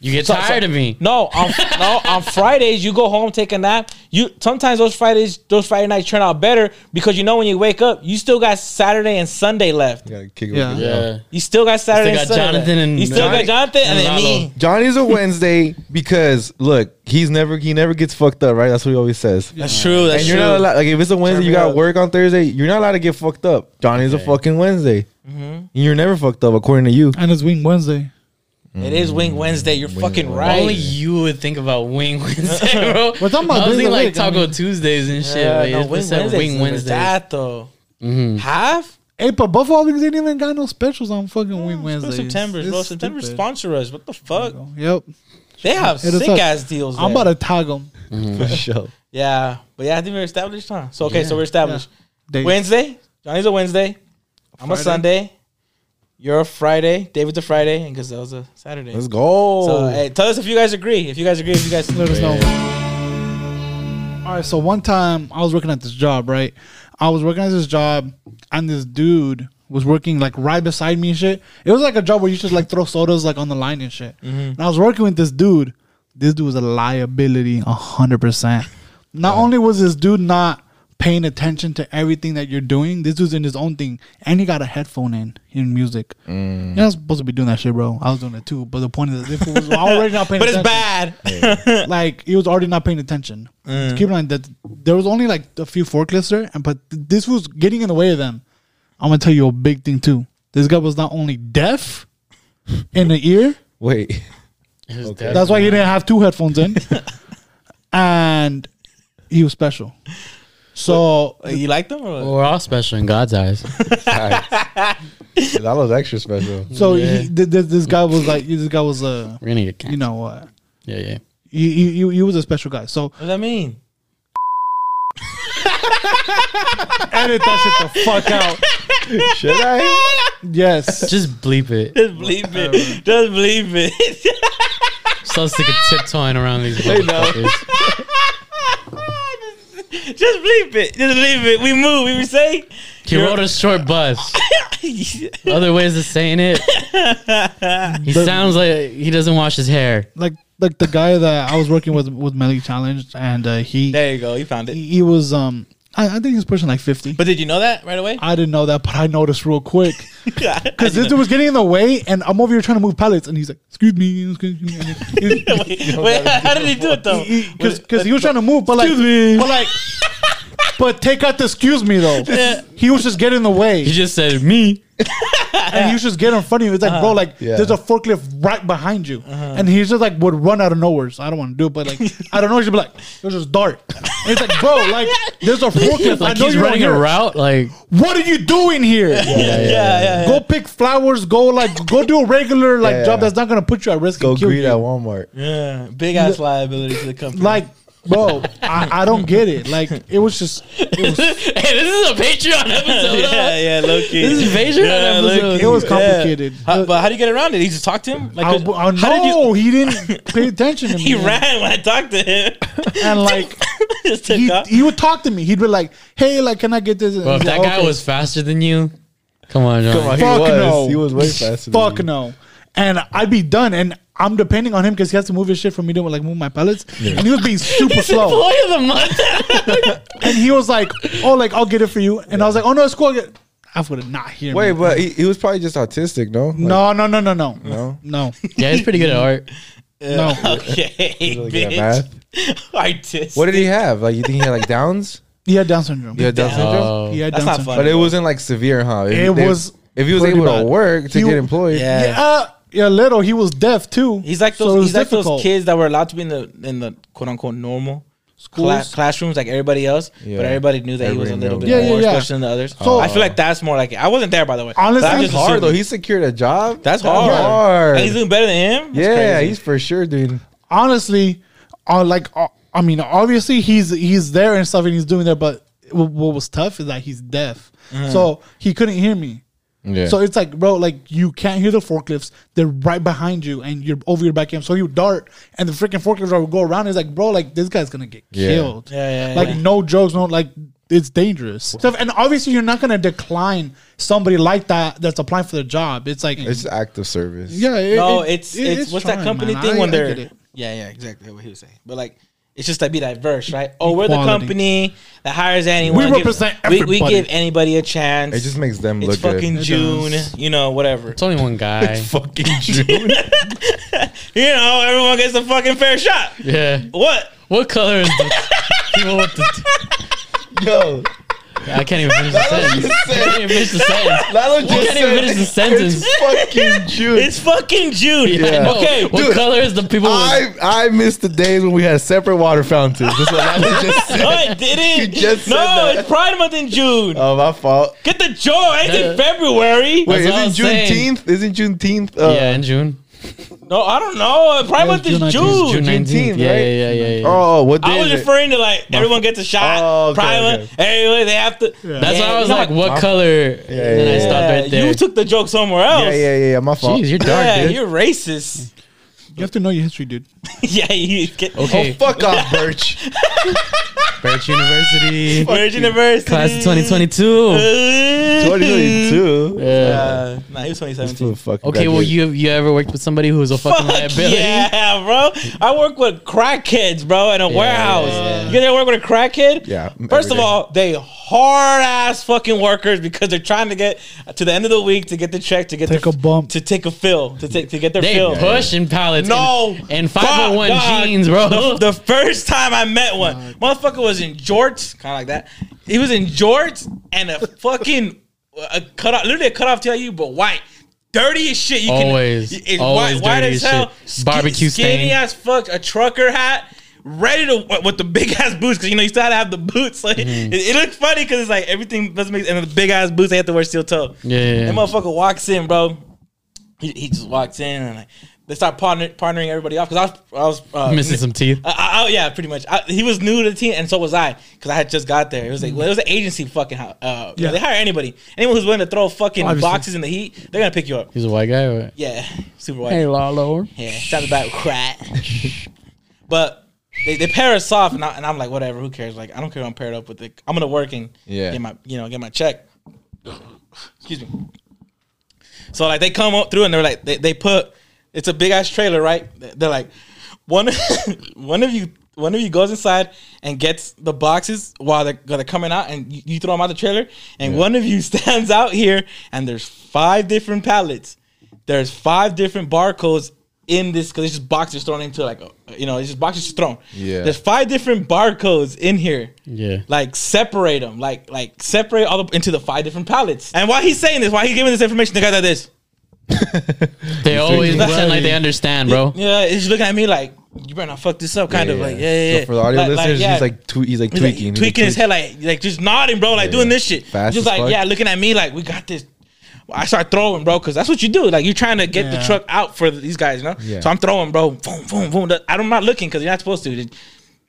Speaker 6: You get
Speaker 3: So- so-
Speaker 6: tired of me.
Speaker 3: No, on, no. On Fridays, you go home, take a nap. You sometimes those Fridays, those Friday nights turn out better because you know when you wake up, you still got Saturday and Sunday left.
Speaker 5: You gotta kick it
Speaker 2: Yeah.
Speaker 5: with the-
Speaker 6: Yeah.
Speaker 3: You still got Saturday.
Speaker 6: got
Speaker 3: and Sunday left.
Speaker 6: Jonathan and-
Speaker 3: you still got
Speaker 6: Johnny-
Speaker 3: Jonathan and,
Speaker 6: and
Speaker 3: then me.
Speaker 5: Johnny's a Wednesday because look, he's never he never gets fucked up, right? That's what he always says.
Speaker 3: That's true. That's
Speaker 5: and you're not allowed like if it's a Wednesday,
Speaker 3: Turn
Speaker 5: you
Speaker 3: me
Speaker 5: got
Speaker 3: up.
Speaker 5: work on Thursday. You're not allowed to get fucked up. Johnny's a fucking Wednesday. And You're never fucked up according to you.
Speaker 2: And it's Wing Wednesday.
Speaker 3: It is Mm. Wing Wednesday. You're fucking right.
Speaker 6: Only you would think about Wing Wednesday, bro.
Speaker 2: We're talking about
Speaker 6: I was
Speaker 2: days
Speaker 6: thinking
Speaker 2: of
Speaker 6: like
Speaker 2: week, I
Speaker 6: Taco
Speaker 2: mean-
Speaker 6: Tuesdays and shit.
Speaker 3: Yeah,
Speaker 6: but
Speaker 3: no,
Speaker 6: it's
Speaker 3: Wing
Speaker 6: said
Speaker 3: Wednesday.
Speaker 6: Wing Wednesdays.
Speaker 3: That though.
Speaker 6: Mhm.
Speaker 3: Half.
Speaker 2: Hey, but Buffalo Wings ain't even got no specials on fucking Wing Wednesday.
Speaker 3: Bro, September, bro. September sponsor us. What the fuck?
Speaker 2: Yep.
Speaker 3: They have
Speaker 2: Hit us
Speaker 3: sick
Speaker 2: up.
Speaker 3: ass deals.
Speaker 2: I'm
Speaker 3: there.
Speaker 2: about to tag them.
Speaker 5: For sure.
Speaker 3: Yeah, but yeah, I think we're established, huh? So okay, so we're established.
Speaker 2: Days.
Speaker 3: Wednesday, Johnny's a Wednesday. I'm a
Speaker 2: Friday.
Speaker 3: Sunday. You're a Friday. David's a Friday, and Gazelle's a Saturday.
Speaker 5: Let's go.
Speaker 3: So eh, hey, tell us if you guys agree. If you guys agree, if you guys
Speaker 2: Let us know. All right, so one time I was working at this job, right? I was working at this job, and this dude was working like right beside me and shit. It was like a job where you should like throw sodas like on the line and shit.
Speaker 3: Mm-hmm.
Speaker 2: And I was working with this dude. This dude was a liability, hundred percent. Not only was this dude not paying attention to everything that you're doing, this dude's in his own thing, and he got a headphone in in music.
Speaker 3: Mm.
Speaker 2: You're not supposed to be doing that shit, bro. I was doing it too, but the point is, if it was already not paying.
Speaker 3: But it's
Speaker 2: attention,
Speaker 3: bad.
Speaker 2: like he was already not paying attention. Keep in mind that there was only like a few forklifts there, and but th- this was getting in the way of them. I'm gonna tell you a big thing too. This guy was not only deaf in the ear,
Speaker 5: Wait.
Speaker 6: It was
Speaker 2: that's why he didn't have two headphones in, and he was special. So
Speaker 3: you like them? Or
Speaker 6: definitely- We're all special in God's eyes.
Speaker 5: that was extra special.
Speaker 2: so
Speaker 6: Yeah.
Speaker 2: he, th- th- this guy was like this guy was a
Speaker 6: We're gonna get
Speaker 2: you
Speaker 6: canceled.
Speaker 2: know uh,
Speaker 6: Yeah, yeah.
Speaker 2: he, he he- he was a special guy. So
Speaker 3: what does that mean?
Speaker 2: edit that shit the fuck out.
Speaker 5: Should I?
Speaker 2: Yes.
Speaker 6: Just bleep it.
Speaker 3: Just believe it. Just believe it.
Speaker 6: So sick of tiptoeing around these motherfuckers.
Speaker 3: Just believe it. Just believe it. We move. We say.
Speaker 6: He rode a short bus. Other ways of saying it. He sounds like he doesn't wash his hair.
Speaker 2: like like the guy that I was working with with Melly Challenge, and uh, he
Speaker 3: There you go. You found it.
Speaker 2: he was um I, I think he was pushing like fifty.
Speaker 3: But did you know that right away?
Speaker 2: I didn't know that, but I noticed real quick because this dude was getting in the way, and I'm over here trying to move pallets, and he's like, "Excuse me, excuse me,"
Speaker 3: wait, wait, how did he do it though?
Speaker 2: because he was trying to move, but like, but like, but take out the "excuse me" though. He was just getting in the way,
Speaker 6: He just said me.
Speaker 2: and he was just getting in front of you. It's like, bro,
Speaker 6: Uh-huh.
Speaker 2: like
Speaker 5: Yeah.
Speaker 2: there's a forklift right behind you, and he's just like would run out of nowhere. So I don't want to do it, but like I don't know, he's just be like, it was just dart. And it's like, bro, like there's a forklift.
Speaker 6: Like
Speaker 2: I know
Speaker 6: he's
Speaker 2: you're
Speaker 6: running a
Speaker 2: here.
Speaker 6: route. Like
Speaker 2: What are you doing here?
Speaker 6: yeah, yeah.
Speaker 3: Yeah, yeah, yeah.
Speaker 2: Go pick flowers. Go like go do a regular like
Speaker 5: Yeah.
Speaker 2: job that's not gonna put you at risk.
Speaker 5: Go
Speaker 2: and kill
Speaker 5: greet
Speaker 2: you.
Speaker 5: at Walmart.
Speaker 3: Yeah, big ass liability to the company.
Speaker 2: Like, bro, I, I don't get it. Like, it was just it was,
Speaker 6: hey, this is a Patreon episode. huh?
Speaker 3: yeah, yeah, low key.
Speaker 6: uh, This is Patreon
Speaker 3: Yeah, low
Speaker 6: episode.
Speaker 2: it was complicated.
Speaker 3: How, but how do you get around it? He just talked to him. Like,
Speaker 2: I, I,
Speaker 3: how did you?
Speaker 2: no, he didn't pay attention to me.
Speaker 3: He ran when I talked to him.
Speaker 2: and like
Speaker 3: just took
Speaker 2: he,
Speaker 3: off.
Speaker 2: he would talk to me. He'd be like, "Hey, like, can I get this?" And
Speaker 6: Bro,
Speaker 2: he's
Speaker 6: if that
Speaker 2: like,
Speaker 6: guy
Speaker 2: "Okay."
Speaker 6: was faster than you, come on, John.
Speaker 5: Come on,
Speaker 2: Fuck
Speaker 5: he was.
Speaker 2: no.
Speaker 5: He was way faster. than
Speaker 2: fuck
Speaker 5: you.
Speaker 2: no, and I'd be done. And I'm depending on him because he has to move his shit for me to like move my pellets, and he was being super slow.
Speaker 6: Employee of the month.
Speaker 2: And he was like, "Oh, like I'll get it for you," and I was like, "Oh no, it's cool." I get- I would not hear.
Speaker 5: Wait,
Speaker 2: me.
Speaker 5: but he, he was probably just autistic, no? Like,
Speaker 2: no, no, no, no, no,
Speaker 5: No?
Speaker 2: no,
Speaker 6: yeah, he's pretty good at art.
Speaker 2: no.
Speaker 3: okay,
Speaker 5: like that
Speaker 3: bitch. Artist.
Speaker 5: What did he have? Like you think he had like Downs?
Speaker 2: He had Down syndrome.
Speaker 5: He had Down syndrome?
Speaker 6: Oh.
Speaker 2: He had
Speaker 3: That's
Speaker 2: Down
Speaker 3: not
Speaker 2: syndrome.
Speaker 3: funny.
Speaker 5: But it wasn't like severe, huh? If
Speaker 2: It
Speaker 5: they-
Speaker 2: was
Speaker 5: If he was
Speaker 2: pretty
Speaker 5: able
Speaker 2: bad.
Speaker 5: to work to
Speaker 2: He-
Speaker 5: get employed,
Speaker 3: Yeah.
Speaker 2: Yeah, uh, yeah, little. He was deaf too.
Speaker 3: He's like
Speaker 2: So
Speaker 3: those.
Speaker 2: it was
Speaker 3: he's like
Speaker 2: difficult.
Speaker 3: those kids that were allowed to be in the in the quote unquote normal cla-
Speaker 2: Schools.
Speaker 3: classrooms like everybody else,
Speaker 5: Yeah.
Speaker 3: but everybody knew that he was a
Speaker 5: Everybody
Speaker 3: little
Speaker 5: knew.
Speaker 3: bit
Speaker 2: Yeah, yeah,
Speaker 3: more
Speaker 2: yeah.
Speaker 3: special than the others.
Speaker 2: So-
Speaker 3: I feel like that's more like it. I wasn't there by the way.
Speaker 2: Honestly,
Speaker 3: But I'm
Speaker 5: That's
Speaker 3: just
Speaker 5: hard though.
Speaker 3: assuming.
Speaker 5: He secured a job.
Speaker 3: That's
Speaker 5: hard.
Speaker 3: hard. And he's doing better than him. That's
Speaker 5: yeah,
Speaker 3: crazy.
Speaker 5: he's for sure doing.
Speaker 2: Honestly, uh, like uh, I mean, obviously he's he's there and stuff, and he's doing that. But w- what was tough is that he's deaf,
Speaker 3: Mm.
Speaker 2: so he couldn't hear me.
Speaker 5: Yeah.
Speaker 2: So it's like, bro, like you can't hear the forklifts. They're right behind you, and you're over your back end. So you dart, and the freaking forklift driver would go around. It's like, bro, like this guy's gonna get
Speaker 5: Yeah.
Speaker 2: killed.
Speaker 3: Yeah, yeah,
Speaker 2: Like
Speaker 3: yeah.
Speaker 2: no jokes, no like. it's dangerous. So, and obviously, you're not gonna decline somebody like that that's applying for the job. It's like,
Speaker 5: It's act of service.
Speaker 2: yeah, it-
Speaker 3: No,
Speaker 2: it-
Speaker 3: it's
Speaker 2: it-
Speaker 3: it's, what's that
Speaker 2: trying,
Speaker 3: company
Speaker 2: man.
Speaker 3: thing
Speaker 2: I-
Speaker 3: when
Speaker 2: I
Speaker 3: they're
Speaker 2: get it.
Speaker 3: yeah yeah exactly what he was saying. But like it's just to be diverse, right? Oh, we're the
Speaker 2: Equality.
Speaker 3: company that hires anyone.
Speaker 2: We
Speaker 3: gives-
Speaker 2: represent
Speaker 3: We, we
Speaker 2: everybody.
Speaker 3: give anybody a chance.
Speaker 5: It just makes them
Speaker 3: it's
Speaker 5: look good.
Speaker 3: fucking
Speaker 2: It
Speaker 3: June,
Speaker 2: does.
Speaker 3: you know, whatever.
Speaker 6: It's only one guy.
Speaker 5: fucking June.
Speaker 3: You know, everyone gets a fucking fair shot.
Speaker 6: yeah.
Speaker 3: What?
Speaker 6: What color is the people with the?
Speaker 5: Yo,
Speaker 6: I I can't even finish the sentence. I can't even finish the sentence.
Speaker 5: Lalo just
Speaker 6: can't even
Speaker 5: said
Speaker 6: finish the sentence.
Speaker 5: It's fucking June.
Speaker 3: It's fucking June.
Speaker 5: Yeah.
Speaker 6: No,
Speaker 3: Okay.
Speaker 6: What
Speaker 5: dude.
Speaker 6: color is the people? With,
Speaker 5: I I miss the days when we had separate water fountains. That's what Lalo just
Speaker 3: No,
Speaker 5: said.
Speaker 3: it didn't.
Speaker 5: You just
Speaker 3: no,
Speaker 5: said that.
Speaker 3: it's Pride Month in June.
Speaker 5: Oh, my fault.
Speaker 3: Get the joy. It's in
Speaker 6: Yeah.
Speaker 3: February.
Speaker 5: Wait,
Speaker 6: what I was
Speaker 5: isn't
Speaker 6: saying.
Speaker 5: Juneteenth? Isn't Juneteenth? Uh,
Speaker 6: yeah, in June.
Speaker 3: No, I don't know. Pride
Speaker 2: Yeah,
Speaker 3: Month
Speaker 2: June
Speaker 3: is
Speaker 2: 19th.
Speaker 3: June.
Speaker 6: June nineteenth.
Speaker 5: Juneteenth,
Speaker 6: Yeah,
Speaker 5: right?
Speaker 6: yeah, yeah, yeah, yeah.
Speaker 5: Oh, what day
Speaker 3: I was
Speaker 5: is it?
Speaker 3: referring to like everyone gets a shot.
Speaker 5: Oh, okay,
Speaker 3: Pride
Speaker 5: okay.
Speaker 3: Month. Anyway, they have to.
Speaker 6: That's why I was
Speaker 3: no,
Speaker 6: like, what color? and then I
Speaker 5: yeah,
Speaker 6: stopped
Speaker 3: yeah,
Speaker 6: right there.
Speaker 3: You took the joke somewhere
Speaker 5: Yeah,
Speaker 3: else.
Speaker 5: yeah, yeah, yeah. My fault.
Speaker 6: Jeez, you're dark,
Speaker 3: Yeah,
Speaker 6: dude.
Speaker 3: you're racist.
Speaker 2: You have to know your history, dude.
Speaker 3: yeah, you get
Speaker 5: oh,
Speaker 6: okay,
Speaker 5: fuck off, Birch.
Speaker 6: Birch University,
Speaker 3: Virgin University.
Speaker 6: class of 2022.
Speaker 5: 2022.
Speaker 6: Yeah.
Speaker 3: Uh, nah, he was
Speaker 5: This fool
Speaker 3: 2017.
Speaker 5: fucking
Speaker 6: Okay, well,
Speaker 5: graduated.
Speaker 6: you you ever worked with somebody who's a fucking
Speaker 3: Fuck
Speaker 6: liability?
Speaker 3: yeah, bro. I work with crackheads, bro, in a warehouse.
Speaker 6: yeah.
Speaker 3: You gonna work with a crackhead?
Speaker 5: Yeah,
Speaker 3: First of
Speaker 5: every day.
Speaker 3: all, they hard ass fucking workers because they're trying to get to the end of the week to get the check to get
Speaker 2: Take
Speaker 3: their,
Speaker 2: a bump.
Speaker 3: to take a fill to take to get their
Speaker 6: They
Speaker 3: fill.
Speaker 6: pushing pallets.
Speaker 3: No,
Speaker 6: and, and
Speaker 3: Fuck,
Speaker 6: 501
Speaker 3: dog.
Speaker 6: jeans, bro.
Speaker 3: The, the first time I met one, motherfucker was in jorts, kind of like that. He was in jorts and a fucking a cut off, literally a cut off tail you, but white. Dirty as shit. You
Speaker 6: Always.
Speaker 3: can, it's
Speaker 6: Always
Speaker 3: white, white
Speaker 6: dirty
Speaker 3: as
Speaker 6: as
Speaker 3: hell.
Speaker 6: shit. Barbecue
Speaker 3: skinny
Speaker 6: stain.
Speaker 3: ass fuck. A trucker hat, ready to with the big ass boots because you know you still had to have the boots. Like
Speaker 6: Mm-hmm.
Speaker 3: it, it looks funny because it's like everything doesn't make and the big ass boots they have to wear steel toe.
Speaker 6: Yeah, yeah, yeah.
Speaker 3: That motherfucker walks in, bro. He, he just walks in and like they start partner, partnering everybody off because I was I was uh,
Speaker 6: Missing some teeth.
Speaker 3: I, I, I- yeah, pretty much. I, he was new to the team, and so was I, because I had just got there. It was like,
Speaker 6: Mm-hmm.
Speaker 3: well, it was an agency fucking. ho- Uh,
Speaker 2: Yeah.
Speaker 3: they hire anybody. Anyone who's willing to throw fucking
Speaker 2: Obviously.
Speaker 3: boxes in the heat, they're gonna pick you up.
Speaker 6: He's a white guy. Or what?
Speaker 3: Yeah, super white.
Speaker 6: Lalo.
Speaker 3: Yeah, sounds about crack. but they, they pair us off, and, I, and I'm like, whatever, who cares? Like, I don't care. Who I'm paired up with it. I'm gonna work and
Speaker 5: Yeah.
Speaker 3: get my you know get my check. Excuse me. So like they come up through and they're like they, they put it's a big ass trailer right. They're like one one of you one of you goes inside and gets the boxes while they're, they're coming out and you, you throw them out the trailer and one of you stands out here and there's five different pallets. There's five different barcodes in this because it's just boxes thrown into like a, you know it's just boxes just thrown.
Speaker 5: Yeah.
Speaker 3: There's five different barcodes in here
Speaker 6: Yeah.
Speaker 3: like separate them, like like separate all the, into the five different palettes. And while he's saying this, while he's giving this information, the guy's like this.
Speaker 6: They always
Speaker 3: Right.
Speaker 6: pretend like they understand, bro.
Speaker 3: Yeah, he's looking at me like you better not fuck this up, kind
Speaker 5: Yeah,
Speaker 3: of
Speaker 5: yeah.
Speaker 3: like yeah, yeah. yeah.
Speaker 5: So for the audio
Speaker 3: Like- like,
Speaker 5: listeners,
Speaker 3: yeah.
Speaker 5: he's like twe- he's
Speaker 3: He's, like,
Speaker 5: like tweaking, He's, like,
Speaker 3: tweaking his head, like like just nodding, bro, like
Speaker 5: Yeah,
Speaker 3: doing
Speaker 5: yeah.
Speaker 3: this shit.
Speaker 5: Fast
Speaker 3: just
Speaker 5: as
Speaker 3: like
Speaker 5: fuck.
Speaker 3: yeah, looking at me like we got this. I start throwing, bro, because that's what you do. Like you're trying to get the
Speaker 2: Yeah.
Speaker 3: truck out for these guys, you know.
Speaker 5: Yeah.
Speaker 3: So I'm throwing, bro. Boom, boom, boom. I'm not looking because you're not supposed to.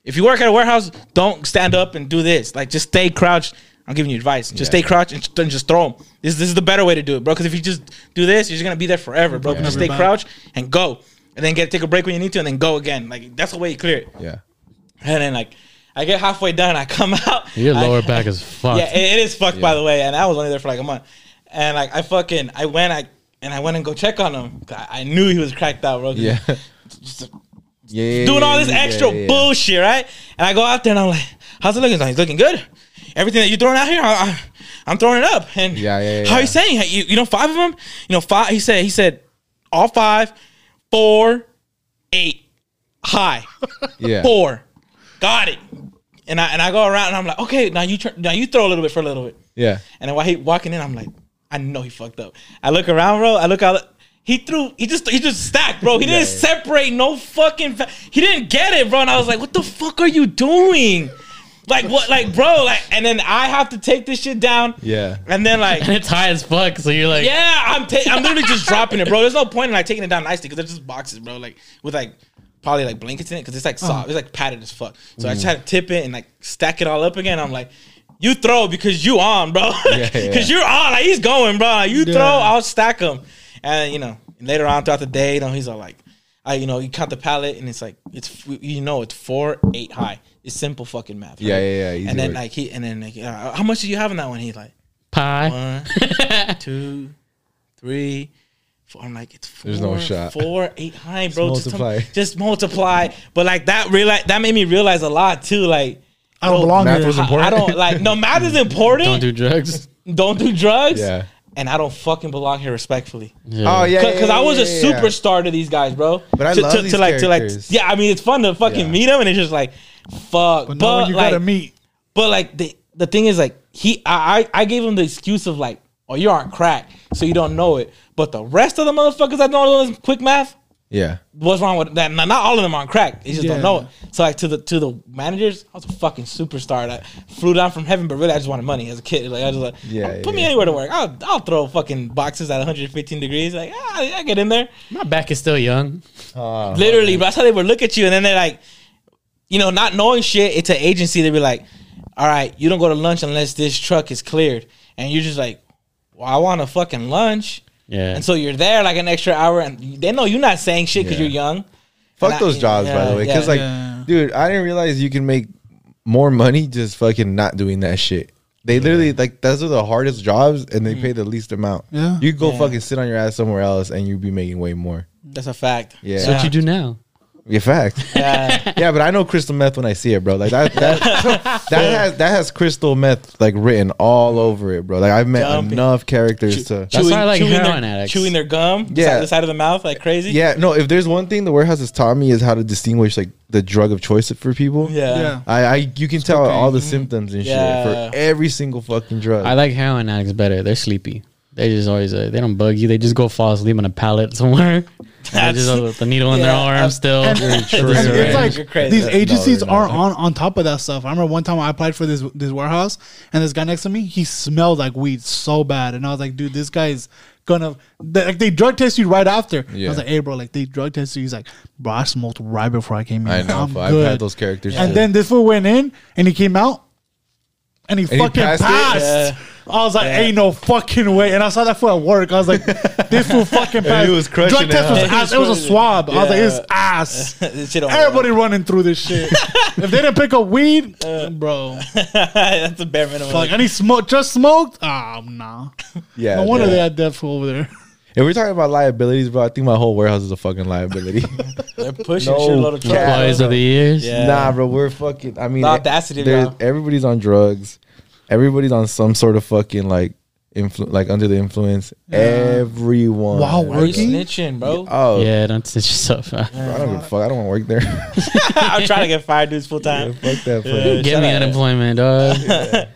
Speaker 3: If you work at a warehouse, don't stand up and do this. Like just stay crouched. I'm giving you advice. Just
Speaker 5: Yeah.
Speaker 3: stay crouched and then just throw them. This, this is the better way to do it, bro. Because if you just do this, you're just gonna be there forever, bro.
Speaker 2: Yeah.
Speaker 3: Just stay
Speaker 2: Everybody.
Speaker 3: crouched and go, and then get take a break when you need to, and then go again. Like that's the way you clear it.
Speaker 5: Yeah.
Speaker 3: And then like I get halfway done, I come out.
Speaker 6: Your
Speaker 3: I-
Speaker 6: lower back is fucked.
Speaker 3: yeah, it- it is fucked by the way. And I was only there for like a month. And like I fucking I went I and I went and go check on him. I, I knew he was cracked out, bro.
Speaker 5: Yeah. yeah. yeah,
Speaker 3: Doing all
Speaker 5: yeah,
Speaker 3: this
Speaker 5: yeah,
Speaker 3: extra
Speaker 5: yeah, yeah.
Speaker 3: bullshit, right? And I go out there and I'm like, how's it looking? He's like, He's looking good. Everything that you're throwing out here, I, I, am throwing it up. And
Speaker 5: Yeah, yeah, yeah,
Speaker 3: how
Speaker 5: yeah.
Speaker 3: he's saying, you, you know, five of them, you know, five. He said, he said, all five, four, eight, high
Speaker 5: Yeah.
Speaker 3: four. Got it. And I and I go around and I'm like, okay, now you turn, now you throw a little bit for a little bit.
Speaker 5: Yeah.
Speaker 3: And then while he walking in, I'm like, I know he fucked up. I look around, bro. I look out. He threw. He just. He just stacked, bro. He didn't separate no fucking. Fa- he didn't get it, bro. And I was like, what the fuck are you doing? Like what? Like bro. Like and then I have to take this shit down.
Speaker 5: Yeah.
Speaker 3: And then like.
Speaker 6: And it's high as fuck. So you're like,
Speaker 3: Yeah, I'm ta- I'm literally just dropping it, bro. There's no point in like taking it down nicely because they're just boxes, bro. Like with like probably like blankets in it because it's
Speaker 5: Uh-huh.
Speaker 3: like soft, it's like padded as fuck. So I
Speaker 5: Mm.
Speaker 3: just had to tip it and like stack it all up again. I'm like, you throw because you on, bro,
Speaker 5: Yeah,
Speaker 3: because
Speaker 5: yeah.
Speaker 3: you're on. Like he's going, bro. Like, you throw,
Speaker 2: Yeah.
Speaker 3: I'll stack them, and you know later on throughout the day, you know he's all like. I, you know, you count the pallet and it's like it's you know it's four eight high. It's simple fucking math.
Speaker 5: Yeah,
Speaker 3: right?
Speaker 5: yeah, yeah, easy
Speaker 3: and then
Speaker 5: work.
Speaker 3: like he and then like uh, how much do you have in that one? He's like
Speaker 6: Pie.
Speaker 3: one, two, three, four. I'm like it's four.
Speaker 5: There's no shot.
Speaker 3: Four, eight, nine, bro. Just multiply.
Speaker 5: multiply.
Speaker 3: Just, multiply. But like that realize that made me realize a lot too. Like
Speaker 2: I don't
Speaker 3: bro,
Speaker 2: belong
Speaker 5: Math
Speaker 2: here.
Speaker 5: was
Speaker 3: I- I
Speaker 5: important.
Speaker 3: don't like no math is important.
Speaker 6: Don't do drugs.
Speaker 3: don't do drugs.
Speaker 5: Yeah.
Speaker 3: And I don't fucking belong here respectfully.
Speaker 6: Yeah.
Speaker 5: Oh, yeah,
Speaker 3: Cause, 'cause I was
Speaker 5: yeah,
Speaker 3: a
Speaker 5: yeah, yeah.
Speaker 3: superstar to these guys, bro.
Speaker 5: But I
Speaker 3: to,
Speaker 5: love
Speaker 3: to,
Speaker 5: these
Speaker 3: to like to like
Speaker 5: characters.
Speaker 3: yeah. I mean, it's fun to fucking
Speaker 5: Yeah.
Speaker 3: meet them, and it's just like fuck. But,
Speaker 2: But no, you
Speaker 3: like,
Speaker 2: gotta meet.
Speaker 3: but like the the thing is like he I I I gave him the excuse of like oh you're on crack so you don't know it. But the rest of the motherfuckers that don't know this quick math,
Speaker 5: Yeah.
Speaker 3: what's wrong with that? Not not all of them on crack. They just
Speaker 2: Yeah.
Speaker 3: don't know it. So like to the to the managers, I was a fucking superstar that flew down from heaven, but really I just wanted money as a kid. Like I just like
Speaker 5: Yeah,
Speaker 3: "Oh, put
Speaker 5: yeah,
Speaker 3: me
Speaker 5: yeah.
Speaker 3: anywhere to work. I'll I'll throw fucking boxes at 115 degrees. Like ah, I get in there.
Speaker 6: My back is still young.
Speaker 5: Ah.
Speaker 3: Literally, but that's how they would look at you, and then they're like, you know, not knowing shit. It's an agency. They'd be like, "All right, you don't go to lunch unless this truck is cleared," and you're just like, "Well, I want a fucking lunch,"
Speaker 6: Yeah.
Speaker 3: and so you're there like an extra hour, and they know you're not saying shit because
Speaker 5: Yeah.
Speaker 3: you're young.
Speaker 5: Fuck
Speaker 3: And I-
Speaker 5: those jobs, by
Speaker 3: yeah,
Speaker 5: the way. Because,
Speaker 3: yeah.
Speaker 5: like,
Speaker 2: Yeah.
Speaker 5: dude, I didn't realize you can make more money just fucking not doing that shit. They literally, like, those are the hardest jobs and they pay the least amount.
Speaker 2: Yeah.
Speaker 5: You go
Speaker 3: Mm. Yeah.
Speaker 5: fucking sit on your ass somewhere else and you'd be making way more.
Speaker 3: that's a fact.
Speaker 5: Yeah.
Speaker 6: So what you do now?
Speaker 5: Yeah, fact.
Speaker 3: Yeah.
Speaker 5: yeah, but I know crystal meth when I see it, bro. Like that, that, that has that has crystal meth like written all over it, bro. Like I've met
Speaker 3: Dumping.
Speaker 5: enough characters to.
Speaker 6: That's why I like heroin
Speaker 3: their,
Speaker 6: addicts.
Speaker 3: chewing their gum, yeah,
Speaker 5: Yeah.
Speaker 3: the side of the mouth like crazy.
Speaker 5: Yeah, no. If there's one thing the warehouse has taught me is how to distinguish like the drug of choice for people.
Speaker 3: yeah. Mm-hmm.
Speaker 2: Yeah.
Speaker 5: I, I you can tell all the symptoms and
Speaker 3: Yeah.
Speaker 5: shit for every single fucking drug.
Speaker 6: I like heroin addicts better. They're sleepy. They just always uh, they don't bug you. They just go fall asleep on a pallet somewhere. They
Speaker 3: That's-
Speaker 6: just uh, with the needle in their
Speaker 3: yeah,
Speaker 6: arm
Speaker 3: I've-
Speaker 6: still.
Speaker 2: And
Speaker 5: Right.
Speaker 2: it's like
Speaker 3: You're crazy.
Speaker 2: these
Speaker 3: No,
Speaker 2: agencies
Speaker 5: they're
Speaker 2: are on on top of that stuff. I remember one time I applied for this this warehouse, and this guy next to me, he smelled like weed so bad, and I was like, dude, this guy's gonna they, like they drug test you right after. I
Speaker 5: Yeah.
Speaker 2: was like, hey, bro, like they drug test you. He's like, bro, I smoked right before I came in.
Speaker 5: I know.
Speaker 2: I'm
Speaker 5: but I've
Speaker 2: good.
Speaker 5: had those characters.
Speaker 2: And
Speaker 5: too.
Speaker 2: then this fool went in, and he came out. And he
Speaker 5: he
Speaker 2: fucking
Speaker 5: passed
Speaker 2: passed.
Speaker 5: it?
Speaker 3: Yeah.
Speaker 2: I was like, "Ain't no fucking way!" And I saw that fool at work. I was like, "This fool fucking passed."
Speaker 5: he was crushing
Speaker 2: Drug
Speaker 5: it,
Speaker 2: test
Speaker 5: huh?
Speaker 2: was
Speaker 3: Yeah, he
Speaker 2: ass.
Speaker 3: was
Speaker 2: It was a
Speaker 3: crushing it.
Speaker 2: swab. I was like, "It's
Speaker 3: Yeah.
Speaker 2: ass."
Speaker 3: This shit don't work.
Speaker 2: Everybody running through this shit. if they didn't pick up weed, bro,
Speaker 3: that's the bare minimum.
Speaker 2: fuck, and he smoked, just smoked. Ah, nah.
Speaker 5: yeah,
Speaker 2: No wonder
Speaker 5: yeah.
Speaker 2: they had that fool over there.
Speaker 5: If we're talking about liabilities, bro, I think my whole warehouse is a fucking liability.
Speaker 3: They're pushing
Speaker 5: No
Speaker 3: shit a lot of
Speaker 5: cap.
Speaker 3: trucks.
Speaker 6: Employees of the years.
Speaker 3: Yeah.
Speaker 5: Nah, bro, we're fucking. I mean,
Speaker 3: The audacity of
Speaker 5: there-
Speaker 3: y'all.
Speaker 5: everybody's on drugs. Everybody's on some sort of fucking like, influ- like under the influence. Everyone.
Speaker 2: Wow,
Speaker 5: Bro,
Speaker 3: Why are you
Speaker 2: Working?
Speaker 3: snitching, bro?
Speaker 5: Oh, yeah.
Speaker 6: Yeah, don't sit yourself out.
Speaker 5: I don't give a fuck. I don't want to work there. yeah,
Speaker 3: I'm trying to get fired dudes full time.
Speaker 5: fuck that. Fuck.
Speaker 3: Yeah.
Speaker 6: Give
Speaker 3: Shut
Speaker 6: me
Speaker 3: up.
Speaker 6: unemployment, dog.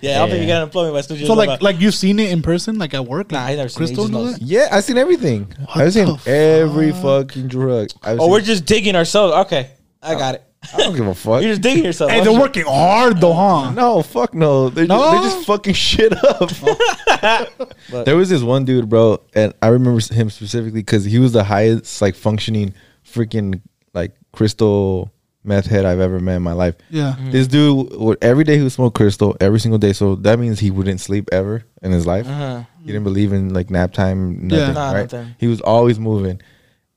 Speaker 3: Yeah, I'll maybe get unemployment by Snoop.
Speaker 2: So like, like you've seen it in person, like at work.
Speaker 3: Nah,
Speaker 2: Like,
Speaker 3: I never seen it. He
Speaker 2: Crystal
Speaker 3: just
Speaker 2: do
Speaker 3: knows.
Speaker 2: that?
Speaker 5: Yeah, I've seen everything. I've seen every fucking drug. I've
Speaker 3: oh,
Speaker 5: seen,
Speaker 3: we're just digging ourselves. Okay, I got it.
Speaker 5: I don't give a fuck.
Speaker 3: You're just digging yourself.
Speaker 2: Hey,
Speaker 3: Oh,
Speaker 2: they're
Speaker 3: shit.
Speaker 2: working hard though, huh?
Speaker 5: No, fuck no. They're,
Speaker 2: No?
Speaker 5: Just, they're just fucking shit up. there was this one dude, bro, and I remember him specifically because he was the highest like functioning freaking like crystal meth head I've ever met in my life.
Speaker 2: Yeah.
Speaker 5: This dude, would, every day he would smoke crystal, every single day. So that means he wouldn't sleep ever in his life.
Speaker 3: Uh-huh.
Speaker 5: He didn't believe in like nap time, nothing,
Speaker 2: Yeah.
Speaker 3: Nah,
Speaker 5: right?
Speaker 3: nothing.
Speaker 5: He was always moving.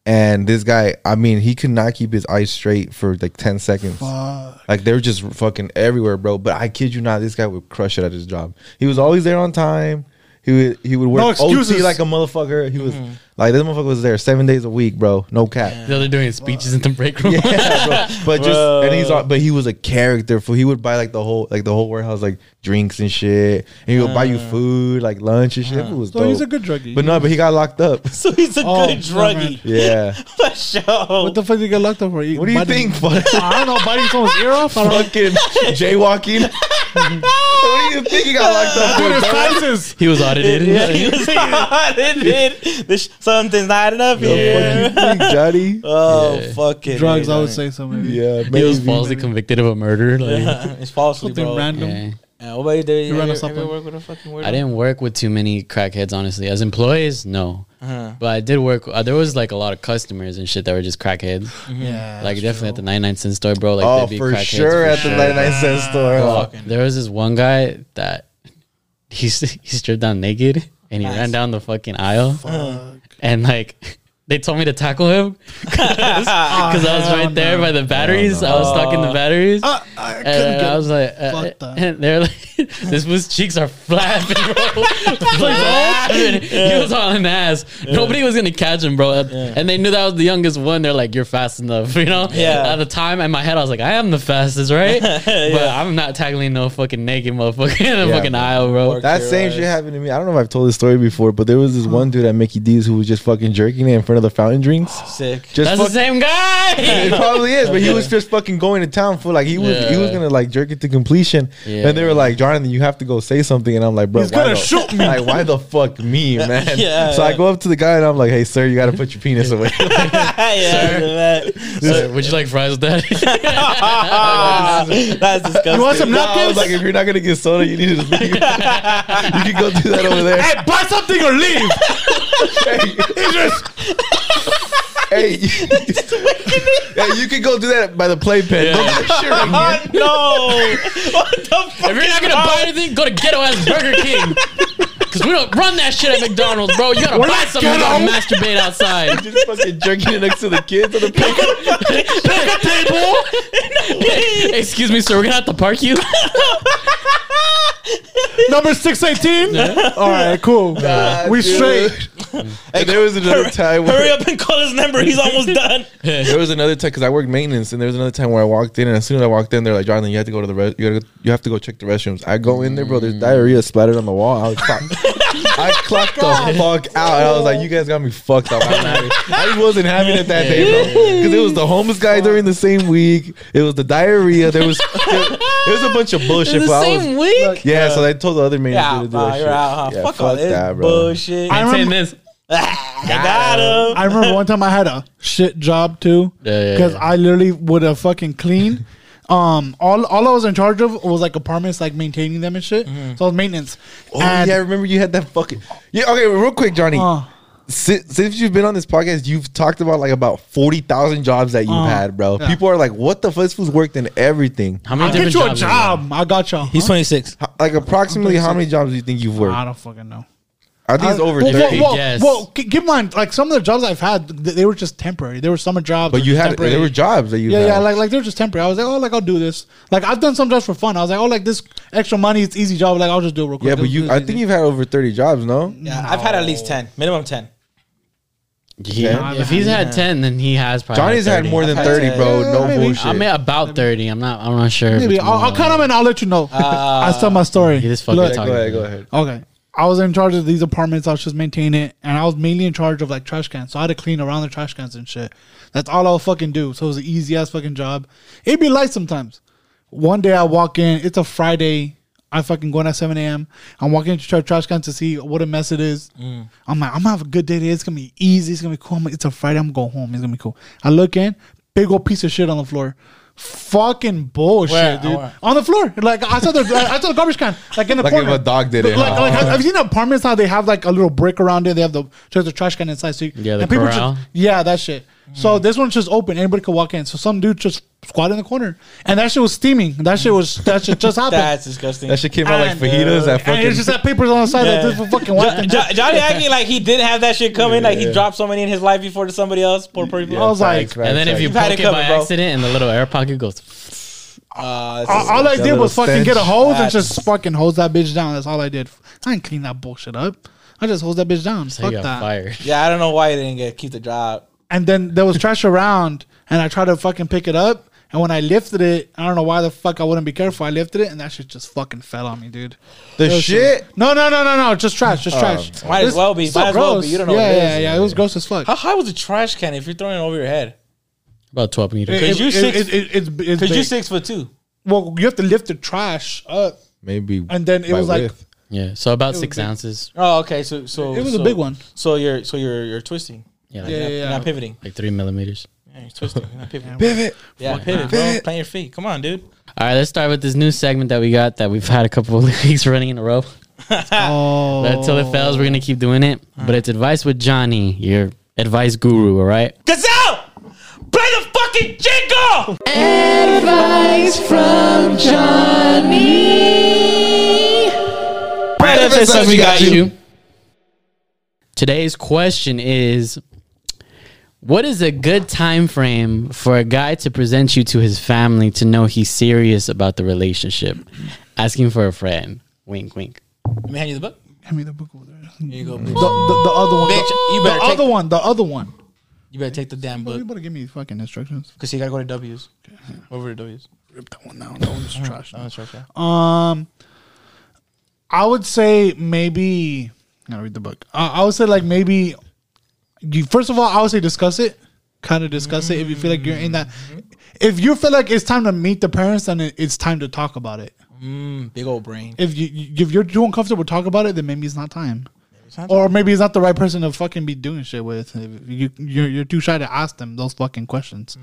Speaker 5: And this guy, I mean, he could not keep his eyes straight for like 10 seconds.
Speaker 2: Fuck.
Speaker 5: Like they were just fucking everywhere, bro. But I kid you not, this guy would crush it at his job. He was always there on time. He would he would work
Speaker 2: excuses.
Speaker 5: OT like a motherfucker. He was like this motherfucker was there seven days a week, bro. No cap.
Speaker 6: They're doing speeches in the break room.
Speaker 5: Yeah, bro. But just and he's all, but he was a character for he would buy like the whole like the whole warehouse like drinks and shit. And he would buy you food like lunch and shit. It was
Speaker 2: So
Speaker 5: dope.
Speaker 2: he's a good druggie.
Speaker 5: but no, but he got locked up.
Speaker 3: So he's a
Speaker 2: Oh,
Speaker 3: good
Speaker 2: never
Speaker 3: druggie.
Speaker 5: Yeah.
Speaker 3: For sure.
Speaker 2: what the fuck did you get locked up for?
Speaker 5: what do you think? Fuck,
Speaker 2: I don't know, biting someone's ear off. I don't know.
Speaker 5: fucking jaywalking. what do you think he got locked up? for,
Speaker 2: Dude, it's
Speaker 5: dog?
Speaker 2: taxes.
Speaker 6: He was audited.
Speaker 3: he was audited. This something's not enough
Speaker 5: The fuck
Speaker 3: here.
Speaker 5: you think, Johnny?
Speaker 3: Oh,
Speaker 6: Yeah.
Speaker 3: fucking
Speaker 2: Drugs, I would say so maybe.
Speaker 5: Yeah,
Speaker 6: He was
Speaker 5: maybe.
Speaker 6: falsely convicted of a murder. Like,
Speaker 3: it's falsely,
Speaker 2: Something
Speaker 3: bro.
Speaker 2: random.
Speaker 6: yeah.
Speaker 3: Yeah, what about you, David?
Speaker 2: You ran
Speaker 3: Have
Speaker 2: a
Speaker 3: You ever,
Speaker 2: supplement.
Speaker 3: work with a fucking weirdo?
Speaker 6: I didn't work with too many crackheads, honestly. As employees, no.
Speaker 3: Uh-huh.
Speaker 6: But I did work. Uh, there was like a lot of customers and shit that were just crackheads.
Speaker 2: Yeah,
Speaker 6: like
Speaker 2: that's
Speaker 6: definitely
Speaker 2: true.
Speaker 6: at the 99 cent store, bro. Like
Speaker 5: Oh,
Speaker 6: there'd be
Speaker 5: for
Speaker 6: crackheads
Speaker 5: sure
Speaker 6: for
Speaker 5: at the
Speaker 6: sure.
Speaker 5: 99 cent store.
Speaker 6: Bro,
Speaker 5: Oh,
Speaker 6: there was this one guy that he s- he stripped down naked and he ran down the fucking aisle and like they told me to tackle him because
Speaker 2: Ah,
Speaker 6: I was right there by the batteries. I was stuck in the batteries.
Speaker 5: Uh,
Speaker 2: Uh, I couldn't
Speaker 6: and
Speaker 2: get
Speaker 6: I was like, uh,
Speaker 2: Fuck that.
Speaker 6: and they're like, this was cheeks are flapping, bro. Flapping. He was hauling ass. Nobody was gonna catch him, bro. And they knew that I was the youngest one. They're like, you're fast enough, you know.
Speaker 3: Yeah.
Speaker 6: At the time, in my head, I was like, I am the fastest, right? But I'm not tackling no fucking naked motherfucker in the
Speaker 5: Yeah,
Speaker 6: fucking
Speaker 5: bro.
Speaker 6: aisle, bro.
Speaker 5: That same shit happened to me. I don't know if I've told this story before, but there was this one dude at Mickey D's who was just fucking jerking it in front of the fountain drinks.
Speaker 3: Sick.
Speaker 5: Just
Speaker 6: That's
Speaker 5: fuck-
Speaker 6: the same guy.
Speaker 5: it probably is, but he was just fucking going to town for like he was he was
Speaker 6: Yeah.
Speaker 5: gonna like jerk it to completion,
Speaker 6: Yeah.
Speaker 5: and they were like, Jonathan, you have to go say something, and I'm like, bro,
Speaker 2: He's
Speaker 5: why
Speaker 2: gonna
Speaker 5: the-
Speaker 2: shoot me."
Speaker 5: Like, why the fuck me, man?
Speaker 3: Yeah.
Speaker 5: So I go up to the guy and I'm like, hey, sir, you gotta put your penis away.
Speaker 3: yeah,
Speaker 6: Sir, would you like fries with that?
Speaker 3: that. Ah, That's disgusting.
Speaker 2: You want some
Speaker 5: No, I
Speaker 2: napkins?
Speaker 5: was like, if you're not gonna get soda, you need to just leave. you can go do that over there.
Speaker 2: hey, buy something or leave.
Speaker 5: Hey, hey, you can go do that by the playpen.
Speaker 6: Yeah.
Speaker 5: Don't put your shit right here.
Speaker 3: no. What the fuck?
Speaker 6: If you're not gonna buy anything, go to ghetto ass Burger King. Cause we don't run that shit at McDonald's, bro. You gotta buy something. You gotta masturbate outside.
Speaker 5: Just fucking jerking it next to the kids on the playpen.
Speaker 6: Excuse me, sir. We're gonna have to park you.
Speaker 2: Number six eighteen. All right, cool. we
Speaker 5: dude.
Speaker 2: straight.
Speaker 5: And there was another time. Where,
Speaker 3: Hurry up and call his number. He's almost done.
Speaker 5: There was another time because I worked maintenance, and there was another time where I walked in, and as soon as I walked in, they're like, "Jonathan, you have to go to the re- you, gotta, you have to go check the restrooms." I go in there, bro. There's diarrhea splattered on the wall. I was fucked. I clocked the fuck out, and I was like, "You guys got me fucked up." I'm not- I just wasn't having it that day, bro. Because it was the homeless guy during the same week. It was the diarrhea. There was there, there was a bunch of bullshit.
Speaker 6: the
Speaker 5: but I was-
Speaker 6: same week.
Speaker 5: yeah, so they told the other maintenance
Speaker 3: Yeah,
Speaker 5: dude to do
Speaker 3: bro,
Speaker 5: that
Speaker 3: you're
Speaker 5: shit.
Speaker 3: out. Huh?
Speaker 5: Yeah,
Speaker 3: fuck, all this
Speaker 5: that, bro.
Speaker 3: bullshit.
Speaker 2: I
Speaker 3: I
Speaker 6: Saying
Speaker 2: remember,
Speaker 6: this.
Speaker 3: got him.
Speaker 2: I remember one time I had a shit job too,
Speaker 6: Yeah, yeah,
Speaker 2: because
Speaker 6: yeah.
Speaker 2: I literally would have fucking cleaned. Um, all all I was in charge of was like apartments, like maintaining them and shit. So I was maintenance.
Speaker 5: Mm-hmm. Oh
Speaker 2: and,
Speaker 5: yeah, I remember you had that fucking. Yeah, okay, real quick, Johnny.
Speaker 2: uh,
Speaker 5: since, since you've been on this podcast, you've talked about like about forty thousand jobs that you've
Speaker 2: Uh,
Speaker 5: had, bro.
Speaker 2: yeah.
Speaker 5: People are like, "What the fuck? This fool's worked in everything."
Speaker 6: How many
Speaker 2: I'll get
Speaker 6: different
Speaker 2: you a
Speaker 6: jobs? have you
Speaker 2: job. I got y'all.
Speaker 3: He's
Speaker 2: Huh?
Speaker 3: 26.
Speaker 5: H- Like, approximately how many jobs do you think you've
Speaker 2: I
Speaker 5: worked?
Speaker 2: don't fucking know. Uh,
Speaker 5: I think it's over
Speaker 2: Well,
Speaker 5: thirty.
Speaker 2: Well, well,
Speaker 6: Yes.
Speaker 2: well, g- keep in mind, like some of the jobs I've had, th- they were just temporary. There were summer jobs,
Speaker 5: But
Speaker 2: that
Speaker 5: you
Speaker 2: were
Speaker 5: had
Speaker 2: temporary.
Speaker 5: there were jobs that you
Speaker 2: yeah,
Speaker 5: had.
Speaker 2: yeah, like like they're just temporary. I was like, oh, like I'll do this. Like I've done some jobs for fun. I was like, oh, like this extra money, it's easy job. Like I'll just do it real quick.
Speaker 5: yeah, but you, I think you've had over thirty jobs, no?
Speaker 3: Yeah, I've had at
Speaker 2: Oh.
Speaker 3: least 10, minimum 10.
Speaker 6: Yeah.
Speaker 2: I've
Speaker 6: If he's had ten, then he has probably.
Speaker 5: Johnny's had
Speaker 6: 30.
Speaker 5: more than
Speaker 3: I've had
Speaker 5: thirty,
Speaker 3: ten.
Speaker 5: bro.
Speaker 2: Yeah,
Speaker 5: no
Speaker 2: maybe.
Speaker 5: bullshit.
Speaker 6: I mean, about thirty. I'm not. I'm not sure. if
Speaker 2: Maybe
Speaker 6: it's
Speaker 2: I'll,
Speaker 6: more
Speaker 2: I'll
Speaker 6: than
Speaker 2: cut them and I'll let you know. I'll tell my story.
Speaker 6: He just fucking
Speaker 2: Look,
Speaker 5: yeah,
Speaker 6: talking.
Speaker 5: go ahead, go ahead.
Speaker 2: okay, I was in charge of these apartments. I was just maintaining it, and I was mainly in charge of like trash cans. So I had to clean around the trash cans and shit. That's all I'll fucking do. So it was an easy ass fucking job. It'd be light sometimes. One day I walk in. It's a Friday. I fucking go in at 7 a.m. I'm walking into tra- trash can to see what a mess it is.
Speaker 3: Mm.
Speaker 2: I'm like, I'm gonna have a good day today. It's gonna be easy. It's gonna be cool. I'm like, it's a Friday. I'm going home. It's gonna be cool. I look in, big old piece of shit on the floor. Fucking bullshit,
Speaker 3: Where?
Speaker 2: dude.
Speaker 3: Where?
Speaker 2: On the floor, like I saw the I saw the garbage can, like in the
Speaker 5: Like if
Speaker 2: corner.
Speaker 5: a dog did it,
Speaker 2: Like,
Speaker 5: huh?
Speaker 2: like, have, have you seen apartments how they have like a little brick around it? They have the there's a trash can inside. So you,
Speaker 6: Yeah, the
Speaker 2: and people just-
Speaker 6: corral.
Speaker 2: yeah, that shit. So this one's just open. Anybody could walk in. So some dude just squatted in the corner, and that shit was steaming. That shit was that shit just happened.
Speaker 3: That's disgusting.
Speaker 5: That shit came out like
Speaker 3: And,
Speaker 5: fajitas.
Speaker 3: uh,
Speaker 5: That
Speaker 2: and
Speaker 5: fucking.
Speaker 2: it's just that papers on the side that this was fucking wiped and
Speaker 3: Jo- Johnny acting like he didn't have that shit coming, like he dropped so many in his life before to somebody else. Poor person.
Speaker 2: I was like,
Speaker 5: facts,
Speaker 6: And then if
Speaker 5: facts.
Speaker 6: you
Speaker 3: You've had
Speaker 6: poke
Speaker 3: it
Speaker 6: it
Speaker 3: covered,
Speaker 6: by
Speaker 3: bro.
Speaker 6: accident and the little air pocket goes,
Speaker 3: Uh,
Speaker 2: all, all I
Speaker 5: That
Speaker 2: did was
Speaker 5: little
Speaker 2: fucking get a
Speaker 5: stench.
Speaker 2: hose and
Speaker 3: That's-
Speaker 2: just fucking hose that bitch down. That's all I did. I didn't clean that bullshit up. I just hose that bitch down.
Speaker 6: so
Speaker 2: Fuck
Speaker 6: you got
Speaker 2: that.
Speaker 6: fired.
Speaker 3: yeah, I don't know why he didn't get keep the job.
Speaker 2: and then there was trash around, and I tried to fucking pick it up. And when I lifted it, I don't know why the fuck I wouldn't be careful. I lifted it, and that shit just fucking fell on me, dude.
Speaker 5: the
Speaker 2: Listen.
Speaker 5: shit. Oh.
Speaker 2: No, no, no, no, no. Just trash. Just trash.
Speaker 3: Might as well be.
Speaker 2: So
Speaker 3: might as well
Speaker 2: gross.
Speaker 3: be. You don't know
Speaker 2: Yeah,
Speaker 3: what it is.
Speaker 2: yeah, yeah. It was gross as fuck.
Speaker 3: How high was the trash can if you're throwing it over your head?
Speaker 6: About twelve meters.
Speaker 3: It- 'Cause you six-
Speaker 2: It, it, it, it's
Speaker 3: Because you're
Speaker 2: big.
Speaker 3: six foot two.
Speaker 2: Well, you have to lift the trash up.
Speaker 5: Maybe.
Speaker 2: And then it
Speaker 5: by
Speaker 2: was like-
Speaker 5: width.
Speaker 6: yeah. So about
Speaker 2: was
Speaker 6: six
Speaker 2: big.
Speaker 6: ounces.
Speaker 3: Oh, okay. So so
Speaker 2: It was a
Speaker 3: so-
Speaker 2: big one.
Speaker 3: So you're so you're you're twisting.
Speaker 6: Yeah.
Speaker 2: Yeah,
Speaker 6: Like,
Speaker 3: You're not-
Speaker 2: yeah,
Speaker 3: You're
Speaker 2: yeah.
Speaker 3: not pivoting.
Speaker 6: like three millimeters.
Speaker 3: Yeah, you're twisting. You're not pivoting.
Speaker 5: pivot.
Speaker 3: Yeah, pivot, bro. Plant your feet. Come on, dude.
Speaker 6: All right, let's start with this new segment that we got that we've had a couple of weeks running in a row.
Speaker 2: Oh,
Speaker 6: But Until it fails, we're gonna keep doing it. But it's advice with Johnny, your advice guru. All right.
Speaker 3: Gazelle, play the fucking jingle. Advice from Johnny.
Speaker 6: Today's question is What is a good time frame for a guy to present you to his family to know he's serious about the relationship? Asking for a friend. Wink, wink.
Speaker 3: Let me hand you the book.
Speaker 2: Hand me the book over there.
Speaker 3: Here you go.
Speaker 2: The, the,
Speaker 3: Bitch.
Speaker 2: the other one.
Speaker 3: Bitch,
Speaker 2: the,
Speaker 3: you
Speaker 2: the
Speaker 3: better take-
Speaker 2: other one. The other one.
Speaker 3: You better take the damn
Speaker 2: You
Speaker 3: book
Speaker 2: better give me fucking instructions.
Speaker 3: because you gotta go to W's. Over to W's.
Speaker 2: Rip that one down. That one's trash.
Speaker 3: That's right. yeah.
Speaker 2: Um, I would say maybe. I read the book. Uh, I would say like maybe. You first of all, I would say discuss it. Kind of discuss it if you feel like you're in that. If you feel like it's time to meet the parents, then it, it's time to talk about it.
Speaker 3: Mm, big old brain.
Speaker 2: If you you- if you're too uncomfortable to talk about it, then maybe it's not time. Or maybe it's not the right person to fucking be doing shit with. If You you're, you're too shy to ask them those fucking questions.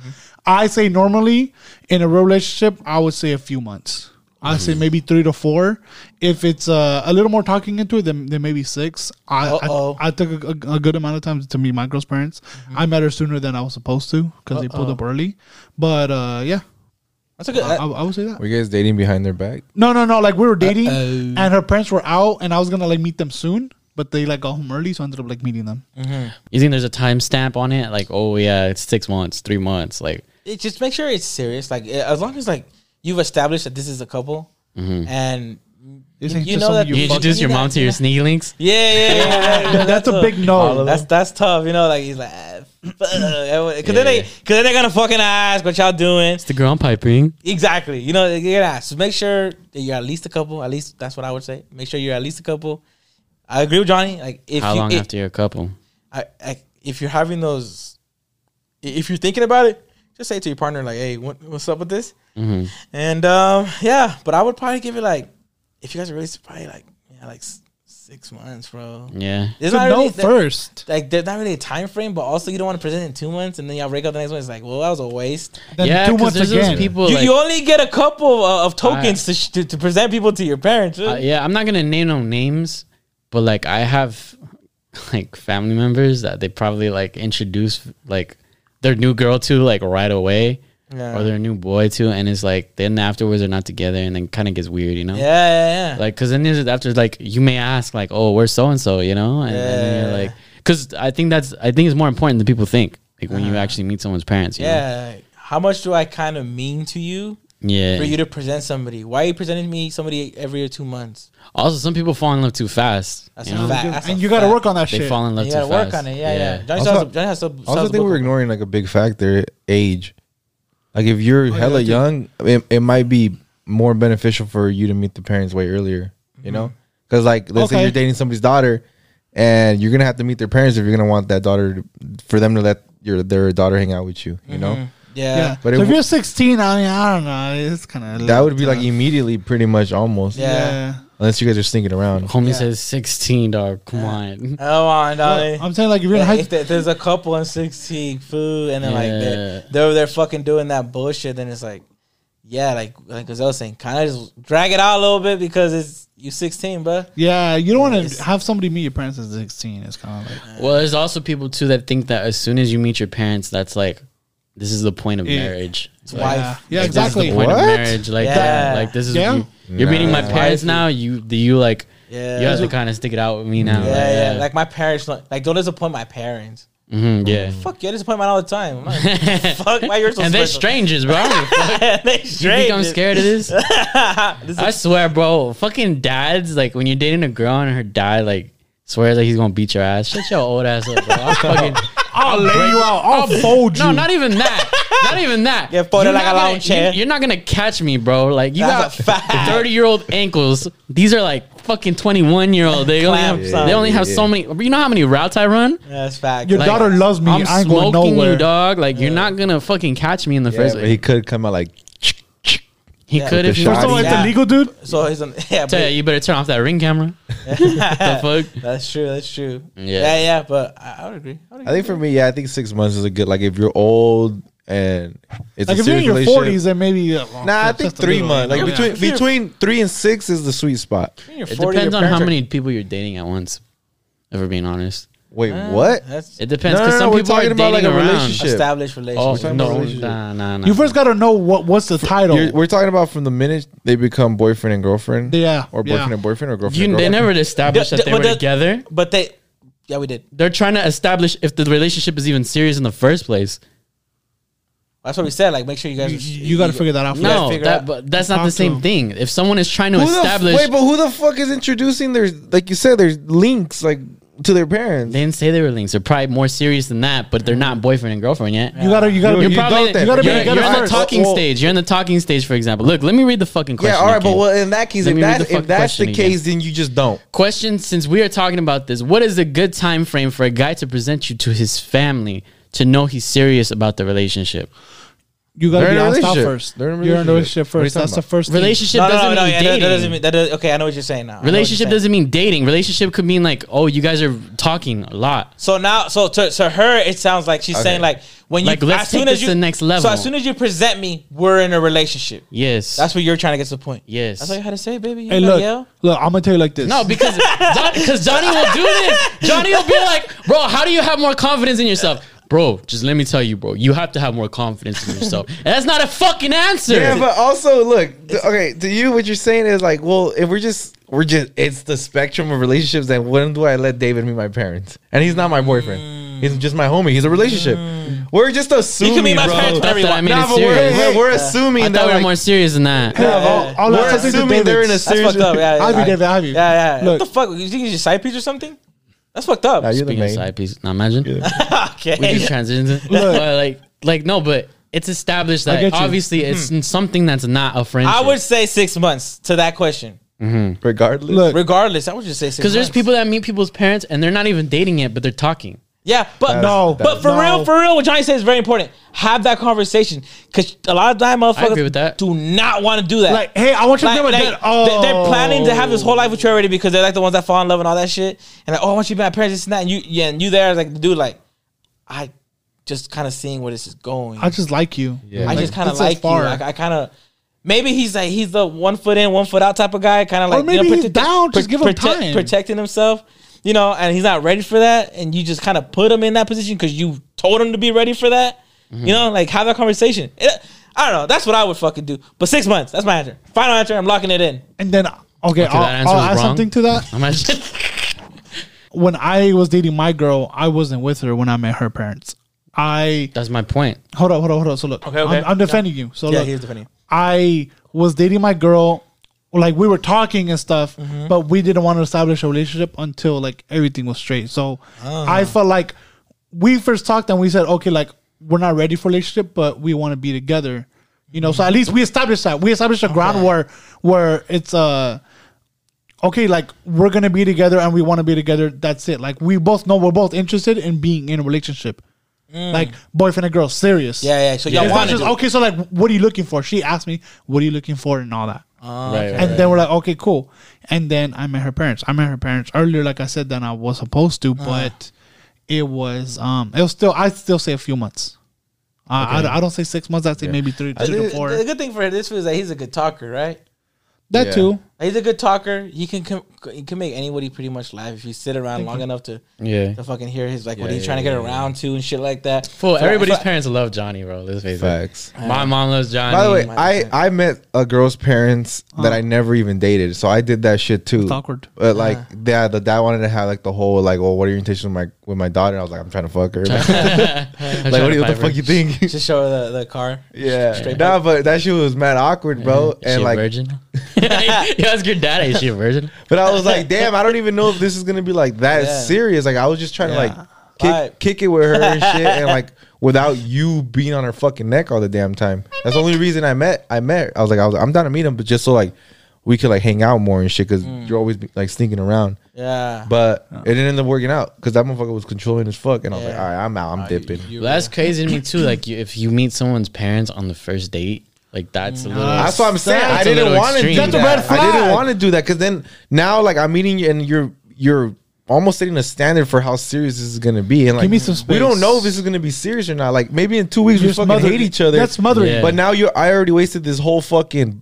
Speaker 2: I say normally in a real relationship, I would say a few months. I say maybe three to four. If it's uh, a little more talking into it, then, then maybe six. I
Speaker 3: Uh-oh.
Speaker 2: I, I took a, a, a good amount of time to meet my girl's parents. I met her sooner than I was supposed to because they pulled up early. But uh, yeah,
Speaker 3: That's a good.
Speaker 2: I, I would say that.
Speaker 5: Were you guys dating behind their back?
Speaker 2: No, no, no. Like we were
Speaker 6: Uh,
Speaker 2: dating,
Speaker 3: Uh-oh.
Speaker 2: and her parents were out, and I was gonna like meet them soon, but they like got home early, so I ended up like meeting them.
Speaker 6: You think there's a timestamp on it? Like, oh yeah, it's six months, three months. Like,
Speaker 3: it just make sure it's serious. Like eh, as long as like you've established that this is a couple, and
Speaker 2: This
Speaker 3: you,
Speaker 2: ain't
Speaker 3: you
Speaker 2: just
Speaker 3: know that
Speaker 2: something you
Speaker 6: Mm-hmm. you introduce your
Speaker 3: Yeah,
Speaker 6: mom to your sneaky links?
Speaker 3: Yeah, yeah, yeah. yeah.
Speaker 2: That's, a big no.
Speaker 3: That's that's tough. You know, like he's like, ah, fuck. cause then they, cause then they're gonna fucking ask what y'all doing.
Speaker 6: It's the girl I'm piping.
Speaker 3: Exactly. You know, they get asked. So make sure that you're at least a couple. At least that's what I would say. Make sure you're at least a couple. I agree with Johnny. Like if
Speaker 6: How
Speaker 3: you,
Speaker 6: long
Speaker 3: if,
Speaker 6: after you're a couple?
Speaker 3: I, I, if you're having those, i- if you're thinking about it, just say to your partner like, "Hey, what, what's up with this?"
Speaker 6: Mm-hmm.
Speaker 3: And um, yeah, but I would probably give it like, if you guys are really probably like, yeah, like s- six months, bro.
Speaker 6: Yeah.
Speaker 2: It's
Speaker 3: There's
Speaker 2: a
Speaker 3: not
Speaker 2: no
Speaker 3: really- there-
Speaker 2: first.
Speaker 3: like there's not really a time frame, but also you don't want to present in two months and then y'all break up the next one. It's like, well, that was a waste.
Speaker 2: Then
Speaker 6: yeah,
Speaker 2: two
Speaker 6: 'cause
Speaker 2: months
Speaker 6: there's those
Speaker 2: again.
Speaker 6: people,
Speaker 3: you,
Speaker 6: like-
Speaker 3: you only get a couple of, of tokens to, sh- to to present people to your parents.
Speaker 6: Uh, yeah, I'm not gonna name no names, but like I have like family members that they probably like introduce like their new girl to like right away
Speaker 3: Yeah.
Speaker 6: or their new boy to, and it's like then afterwards they're not together, and then kind of gets weird, you know?
Speaker 3: yeah, yeah, yeah.
Speaker 6: Like, cause then there's after like you may ask like, oh, where's so and so, you know? And, and then
Speaker 3: Yeah.
Speaker 6: you're like, cause I think that's I think it's more important than people think. Like when you actually meet someone's parents, you know?
Speaker 3: Uh-huh. yeah. like, How much do I kind of mean to you
Speaker 6: yeah.
Speaker 3: for you to present somebody? Why are you presenting me somebody every two months?
Speaker 6: also, some people fall in love too fast.
Speaker 3: That's
Speaker 6: you
Speaker 3: a
Speaker 6: know?
Speaker 3: fact. That's
Speaker 2: and
Speaker 3: a
Speaker 2: you got to
Speaker 3: fact.
Speaker 2: work on that
Speaker 6: They
Speaker 2: shit.
Speaker 6: fall in love
Speaker 3: You
Speaker 6: too
Speaker 3: gotta work
Speaker 6: fast.
Speaker 3: on it. Yeah, yeah. Johnny,
Speaker 5: Also-
Speaker 3: sells, Johnny has some.
Speaker 5: I also
Speaker 3: sells
Speaker 5: think we're
Speaker 3: book on
Speaker 5: ignoring like a big factor, age. Like if you're hella
Speaker 2: Oh, yeah, too.
Speaker 5: young, it, it might be more beneficial for you to meet the parents way earlier. You know, because like let's
Speaker 2: Mm-hmm. Okay.
Speaker 5: say you're dating somebody's daughter, and you're gonna have to meet their parents if you're gonna want that daughter to, for them to let your their daughter hang out with you. You know,
Speaker 2: Mm-hmm.
Speaker 3: it. Yeah.
Speaker 2: Yeah.
Speaker 5: But
Speaker 2: so if
Speaker 5: it w-
Speaker 2: you're 16, I mean, I don't know. It's kind of
Speaker 5: that would be like immediately, pretty much almost,
Speaker 3: Yeah.
Speaker 5: unless you guys are sneaking around.
Speaker 6: Homie
Speaker 3: Yeah.
Speaker 6: says 16, dog. Come
Speaker 3: Come
Speaker 6: on.
Speaker 3: on, Donnie.
Speaker 2: I'm saying like if you're in
Speaker 3: Yeah,
Speaker 2: high
Speaker 3: if there- there's a couple in 16 food and then like they're, they're over there fucking doing that bullshit then it's like yeah like like Gazelle saying kind of just drag it out a little bit because it's you 16 bro
Speaker 2: yeah, you don't want
Speaker 3: it's-
Speaker 2: to have somebody meet your parents at 16. It's kind of like
Speaker 6: Well, there's also people too that think that as soon as you meet your parents, that's like this is the point of
Speaker 2: Yeah.
Speaker 6: marriage. It's like,
Speaker 3: Wife.
Speaker 2: yeah, yeah,
Speaker 6: like,
Speaker 2: exactly.
Speaker 6: This is the point
Speaker 5: What?
Speaker 6: of marriage. Like
Speaker 3: Yeah.
Speaker 6: that. Like this is
Speaker 2: Yeah.
Speaker 6: you, you're meeting my
Speaker 5: Nah.
Speaker 6: parents now. You do you like
Speaker 3: yeah
Speaker 6: you have
Speaker 3: yeah
Speaker 6: to kind of stick it out with me now.
Speaker 3: yeah, like my parents don't- like don't disappoint my parents
Speaker 6: Mhm, yeah.
Speaker 3: fuck you I disappoint mine all the time I'm like, fuck why you're so
Speaker 6: and they're
Speaker 3: special?
Speaker 6: strangers, bro. I don't give a fuck.
Speaker 3: they
Speaker 6: You
Speaker 3: straight
Speaker 6: think I'm scared of this?
Speaker 3: This is-
Speaker 6: I swear, bro. Fucking dads, like when you're dating a girl and her dad like swears like he's gonna beat your ass. Shut your old ass up, bro. I'll fucking
Speaker 2: I'll lay you out. I'll fold you.
Speaker 6: No, not even that. Not even that.
Speaker 3: Get folded like
Speaker 6: not
Speaker 3: a lawn
Speaker 6: gonna-
Speaker 3: chair.
Speaker 6: You, are not gonna catch me, bro. Like you
Speaker 3: That's a
Speaker 6: got
Speaker 3: fact.
Speaker 6: thirty year old ankles. These are like fucking twenty one year old. They only have,
Speaker 3: Clamps on.
Speaker 6: they only have so many. You know how many routes I run?
Speaker 3: yeah, that's fact
Speaker 2: your
Speaker 6: Like,
Speaker 2: daughter loves me.
Speaker 6: I'm
Speaker 2: I ain't going
Speaker 6: smoking
Speaker 2: nowhere.
Speaker 6: you, dog. Like you're not gonna fucking catch me in the
Speaker 5: Yeah,
Speaker 6: first.
Speaker 5: but he could come out like
Speaker 6: He
Speaker 3: Yeah.
Speaker 6: could
Speaker 5: With
Speaker 6: if
Speaker 5: the
Speaker 6: he
Speaker 5: shot.
Speaker 2: First of all, it's
Speaker 3: Yeah.
Speaker 2: illegal, dude.
Speaker 3: so he's on yeah
Speaker 6: Tell
Speaker 3: but,
Speaker 6: you, you better turn off that ring camera. the fuck?
Speaker 3: that's true that's true yeah
Speaker 6: Yeah.
Speaker 3: yeah, yeah but I, I would agree I, would
Speaker 5: I think for me, yeah, I think six months is a good. Like if you're old and it's
Speaker 2: Like
Speaker 5: a
Speaker 2: if you're in
Speaker 5: serious
Speaker 2: your
Speaker 5: relationship-
Speaker 2: 40s, then maybe uh, well,
Speaker 5: Nah, I
Speaker 2: that's
Speaker 5: think
Speaker 2: just a
Speaker 5: three
Speaker 2: little,
Speaker 5: months.
Speaker 2: you
Speaker 5: Like
Speaker 2: know?
Speaker 5: between between three and six is the sweet spot.
Speaker 3: agree. You're
Speaker 6: It
Speaker 3: 40,
Speaker 6: depends
Speaker 3: your
Speaker 6: on how
Speaker 3: parents are-
Speaker 6: many people you're dating at once. If we're being honest,
Speaker 5: Wait, what?
Speaker 3: that's
Speaker 6: it depends
Speaker 5: No, no,
Speaker 6: because
Speaker 5: no,
Speaker 6: some
Speaker 5: we're
Speaker 6: people are
Speaker 5: talking
Speaker 6: dating
Speaker 5: about, like, a
Speaker 6: around.
Speaker 5: relationship. Shit.
Speaker 3: established
Speaker 6: Oh
Speaker 3: relationship
Speaker 5: talking about
Speaker 6: no,
Speaker 5: relationship.
Speaker 6: nah, nah, nah.
Speaker 2: You first got to know what what's the title.
Speaker 5: You're- we're talking about from the minute they become boyfriend and girlfriend.
Speaker 2: Yeah,
Speaker 5: Or
Speaker 2: yeah.
Speaker 5: boyfriend and boyfriend or girlfriend.
Speaker 6: You,
Speaker 5: and
Speaker 6: they
Speaker 5: girlfriend.
Speaker 6: never established
Speaker 3: The-
Speaker 6: that
Speaker 3: the-
Speaker 6: they were
Speaker 3: but the-
Speaker 6: together.
Speaker 3: But they Yeah, we did.
Speaker 6: They're trying to establish if the relationship is even serious in the first place.
Speaker 3: That's what we said. Like, make sure you guys.
Speaker 2: You, you got to figure that out. first.
Speaker 6: No,
Speaker 3: figure
Speaker 6: that,
Speaker 3: out-
Speaker 6: but that's not
Speaker 2: Talk
Speaker 6: the
Speaker 2: to
Speaker 6: same
Speaker 2: them.
Speaker 6: thing. If someone is trying to
Speaker 5: Who the f-
Speaker 6: establish,
Speaker 5: wait, but who the fuck is introducing their like you said their links like to their parents?
Speaker 6: they didn't say they were links. They're probably more serious than that, but they're not boyfriend and girlfriend yet.
Speaker 2: You gotta, you gotta,
Speaker 5: You're
Speaker 2: you
Speaker 5: probably-
Speaker 2: gotta, you gotta be
Speaker 5: you're-
Speaker 2: together
Speaker 6: you're in the
Speaker 2: first.
Speaker 6: talking
Speaker 5: Well-
Speaker 6: stage. You're in the talking stage, for example. Look, let me read the fucking question.
Speaker 5: yeah, all right, but
Speaker 6: again.
Speaker 5: well, in that case,
Speaker 6: Let
Speaker 5: if
Speaker 6: me read
Speaker 5: that's
Speaker 6: the
Speaker 5: if
Speaker 6: fucking
Speaker 5: that's the
Speaker 6: question
Speaker 5: case, then you just don't.
Speaker 6: question since we are talking about this what is a good time frame for a guy to present you to his family to know he's serious about the relationship
Speaker 2: You gotta
Speaker 5: They're
Speaker 2: be
Speaker 5: in a
Speaker 2: asked out
Speaker 5: relationship.
Speaker 2: first.
Speaker 5: They're in a
Speaker 2: You're in a relationship
Speaker 5: relationship. What are you
Speaker 2: first. That's
Speaker 5: talking
Speaker 2: the
Speaker 5: about?
Speaker 2: first. thing.
Speaker 6: relationship
Speaker 3: no, no,
Speaker 6: doesn't
Speaker 3: no, no,
Speaker 6: mean
Speaker 3: yeah, that,
Speaker 6: dating
Speaker 3: that doesn't mean that. Does, okay, I know what you're saying now. I know what you're
Speaker 6: relationship
Speaker 3: saying.
Speaker 6: doesn't mean dating relationship could mean like oh you guys are talking a lot
Speaker 3: So now, so to, to her, it sounds like she's saying like when you
Speaker 6: Like, let's
Speaker 3: as soon
Speaker 6: take
Speaker 3: as
Speaker 6: this
Speaker 3: you
Speaker 6: to the next
Speaker 3: So
Speaker 6: level.
Speaker 3: as soon as you present me, we're in a relationship.
Speaker 6: yes
Speaker 3: That's what you're trying to get to the point.
Speaker 6: yes
Speaker 3: That's all you had to say, baby. You
Speaker 2: Hey,
Speaker 3: know,
Speaker 2: look,
Speaker 3: yeah.
Speaker 2: look. I'm gonna tell you like this.
Speaker 6: no because Don- cause johnny will do this johnny will be like bro how do you have more confidence in yourself Bro, just let me tell you, bro. You have to have more confidence in yourself, and that's not a fucking answer.
Speaker 5: Yeah, but also look, th- okay, to you, what you're saying is like, well, if we're just we're just it's the spectrum of relationships. Then when do I let David meet my parents? And he's not my boyfriend. He's just my homie. He's a relationship. We're just assuming.
Speaker 3: meet my
Speaker 5: bro.
Speaker 3: parents
Speaker 6: Stuff that I mean
Speaker 5: Nah,
Speaker 6: is
Speaker 5: but we're,
Speaker 6: serious.
Speaker 5: we're, we're assuming
Speaker 6: I
Speaker 5: that
Speaker 6: thought we were
Speaker 5: like,
Speaker 6: more serious than that.
Speaker 2: Yeah, all- all
Speaker 5: we're
Speaker 2: I said to
Speaker 5: assuming
Speaker 2: David-
Speaker 5: they're in a
Speaker 3: That's
Speaker 5: serious.
Speaker 3: fucked up. Yeah, yeah,
Speaker 2: I'll be
Speaker 3: yeah.
Speaker 2: David. I'll be.
Speaker 3: Yeah, yeah.
Speaker 2: Look.
Speaker 3: what the fuck? You think it's your side piece or something? That's fucked up.
Speaker 5: Nah, you're the
Speaker 6: Speaking of
Speaker 5: main.
Speaker 6: side piece, now imagine
Speaker 3: okay.
Speaker 6: we do transitions. but like, like no, but it's established
Speaker 2: I
Speaker 6: that
Speaker 2: get you.
Speaker 6: obviously it's n- something that's not a friendship.
Speaker 3: I would say six months to that question.
Speaker 5: Regardless,
Speaker 2: Look.
Speaker 3: Regardless, I would just say six.
Speaker 6: because there's
Speaker 3: months.
Speaker 6: people that meet people's parents and they're not even dating yet, but they're talking.
Speaker 3: Yeah, but
Speaker 2: No,
Speaker 3: But for
Speaker 2: no.
Speaker 3: real, for real, what Johnny says is very important. Have that conversation because a lot of time motherfuckers
Speaker 6: agree with that.
Speaker 3: do not want to do that.
Speaker 2: Like, hey, I want you to
Speaker 3: Like-
Speaker 2: be my
Speaker 3: like,
Speaker 2: dad. Oh,
Speaker 3: they- They're planning to have this whole life with you already because they're like the ones that fall in love and all that shit. And like, oh, I want you to be my parents, this and that. And you, yeah, and you there, like, dude, like, I just kind of seeing where this is going.
Speaker 2: I just like you.
Speaker 5: Yeah.
Speaker 3: I just kind of
Speaker 2: that's as
Speaker 3: like you.
Speaker 2: far.
Speaker 3: Like, I kind of. Maybe he's like he's the one foot in, one foot out type of guy, kind of like
Speaker 2: maybe he's
Speaker 3: protect-
Speaker 2: down, just give him
Speaker 3: protect-
Speaker 2: time.
Speaker 3: protecting himself, you know, and he's not ready for that, and you just kind of put him in that position because you told him to be ready for that, you know, like have that conversation. It- I don't know. That's what I would fucking do. But six months. That's my answer. Final answer. I'm locking it in.
Speaker 2: And then, okay,
Speaker 6: Okay, that
Speaker 2: I'll,
Speaker 6: answer
Speaker 2: I'll
Speaker 6: was
Speaker 2: add
Speaker 6: wrong.
Speaker 2: something to that.
Speaker 6: Imagine.
Speaker 2: When I was dating my girl, I wasn't with her when I met her parents. I
Speaker 6: that's my point.
Speaker 2: hold up, hold up, hold up. So look,
Speaker 3: Okay, okay.
Speaker 2: I'm, I'm defending you. So
Speaker 3: Yeah,
Speaker 2: look,
Speaker 3: he is defending you.
Speaker 2: I was dating my girl, like we were talking and stuff,
Speaker 3: Mm-hmm.
Speaker 2: but we didn't want to establish a relationship until like everything was straight. So
Speaker 3: Ah.
Speaker 2: I felt like we first talked and we said, okay, like we're not ready for relationship, but we want to be together. You know, so
Speaker 3: Mm-hmm.
Speaker 2: at least we established that. We established a ground where where it's uh okay, like we're gonna be together and we want to be together. That's it. Like we both know we're both interested in being in a relationship, like boyfriend and girl, serious.
Speaker 3: Mm. Yeah, yeah. So y'all
Speaker 2: It's not
Speaker 3: want to
Speaker 2: just,
Speaker 3: do. it.
Speaker 2: okay, so like, what are you looking for? She asked me, what are you looking for, and all that.
Speaker 3: Uh,
Speaker 6: right, right,
Speaker 2: and then we're like, okay, cool. And then I met her parents. I met her parents earlier, like I said, than I was supposed to, but it was, um, it was still, I still say a few months. I, I, I don't say six months. I say maybe three, two to
Speaker 3: The-
Speaker 2: four.
Speaker 3: The good thing for this is that he's a good talker, right?
Speaker 2: that
Speaker 5: Yeah.
Speaker 2: too.
Speaker 3: He's a good talker. He can com- he can make anybody pretty much laugh if you sit around long enough to
Speaker 6: yeah.
Speaker 3: to fucking hear his like what
Speaker 5: Yeah,
Speaker 3: he's
Speaker 5: yeah,
Speaker 3: trying to get
Speaker 5: yeah,
Speaker 3: around to and shit like that.
Speaker 6: Fool,
Speaker 3: So,
Speaker 6: everybody's
Speaker 3: so-
Speaker 6: parents love Johnny, bro. Let's face
Speaker 5: facts.
Speaker 6: it. My mom loves Johnny.
Speaker 5: By the way,
Speaker 3: mean-
Speaker 5: I, I met a girl's parents that I never even dated, so I did that shit too.
Speaker 2: It's awkward.
Speaker 5: But like, yeah, the dad wanted to have like the whole like, well, what are your intentions with my with my daughter? And I was like, I'm trying to fuck her. Like,
Speaker 6: I'm
Speaker 5: what,
Speaker 6: trying
Speaker 5: do
Speaker 6: to
Speaker 5: you- what the
Speaker 6: fight
Speaker 5: fuck you think?
Speaker 3: Just show her the, the car.
Speaker 5: yeah, nah, but that shit was mad awkward, bro.
Speaker 6: for- Is
Speaker 5: and
Speaker 6: she
Speaker 5: like,
Speaker 6: a virgin? you ask your dad, is she a virgin?
Speaker 5: but I was like, damn, I don't even know if this is gonna be like that
Speaker 3: Yeah.
Speaker 5: serious. Like, I was just trying to
Speaker 3: Yeah.
Speaker 5: like kick
Speaker 3: Vibe.
Speaker 5: kick it with her and shit, and like without you being on her fucking neck all the damn time. That's the only reason I met I met. I was like, I was I'm down to meet him, but just so like we could like hang out more and shit, because you're always like sneaking around.
Speaker 3: Yeah.
Speaker 5: But it didn't end up working out because that motherfucker was controlling as fuck, and I was like,
Speaker 3: Yeah.
Speaker 5: all right, I'm out, I'm dipping.
Speaker 6: Well, that's crazy to me too. Like, you, if you meet someone's parents on the first date, like that's a little.
Speaker 5: That's what I'm saying.
Speaker 6: That's
Speaker 5: I
Speaker 6: a
Speaker 5: didn't
Speaker 6: little
Speaker 5: want to do
Speaker 6: extreme.
Speaker 5: that.
Speaker 6: That's a
Speaker 2: red
Speaker 5: I didn't
Speaker 2: flag.
Speaker 5: want to do that because then now like I'm meeting you and you're you're almost setting a standard for how serious this is gonna be. And like
Speaker 2: me some
Speaker 5: we don't
Speaker 2: space.
Speaker 5: know if this is gonna be serious or not. Like maybe in two weeks we
Speaker 2: Just
Speaker 5: fucking
Speaker 2: mothering-
Speaker 5: hate each other.
Speaker 2: that's mothering.
Speaker 6: Yeah.
Speaker 5: But now you're I already wasted this whole fucking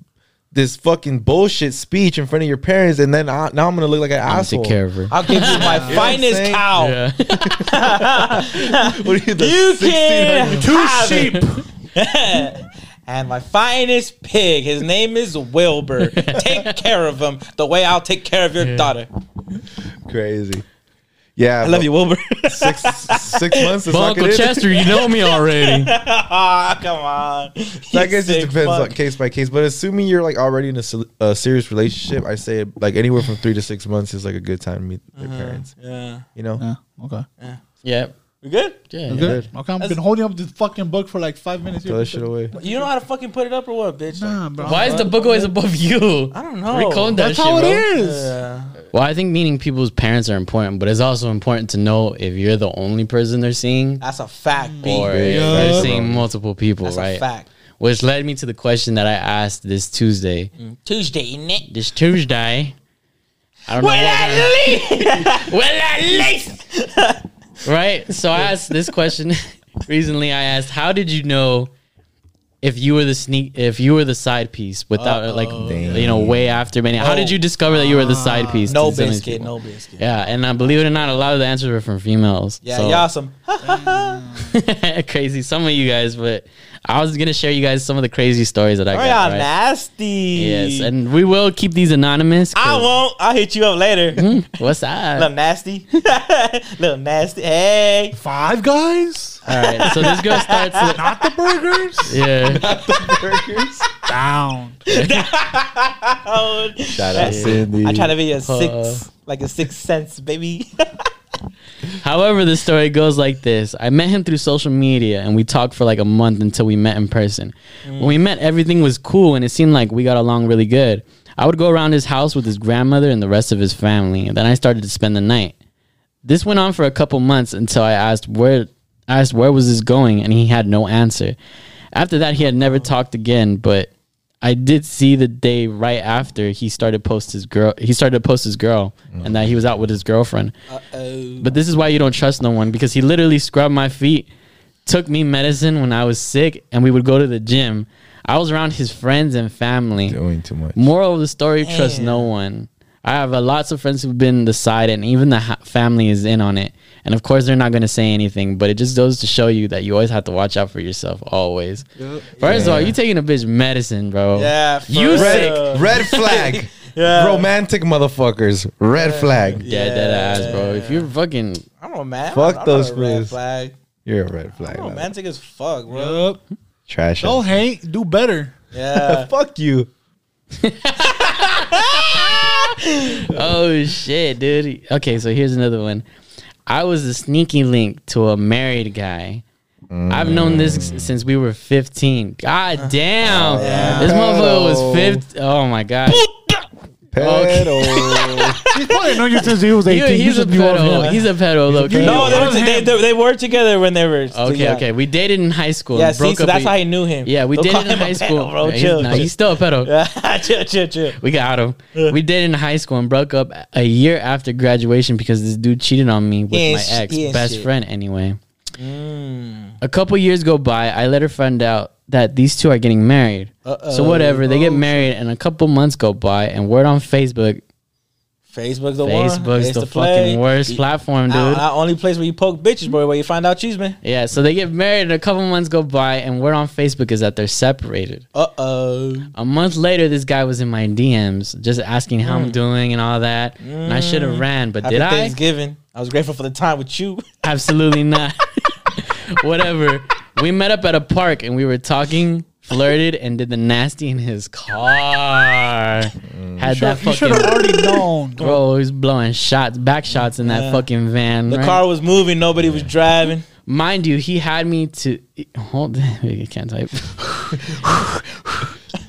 Speaker 5: this fucking bullshit speech in front of your parents, and then I, now I'm gonna look like an
Speaker 6: I'm
Speaker 5: asshole.
Speaker 6: take care of her.
Speaker 3: I'll give you my
Speaker 5: what I'm
Speaker 3: finest
Speaker 5: saying?
Speaker 3: cow.
Speaker 6: Yeah.
Speaker 5: What are you, the
Speaker 3: You can
Speaker 5: 1600
Speaker 2: Two
Speaker 3: have
Speaker 2: sheep.
Speaker 3: it. And my finest pig. His name is Wilbur. take care of him the way I'll take care of your daughter.
Speaker 5: Crazy. Yeah,
Speaker 1: I love you, Wilbur.
Speaker 5: Six six months. Is
Speaker 6: But
Speaker 5: not
Speaker 6: Uncle
Speaker 5: good.
Speaker 6: Chester, you know me already.
Speaker 3: Ah, come on.
Speaker 5: So I guess it
Speaker 3: Sick
Speaker 5: depends
Speaker 3: fuck.
Speaker 5: on case by case. But assuming you're like already in a, se- a serious relationship, I say like anywhere from three to six months is like a good time to meet their parents.
Speaker 3: Yeah.
Speaker 5: You know,
Speaker 2: Yeah, okay.
Speaker 6: yeah.
Speaker 3: We good?
Speaker 6: Yeah.
Speaker 2: You're good? Okay, I've been holding up this fucking book for like five minutes.
Speaker 5: throw that shit away.
Speaker 3: You don't know how to fucking put it up or what, bitch?
Speaker 2: Nah,
Speaker 3: Like,
Speaker 2: bro.
Speaker 6: Why is the book always above you?
Speaker 3: I don't know.
Speaker 6: Recall that
Speaker 2: That's
Speaker 6: shit,
Speaker 2: how it
Speaker 6: bro.
Speaker 2: is.
Speaker 3: Yeah.
Speaker 6: Well, I think meeting people's parents are important, but it's also important to know if you're the only person they're seeing
Speaker 3: That's a fact, B.
Speaker 6: or if
Speaker 2: Yeah.
Speaker 6: they're seeing multiple people,
Speaker 3: That's
Speaker 6: right?
Speaker 3: a fact.
Speaker 6: Which led me to the question that I asked this Tuesday.
Speaker 3: Mm. Tuesday, isn't it?
Speaker 6: This Tuesday, I don't know.
Speaker 3: Well,
Speaker 6: what I-
Speaker 3: at least. well, at least.
Speaker 6: right? So I asked this question recently. I asked, "How did you know if you were the sneak, if you were the side piece without like you know way after many? How did you discover that you were the side piece?"
Speaker 3: Oh. No
Speaker 6: to some of these
Speaker 3: biscuit,
Speaker 6: people?
Speaker 3: no biscuit.
Speaker 6: Yeah, and I believe it or not, a lot of the answers were from females.
Speaker 3: Yeah,
Speaker 6: So-
Speaker 3: y'all some.
Speaker 6: crazy. Some of you guys, but I was gonna share you guys some of the crazy stories that I
Speaker 3: Y'all
Speaker 6: got. Right?
Speaker 3: nasty.
Speaker 6: Yes, and we will keep these anonymous. 'cause- Hmm,
Speaker 3: I won't. I'll hit you up later.
Speaker 6: What's that?
Speaker 3: Little nasty. Little nasty. Hey.
Speaker 2: Five guys?
Speaker 6: All right, so this girl starts. with-
Speaker 2: Not the burgers?
Speaker 6: yeah,
Speaker 2: Down.
Speaker 3: Oh,
Speaker 5: Shout out, Cindy.
Speaker 3: I try to be a six,
Speaker 6: Uh.
Speaker 3: like a six sense, baby.
Speaker 6: However, the story goes like this. I met him through social media and we talked for like a month until we met in person. When we met, everything was cool and it seemed like we got along really good. I would go around his house with his grandmother and the rest of his family, and then I started to spend the night. This went on for a couple months until I asked where I asked where was this going and he had no answer. After that he had never talked again, but I did see the day right after he started post his girl he started to post his girl and that he was out with his girlfriend.
Speaker 3: Uh-oh.
Speaker 6: But this is why you don't trust no one because he literally scrubbed my feet, took me medicine when I was sick, and we would go to the gym. I was around his friends and family.
Speaker 5: doing too much.
Speaker 6: Moral of the story: trust no one. I have uh, lots of friends who've been the side, and even the ha- family is in on it. And of course, they're not going to say anything, but it just goes to show you that you always have to watch out for yourself. Always. First of all, you taking a bitch medicine, bro.
Speaker 3: Yeah, for
Speaker 6: You
Speaker 3: real.
Speaker 6: sick.
Speaker 5: Red flag,
Speaker 3: Yeah.
Speaker 5: romantic motherfuckers. Red flag.
Speaker 6: Yeah, dead ass, bro. If you're fucking
Speaker 3: I'm romantic.
Speaker 5: Fuck
Speaker 3: I'm
Speaker 5: those
Speaker 3: not a red
Speaker 5: fools.
Speaker 3: flag.
Speaker 5: You're a red flag.
Speaker 3: I'm
Speaker 5: Lala.
Speaker 3: romantic as fuck, bro.
Speaker 2: Yup.
Speaker 5: Trash.
Speaker 2: Don't hate, do better.
Speaker 3: Yeah.
Speaker 5: Fuck you.
Speaker 6: Oh shit, dude. Okay, so here's another one. I was a sneaky link to a married guy. I've known this
Speaker 3: Mm.
Speaker 6: s- since we were 15. God damn. This motherfucker was 15. Oh my god.
Speaker 5: Pedo.
Speaker 2: He's probably known you since he was
Speaker 6: He-
Speaker 2: 18. You
Speaker 6: he's a
Speaker 2: just knew of
Speaker 6: pedo.
Speaker 2: him.
Speaker 6: He's a pedo. Look.
Speaker 2: pedo.
Speaker 3: No, they
Speaker 2: Yeah.
Speaker 3: were, they, they, they were together when they were.
Speaker 6: Okay,
Speaker 3: yeah.
Speaker 6: okay. We dated in high school.
Speaker 3: Yeah,
Speaker 6: and
Speaker 3: see, so
Speaker 6: up
Speaker 3: that's
Speaker 6: a-
Speaker 3: how he knew him.
Speaker 6: Yeah, we
Speaker 3: Don't call
Speaker 6: dated in
Speaker 3: him a
Speaker 6: high
Speaker 3: pedo,
Speaker 6: school.
Speaker 3: bro.
Speaker 6: Yeah, he's,
Speaker 3: chill,
Speaker 6: nah, he's still a pedo.
Speaker 3: Yeah, chill, chill, chill.
Speaker 6: We got him. We dated in high school and broke up a year after graduation because this dude cheated on me with
Speaker 3: He ain't
Speaker 6: my
Speaker 3: sh-
Speaker 6: ex,
Speaker 3: he ain't
Speaker 6: best
Speaker 3: shit.
Speaker 6: friend anyway.
Speaker 3: Mm.
Speaker 6: A couple years go by. I let her find out that these two are getting married. So whatever, they get married, and a couple months go by, and Oh, word on Facebook,
Speaker 3: Facebook's the one.
Speaker 6: Facebook's
Speaker 3: It's
Speaker 6: the,
Speaker 3: play.
Speaker 6: fucking worst
Speaker 3: You-
Speaker 6: platform, dude.
Speaker 3: Our, our only place where you poke bitches, bro, where you find out cheese, man.
Speaker 6: yeah, so they get married, and a couple months go by, and word on Facebook is that they're separated.
Speaker 3: Uh oh.
Speaker 6: A month later, this guy was in my DMs, just asking how I'm doing and all that, and I should have ran, but
Speaker 3: Happy
Speaker 6: Mm. did I?
Speaker 3: Thanksgiving. I was grateful for the time with you.
Speaker 6: Absolutely not. Whatever. We met up at a park and we were talking, flirted, and did the nasty in his car.
Speaker 3: Mm.
Speaker 6: Had that
Speaker 2: you should
Speaker 6: fucking
Speaker 2: have already known.
Speaker 6: bro. He was blowing shots, back shots in that fucking van.
Speaker 3: The
Speaker 6: right?
Speaker 3: car was moving. Nobody was driving.
Speaker 6: mind you, he had me to hold. I can't type.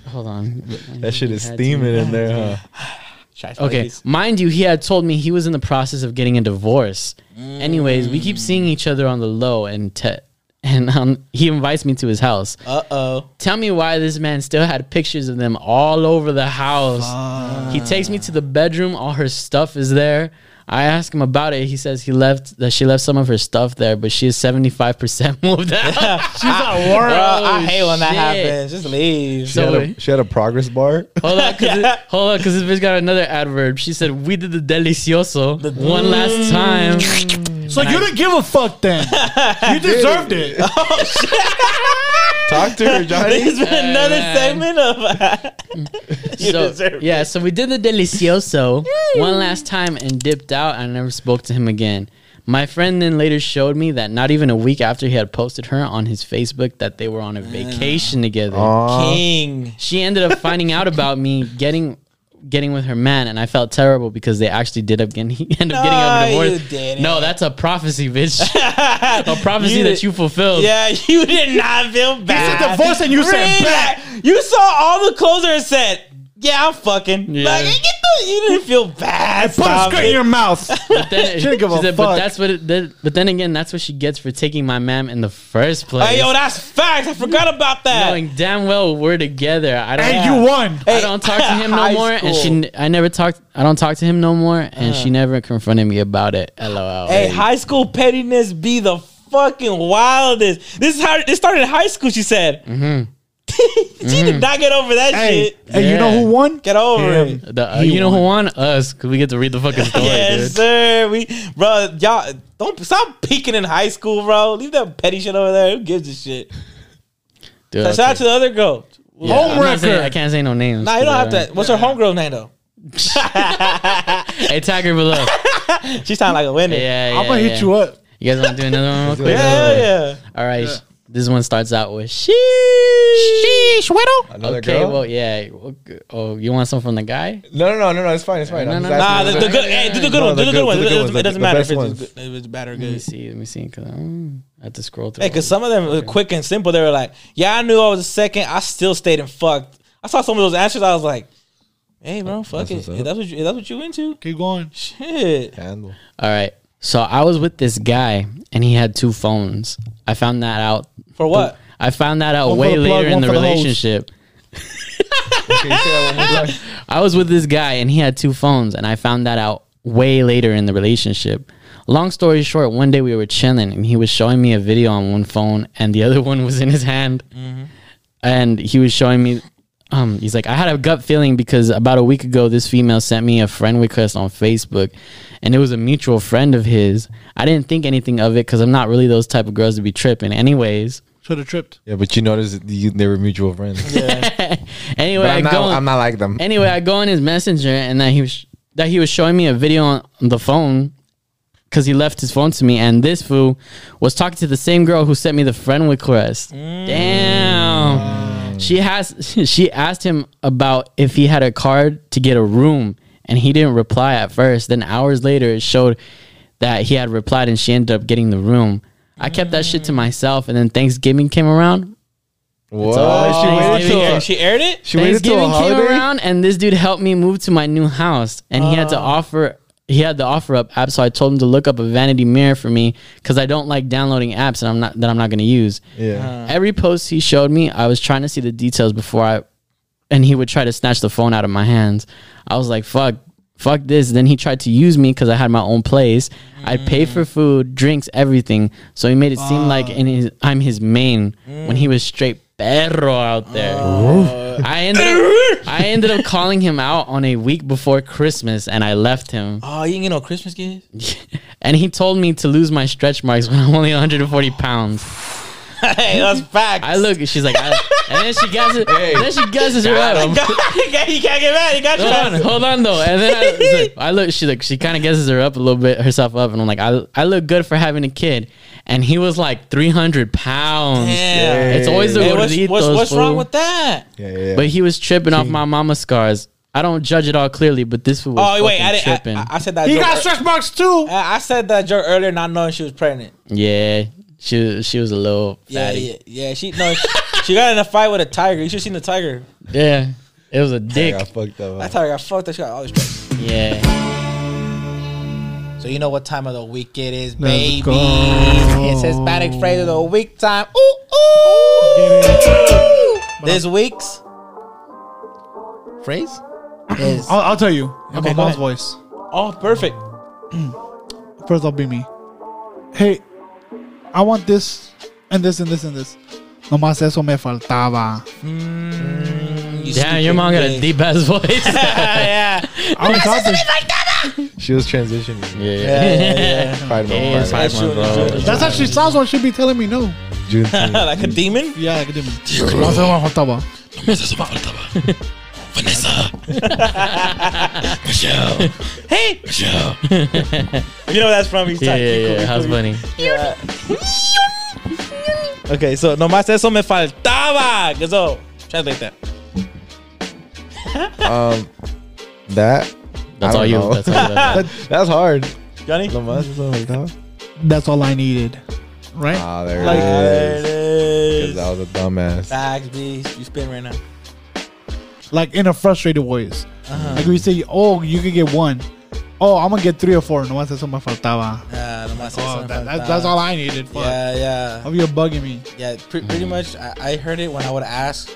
Speaker 6: hold on.
Speaker 5: That shit is steaming in there, huh?
Speaker 3: Shots like
Speaker 6: Okay,
Speaker 3: this.
Speaker 6: mind you, he had told me he was in the process of getting a divorce. Anyways, we keep seeing each other on the low, and te- and um, he invites me to his house.
Speaker 3: Uh oh.
Speaker 6: Tell me why this man still had pictures of them all over the house. He takes me to the bedroom, all her stuff is there. I ask him about it. He says he left that she left some of her stuff there, but she is 75% moved out.
Speaker 3: She's not worried. Ah, I
Speaker 6: Oh,
Speaker 3: hate when that
Speaker 6: shit.
Speaker 3: happens. Just leave.
Speaker 5: She had,
Speaker 6: So-
Speaker 5: a, she had a progress bar.
Speaker 6: hold on, cause it- hold on, because this bitch got another adverb. She said, We did the delicioso one last time.
Speaker 2: So you didn't give a fuck then. you deserved it.
Speaker 5: Talk to her, Johnny.
Speaker 3: There's been another segment
Speaker 6: Uh-huh.
Speaker 3: of. you
Speaker 6: so,
Speaker 3: deserve
Speaker 6: yeah, so we did the delicioso one last time and dipped out. I never spoke to him again. My friend then later showed me that not even a week after he had posted her on his Facebook that they were
Speaker 3: Ah.
Speaker 6: on a vacation together.
Speaker 5: Aw.
Speaker 3: King.
Speaker 6: She ended up finding out about me getting getting with her man, and I felt terrible because they actually did up getting end
Speaker 3: No,
Speaker 6: up getting a
Speaker 3: you
Speaker 6: divorce.
Speaker 3: didn't.
Speaker 6: No, that's a prophecy, bitch. a prophecy
Speaker 3: You
Speaker 6: that
Speaker 3: did-
Speaker 6: you fulfilled.
Speaker 3: Yeah, you did not feel bad.
Speaker 2: said divorce and you said
Speaker 3: Relax. You saw all the closer and said, "Yeah, I'm fucking."
Speaker 6: Yeah.
Speaker 3: Like, get the, you didn't feel
Speaker 2: Put
Speaker 3: bad.
Speaker 2: a
Speaker 3: Stop
Speaker 2: skirt in
Speaker 3: it.
Speaker 2: your mouth.
Speaker 6: But then,
Speaker 2: She didn't give
Speaker 6: she
Speaker 2: a
Speaker 6: said, but
Speaker 2: fuck.
Speaker 6: that's what. It, that- but then again, that's what she gets for taking my ma'am in the first place.
Speaker 3: Hey, yo, that's facts. I forgot about that.
Speaker 6: knowing damn well we're together. I don't.
Speaker 2: and you won.
Speaker 6: I don't talk to him no
Speaker 3: High
Speaker 6: more, and she.
Speaker 3: school. Uh-huh.
Speaker 6: n- I never talked. I don't talk to him no more, and she never confronted me about it. LOL.
Speaker 3: Hey, high school pettiness be the fucking wildest. This is how this started in high school. She said. she did not get over that
Speaker 2: Hey,
Speaker 3: shit.
Speaker 2: and you know who won?
Speaker 3: Get over
Speaker 2: Him.
Speaker 3: it.
Speaker 6: The- uh, you know who won us? Cause we get to read the fucking story,
Speaker 3: Yes,
Speaker 6: dude.
Speaker 3: sir. We, bro, y'all don't stop peeking in high school, bro. Leave that petty shit over there. Who gives a shit?
Speaker 6: Dude,
Speaker 3: So shout out to the other girl.
Speaker 6: yeah, I'm not saying-
Speaker 2: Homewrecker.
Speaker 6: I can't say no names.
Speaker 3: Nah, you don't have to.
Speaker 6: that.
Speaker 3: What's her homegirl name though?
Speaker 6: uh, Hey, tag her below.
Speaker 3: She sound like a winner. Yeah,
Speaker 6: Yeah, yeah.
Speaker 2: I'm gonna
Speaker 6: yeah.
Speaker 2: hell hit you up.
Speaker 6: You guys want to do another one real quick?
Speaker 3: yeah. yeah.
Speaker 6: All right. sh- This one starts out with sheesh. Sheesh, widow.
Speaker 5: Another
Speaker 6: okay,
Speaker 5: girl?
Speaker 6: well, yeah. well, g- Oh, you want some from the guy?
Speaker 5: No, no, no, no, no. It's fine. It's fine.
Speaker 6: No,
Speaker 5: I'm
Speaker 6: no,
Speaker 5: just
Speaker 6: no.
Speaker 3: Nah,
Speaker 5: asking
Speaker 3: the,
Speaker 5: you.
Speaker 3: the good, hey, do the good
Speaker 5: No,
Speaker 3: one, do
Speaker 5: the
Speaker 3: the
Speaker 5: good-
Speaker 3: good one.
Speaker 5: the
Speaker 3: It
Speaker 5: good
Speaker 3: doesn't-
Speaker 5: ones,
Speaker 3: it
Speaker 5: the-
Speaker 3: doesn't
Speaker 5: the
Speaker 3: matter if
Speaker 5: best ones.
Speaker 3: it's, good- if it's bad or
Speaker 6: Let me
Speaker 3: good.
Speaker 6: see. Let me see. Cause mm, I have to scroll through.
Speaker 3: Hey,
Speaker 6: all
Speaker 3: cause
Speaker 6: these.
Speaker 3: some of them were quick and simple. They were like, "Yeah, I knew I was a second. I still stayed and fucked." I saw some of those answers. I was like, "Hey, bro, fuck
Speaker 5: That's
Speaker 3: it.
Speaker 5: what's
Speaker 3: If that's what you, if that's what you into?
Speaker 2: Keep going.
Speaker 3: Shit."
Speaker 5: Handle.
Speaker 6: All right. So I was with this guy, and he had two phones. I found that out.
Speaker 3: For what?
Speaker 6: I found that out
Speaker 2: One for
Speaker 6: way
Speaker 2: the plug,
Speaker 6: later in
Speaker 2: one
Speaker 6: the
Speaker 2: for the hose.
Speaker 6: relationship.
Speaker 5: Okay, you say that one more time.
Speaker 6: I was with this guy, and he had two phones, and I found that out way later in the relationship. Long story short, one day we were chilling, and he was showing me a video on one phone, and the other one was in his hand,
Speaker 5: Mm-hmm.
Speaker 6: and he was showing me. Um, he's like, I had a gut feeling because about a week ago, this female sent me a friend request on Facebook, and it was a mutual friend of his. I didn't think anything of it because I'm not really those type of girls to be tripping. Anyways,
Speaker 2: Should have tripped.
Speaker 5: Yeah, but you notice you, they were mutual friends.
Speaker 6: anyway,
Speaker 5: But I'm,
Speaker 6: I
Speaker 5: not,
Speaker 6: go.
Speaker 5: I'm not like them.
Speaker 6: anyway, I go on his messenger and that he was that he was showing me a video on the phone because he left his phone to me, and this fool was talking to the same girl who sent me the friend request. Damn. She has she asked him about if he had a card to get a room, and he didn't reply at first. Then hours later, it showed that he had replied, and she ended up getting the room. I kept that shit to myself, and then Thanksgiving came around.
Speaker 5: What? She
Speaker 6: Oh,
Speaker 5: waited
Speaker 6: Thanksgiving.
Speaker 5: till
Speaker 3: And she aired it.
Speaker 5: she waited till a
Speaker 6: Thanksgiving came
Speaker 5: holiday.
Speaker 6: around, and this dude helped me move to my new house, and he had to
Speaker 5: Ah.
Speaker 6: offer. He had the offer up app, so I told him to look up a vanity mirror for me because I don't like downloading apps and I'm not that I'm not going to use.
Speaker 5: Yeah.
Speaker 6: Mm-hmm. Every post he showed me, I was trying to see the details before I, and he would try to snatch the phone out of my hands. I was like, fuck, fuck this. Then he tried to use me because I had my own place. I'd pay for food, drinks, everything. So he made it seem like in his, I'm his main when he was straight perro out there. I ended up, I ended up calling him out on a week before Christmas and I left him.
Speaker 3: Oh, you didn't get no Christmas gifts.
Speaker 6: And he told me to lose my stretch marks when I'm only 140 pounds.
Speaker 3: hey, that's facts.
Speaker 6: I look, she's like, I, and then she gasses, then she gasses her
Speaker 3: you
Speaker 6: up.
Speaker 3: can't you can't get mad. You got your
Speaker 6: Hold on,
Speaker 3: ass.
Speaker 6: hold on though. And then I, it's like- I look, she like, she kind of guesses her up a little bit, herself up, and I'm like, I, I look good for having a kid, and he was like 300 pounds.
Speaker 3: Damn.
Speaker 6: It's always the
Speaker 3: Hey,
Speaker 6: gorditos.
Speaker 3: what's, what's, what's
Speaker 6: fool.
Speaker 3: wrong with that?
Speaker 5: Yeah, yeah. yeah.
Speaker 6: But he was tripping off my mama's scars. I don't judge it all clearly, but this fool was
Speaker 3: Oh wait, I,
Speaker 6: fucking
Speaker 3: didn't,
Speaker 6: tripping.
Speaker 3: I, I, I said that.
Speaker 2: He
Speaker 3: joke
Speaker 2: got
Speaker 3: ear-
Speaker 2: stretch marks too.
Speaker 3: I I said that joke earlier, not knowing she was pregnant.
Speaker 6: yeah, she she was a little
Speaker 3: Yeah,
Speaker 6: fatty.
Speaker 3: yeah, yeah. She no, she, she got in a fight with a tiger. You should have seen the tiger.
Speaker 6: Yeah, it was a dick.
Speaker 5: I got fucked up.
Speaker 3: That tiger got fucked. Up. She got all these. drugs.
Speaker 6: Yeah,
Speaker 3: So you know what time of the week it is,
Speaker 2: Let's
Speaker 3: baby.
Speaker 2: go.
Speaker 3: It's Hispanic phrase of the week time. Ooh ooh. This week's phrase is
Speaker 2: I'll, I'll tell you. in
Speaker 3: Okay,
Speaker 2: my
Speaker 3: go
Speaker 2: mom's
Speaker 3: ahead.
Speaker 2: voice.
Speaker 3: oh perfect.
Speaker 2: First, I'll be me. Hey, I want this and this and this and this. Nomás eso me faltaba.
Speaker 3: You
Speaker 6: damn, your mom got a
Speaker 3: stupid
Speaker 6: deep ass voice.
Speaker 3: yeah.
Speaker 2: I was out there.
Speaker 5: She was transitioning.
Speaker 6: yeah.
Speaker 3: yeah, yeah, yeah.
Speaker 5: Five
Speaker 6: Yeah, it's
Speaker 5: months.
Speaker 6: five months, bro.
Speaker 2: That's actually sounds like she'd be telling me no.
Speaker 5: Juneteenth.
Speaker 3: like a demon.
Speaker 2: Yeah, like a demon. Ottawa.
Speaker 3: Hey, you know where that's from. He's
Speaker 6: Yeah,
Speaker 3: like,
Speaker 6: yeah,
Speaker 3: "Kiko,
Speaker 6: yeah.
Speaker 3: Kiko,
Speaker 6: How's
Speaker 3: Kiko."
Speaker 6: Bunny?
Speaker 3: Okay, so nomás eso me faltaba. Gazo, translate that.
Speaker 5: um, that
Speaker 6: That's
Speaker 5: I
Speaker 6: all
Speaker 5: don't
Speaker 6: you.
Speaker 5: know.
Speaker 6: That's all you. that's all.
Speaker 5: that- that's hard.
Speaker 3: Johnny.
Speaker 5: Lo más, eso me faltaba.
Speaker 2: That's all I needed. Right?
Speaker 5: Ah, there
Speaker 3: Like,
Speaker 5: it is.
Speaker 3: there it
Speaker 5: 'Cause I
Speaker 3: is.
Speaker 5: was a dumbass.
Speaker 3: Facts, beast. You spin right now.
Speaker 2: like in a frustrated voice. Like we say, oh, you could get one. Oh, I'm gonna get three or four. No más eso me faltaba.
Speaker 3: Yeah, nomás eso
Speaker 2: Oh,
Speaker 3: me
Speaker 2: that,
Speaker 3: faltaba.
Speaker 2: that, that's all I needed. Fuck.
Speaker 3: Yeah, yeah.
Speaker 2: How you bugging me?
Speaker 3: Yeah, pre- pretty
Speaker 5: Mm.
Speaker 3: much. I, I heard it when I would ask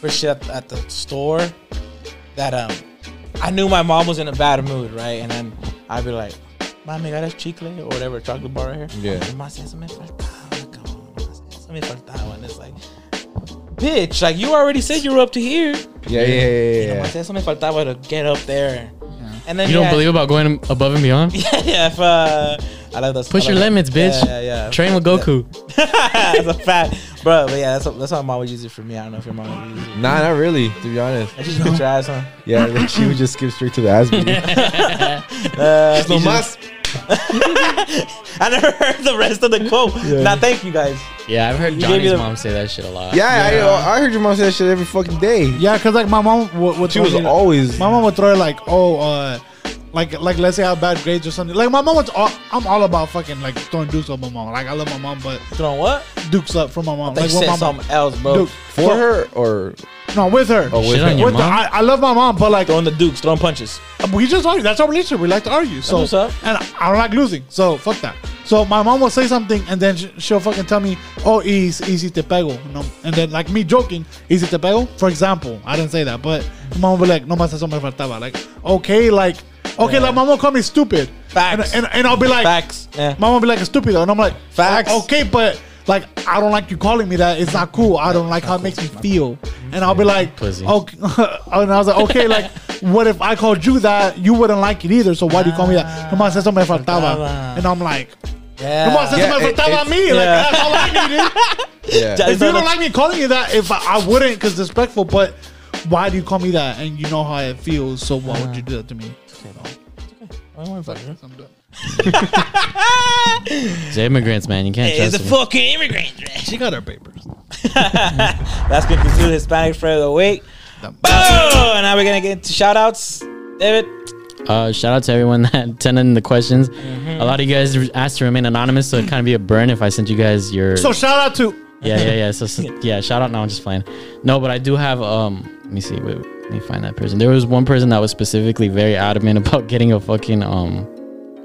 Speaker 3: for shit at, at the store. That um, I knew my mom was in a bad mood, right? And then I'd be like, "Mami, got a chicle or whatever chocolate bar right here."
Speaker 5: Yeah.
Speaker 3: Mas eso me faltaba, cabrón. Mas eso me faltaba, and it's like, bitch, like you already said you were up to here.
Speaker 5: Yeah, yeah,
Speaker 3: You
Speaker 5: yeah,
Speaker 3: know,
Speaker 5: yeah.
Speaker 3: mas eso me faltaba to get up there. And then
Speaker 6: You
Speaker 3: yeah,
Speaker 6: don't believe about going above and beyond?
Speaker 3: Yeah, yeah. If, uh, I love those.
Speaker 6: Push
Speaker 3: I love
Speaker 6: your limits,
Speaker 3: Yeah,
Speaker 6: bitch.
Speaker 3: Yeah, yeah.
Speaker 6: Train with Goku.
Speaker 3: that's a fact, bro. But yeah, that's that's why my mom would use it for me. I don't know if your mom would use it.
Speaker 5: Nah, not really. To be honest,
Speaker 3: I just put your ass on.
Speaker 5: yeah, like she would just skip straight to the ass beat.
Speaker 3: Uh,
Speaker 5: Lo más.
Speaker 3: I never heard the rest of the quote. Nah, thank you guys.
Speaker 6: Yeah, I've heard
Speaker 3: gave me
Speaker 6: Johnny's
Speaker 3: the-
Speaker 6: mom say that shit a lot.
Speaker 5: Yeah, I, I heard your mom say that shit every fucking day.
Speaker 2: Yeah, cause like my mom would, would
Speaker 5: She
Speaker 2: throw
Speaker 5: was
Speaker 2: me-
Speaker 5: always.
Speaker 2: my mom would throw it like, oh, uh, like like let's say I have bad grades or something. Like my mom was all, I'm all about fucking like throwing dukes up my mom. Like I love my mom, but
Speaker 3: Throwing what?
Speaker 2: dukes up from my mom.
Speaker 3: They
Speaker 2: Like
Speaker 3: said
Speaker 2: with my mom,
Speaker 3: something else, bro.
Speaker 2: duke
Speaker 5: for her or
Speaker 2: No, with her.
Speaker 5: oh, with
Speaker 6: Shit on
Speaker 5: her.
Speaker 6: your
Speaker 2: with the,
Speaker 6: mom?
Speaker 2: I, I love my mom, but like
Speaker 3: Throwing the dukes, throwing punches.
Speaker 2: Uh, We just argue. That's our relationship. We like to argue. So
Speaker 3: what's up.
Speaker 2: and I I don't like losing. So fuck that. So my mom will say something and then sh- she'll fucking tell me, "Oh, easy, easy te pego," you know? and then like me joking, "Easy te pego." For example, I didn't say that, but my mom will be like, "No más eso me faltaba." Like, okay, like, okay,
Speaker 3: Yeah.
Speaker 2: like my mom will call me stupid,
Speaker 3: Facts.
Speaker 2: and, and and I'll be like,
Speaker 3: Facts. Yeah.
Speaker 2: my mom will be like, "Stupid," and I'm like,
Speaker 3: Facts.
Speaker 2: Okay, but like I don't like you calling me that. It's not cool. I don't like how it makes me feel." And I'll be like,
Speaker 6: Pussy.
Speaker 2: okay. and I was like, okay, like, what if I called you that? You wouldn't like it either. So why do you call me that? No más eso me faltaba.
Speaker 3: faltaba.
Speaker 2: And I'm like, no más
Speaker 3: Yeah.
Speaker 2: eso
Speaker 5: Yeah,
Speaker 2: me
Speaker 5: it-
Speaker 2: faltaba
Speaker 5: it's-
Speaker 2: a me. Like,
Speaker 3: Yeah.
Speaker 2: that's all I needed.
Speaker 5: Yeah.
Speaker 3: Yeah.
Speaker 2: if you don't like me calling you that, if I, I wouldn't, because disrespectful, but why do you call me that? And you know how it feels. So why would you do that to me?
Speaker 6: It's immigrants, man. You can't
Speaker 3: It's a
Speaker 6: trust them.
Speaker 3: fucking immigrant. right?
Speaker 2: She got her papers.
Speaker 3: That's gonna conclude Hispanic Friday of the Week. Boom! Now we're gonna get to shout outs. David.
Speaker 6: Uh, shout out to everyone that sent in the questions.
Speaker 3: Mm-hmm.
Speaker 6: A lot of you guys asked to remain anonymous, so it'd kind of be a burn if I sent you guys your.
Speaker 2: So shout out to
Speaker 6: yeah, yeah, yeah. So, so- yeah, shout out. No, I'm just playing. No, but I do have. Um, let me see. Wait, let me find that person. There was one person that was specifically very adamant about getting a fucking um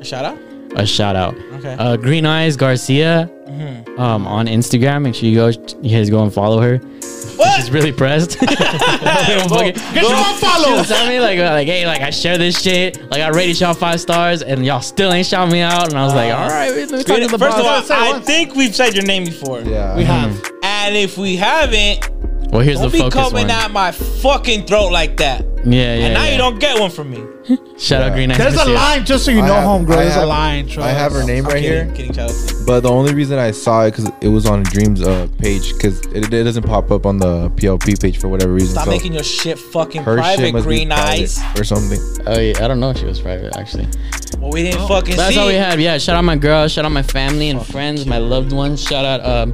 Speaker 3: Shout out.
Speaker 6: a shout out.
Speaker 3: Okay. Mm-hmm.
Speaker 6: Uh, Green Eyes Garcia, um, on Instagram. Make sure you go. You guys go and follow her.
Speaker 3: what?
Speaker 6: She's really pressed.
Speaker 2: get your own follow.
Speaker 6: Tell me like, uh, like, hey, like I share this shit. Like I rated y'all five stars, and y'all still ain't shout me out. And I was like, all right, let me talk to
Speaker 3: Green-
Speaker 6: the
Speaker 3: First of
Speaker 6: boss.
Speaker 2: Say
Speaker 3: all,
Speaker 2: it
Speaker 3: I
Speaker 2: once.
Speaker 3: think we've said your name before.
Speaker 5: Yeah.
Speaker 2: We have.
Speaker 3: And if we haven't,
Speaker 6: well, here's the
Speaker 3: Don't be
Speaker 6: focus
Speaker 3: coming
Speaker 6: one.
Speaker 3: at my fucking throat like that. And
Speaker 6: yeah, yeah.
Speaker 3: now
Speaker 6: yeah.
Speaker 3: you don't get one from me.
Speaker 6: Shout out
Speaker 5: Yeah.
Speaker 6: Green Eyes.
Speaker 2: There's a
Speaker 6: Garcia.
Speaker 2: line, just so you
Speaker 5: I
Speaker 2: know,
Speaker 5: have-
Speaker 2: homegirl.
Speaker 5: I
Speaker 2: There's a
Speaker 5: have-
Speaker 2: line.
Speaker 5: I
Speaker 2: trust.
Speaker 5: have her name right
Speaker 3: kidding,
Speaker 5: here,
Speaker 3: Kidding, child.
Speaker 5: but the only reason I saw it because it was on Dreams uh, page because it, it doesn't pop up on the PLP page for whatever reason.
Speaker 3: Stop
Speaker 5: so
Speaker 3: making your shit fucking
Speaker 5: her shit
Speaker 3: private,
Speaker 5: must
Speaker 3: green
Speaker 5: be private
Speaker 3: eyes.
Speaker 5: or something.
Speaker 6: Oh yeah, I don't know if she was private actually.
Speaker 3: Well, we didn't fucking
Speaker 6: That's
Speaker 3: see.
Speaker 6: all we had. Yeah, shout out my girl, shout out my family and friends, my loved ones. Shout out, um,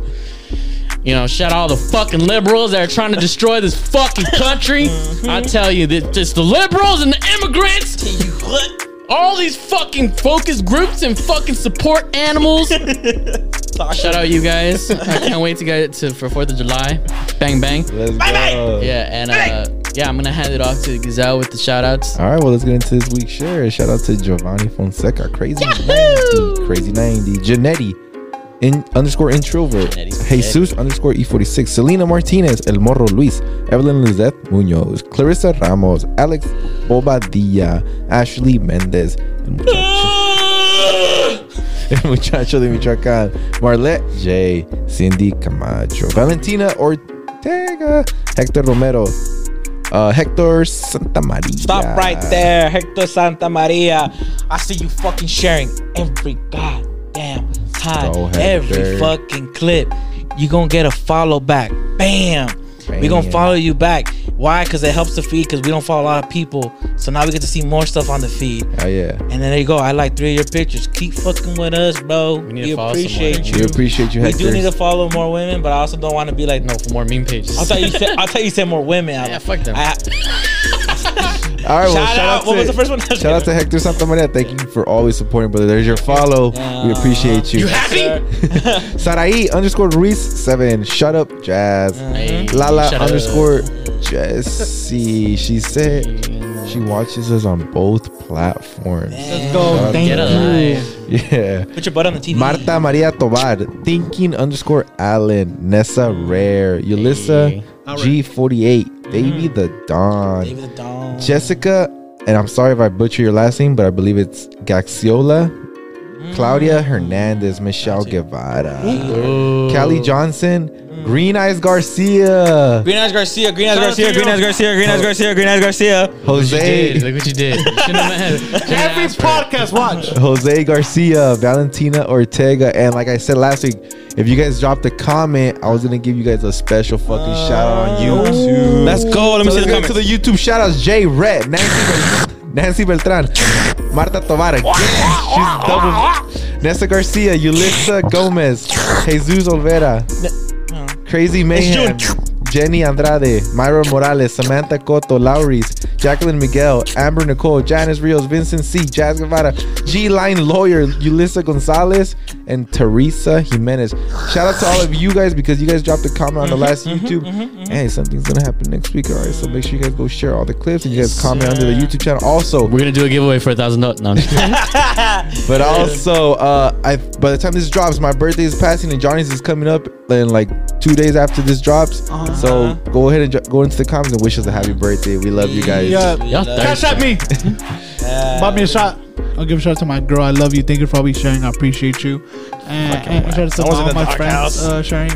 Speaker 6: you know, shout out all the fucking liberals that are trying to destroy this fucking country. I tell you, that it's the liberals and the immigrants,
Speaker 3: Mm-hmm. You what?
Speaker 6: all these fucking focus groups and fucking support animals.
Speaker 3: Talk
Speaker 6: shout out you guys. I can't wait to get to for Fourth of July. Bang bang.
Speaker 5: Let's
Speaker 3: Bye-bye.
Speaker 5: go.
Speaker 6: Yeah, and uh, yeah, I'm gonna hand it off to Gazelle with the shout outs.
Speaker 5: All right, well, let's get into this week's share. Shout out to Giovanni Fonseca, Crazy 90, Crazy 90, Janetti, in, underscore introvert,
Speaker 6: Genetti's
Speaker 5: Jesus underscore E46, Selena Martinez, El Morro Luis, Evelyn Lizeth Munoz, Clarissa Ramos, Alex Bobadilla, Ashley Mendez, El Muchacho, El Muchacho de Michoacán, Marlette J, Cindy Camacho, Valentina Ortega, Hector Romero, uh, Hector Santa Maria.
Speaker 3: Stop right there, Hector Santa Maria. I see you fucking sharing every goddamn time,
Speaker 5: go, Hector.
Speaker 3: every fucking clip. you gonna get a follow back. Bam. We gonna
Speaker 5: Bam.
Speaker 3: follow you back. Why? Because it helps the feed. Because we don't follow a lot of people, so now we get to see more stuff on the feed.
Speaker 5: Oh yeah.
Speaker 3: And then there you go. I like three of your pictures. Keep fucking with us, bro. We,
Speaker 6: need to follow someone.
Speaker 3: appreciate
Speaker 5: We
Speaker 3: you.
Speaker 5: appreciate you.
Speaker 3: We do
Speaker 5: Hector.
Speaker 3: need to follow more women, but I also don't want to be like no.
Speaker 6: No, for more meme pages.
Speaker 3: I thought Uh-huh. you said I thought you said more women. I-
Speaker 6: Yeah, fuck them.
Speaker 3: I-
Speaker 5: All right, well,
Speaker 3: shout, out. What
Speaker 5: to,
Speaker 3: was the first one?
Speaker 5: Shout out to Hector Santamaria. Thank you for always supporting, brother. There's your follow. we appreciate you. Sarai underscore Ruiz seven. Shut up, Jazz.
Speaker 6: Hey,
Speaker 5: Lala
Speaker 6: shut up.
Speaker 5: underscore Jessie. She said she watches us on both platforms.
Speaker 2: Let's go. Thank
Speaker 6: Get
Speaker 2: you.
Speaker 6: alive.
Speaker 5: Yeah.
Speaker 3: Put your butt on the TV.
Speaker 5: Marta Maria Tobar, Thinking underscore Allen, Nessa Rare, Ulyssa
Speaker 6: Hey.
Speaker 5: G48,
Speaker 3: Mm-hmm.
Speaker 5: Davy the Don,
Speaker 3: David the Don.
Speaker 5: Jessica, and I'm sorry if I butcher your last name, but I believe it's Gaxiola, Claudia Hernandez, Michelle Guevara, Callie Johnson, Green Eyes Garcia,
Speaker 3: Green Eyes Garcia, Green Eyes
Speaker 6: Shout out to
Speaker 3: Garcia, Green Eyes Garcia, Green
Speaker 6: you.
Speaker 3: Eyes Garcia, Green Eyes Garcia.
Speaker 5: Jose,
Speaker 6: Dude, look what you did. You shouldn't have- shouldn't have
Speaker 2: Every
Speaker 6: asked for it.
Speaker 2: podcast, watch.
Speaker 5: Jose Garcia, Valentina Ortega, and like I said last week, if you guys dropped a comment, I was gonna give you guys a special fucking shout out on YouTube.
Speaker 3: Uh, Let's go. Let me see
Speaker 5: let's
Speaker 3: the
Speaker 5: go to
Speaker 3: comments.
Speaker 5: the YouTube shout outs. Jay Red, Nancy, Bel- Nancy Beltran, Marta Tovar again. She's double. Nessa Garcia, Ulyssa Gomez, Jesus Olvera, Crazy Mayhem, Jenny Andrade, Myra Morales, Samantha Coto, Lowry's, Jacqueline Miguel, Amber Nicole, Janice Rios, Vincent C, Jazz Guevara, G Line Lawyer, Ulyssa Gonzalez, and Teresa Jimenez. Shout out to all of you guys because you guys dropped a comment on the last YouTube. Hey, something's gonna happen next week, all right? So make sure you guys go share all the clips and you guys comment under the YouTube channel. Also,
Speaker 6: We're gonna do a giveaway for a thousand dollars. No, I'm just kidding.
Speaker 5: but also, uh, I by the time this drops, my birthday is passing and Johnny's is coming up in like two days after this drops.
Speaker 3: Uh-huh.
Speaker 5: So go ahead and jo- go into the comments and wish us a happy birthday. We love you guys.
Speaker 2: Yeah.
Speaker 6: Y'all
Speaker 2: Cash
Speaker 6: thirsty.
Speaker 2: at me. Buy me a shot. I'll give a shout out to my girl. I love you. Thank you for always sharing. I appreciate you. And, and shout out to
Speaker 3: was in
Speaker 2: all
Speaker 3: the
Speaker 2: my
Speaker 3: dark
Speaker 2: friends
Speaker 3: house.
Speaker 2: uh, sharing.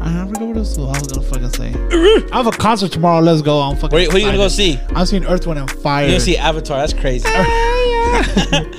Speaker 2: I forgot what else I was gonna fucking say. I have a concert tomorrow. Let's go. I'm fucking.
Speaker 3: Where, who you gonna go
Speaker 2: excited.
Speaker 3: see?
Speaker 2: I'm seeing Earth, Wind, and Fire.
Speaker 3: You gonna see Avatar? That's crazy.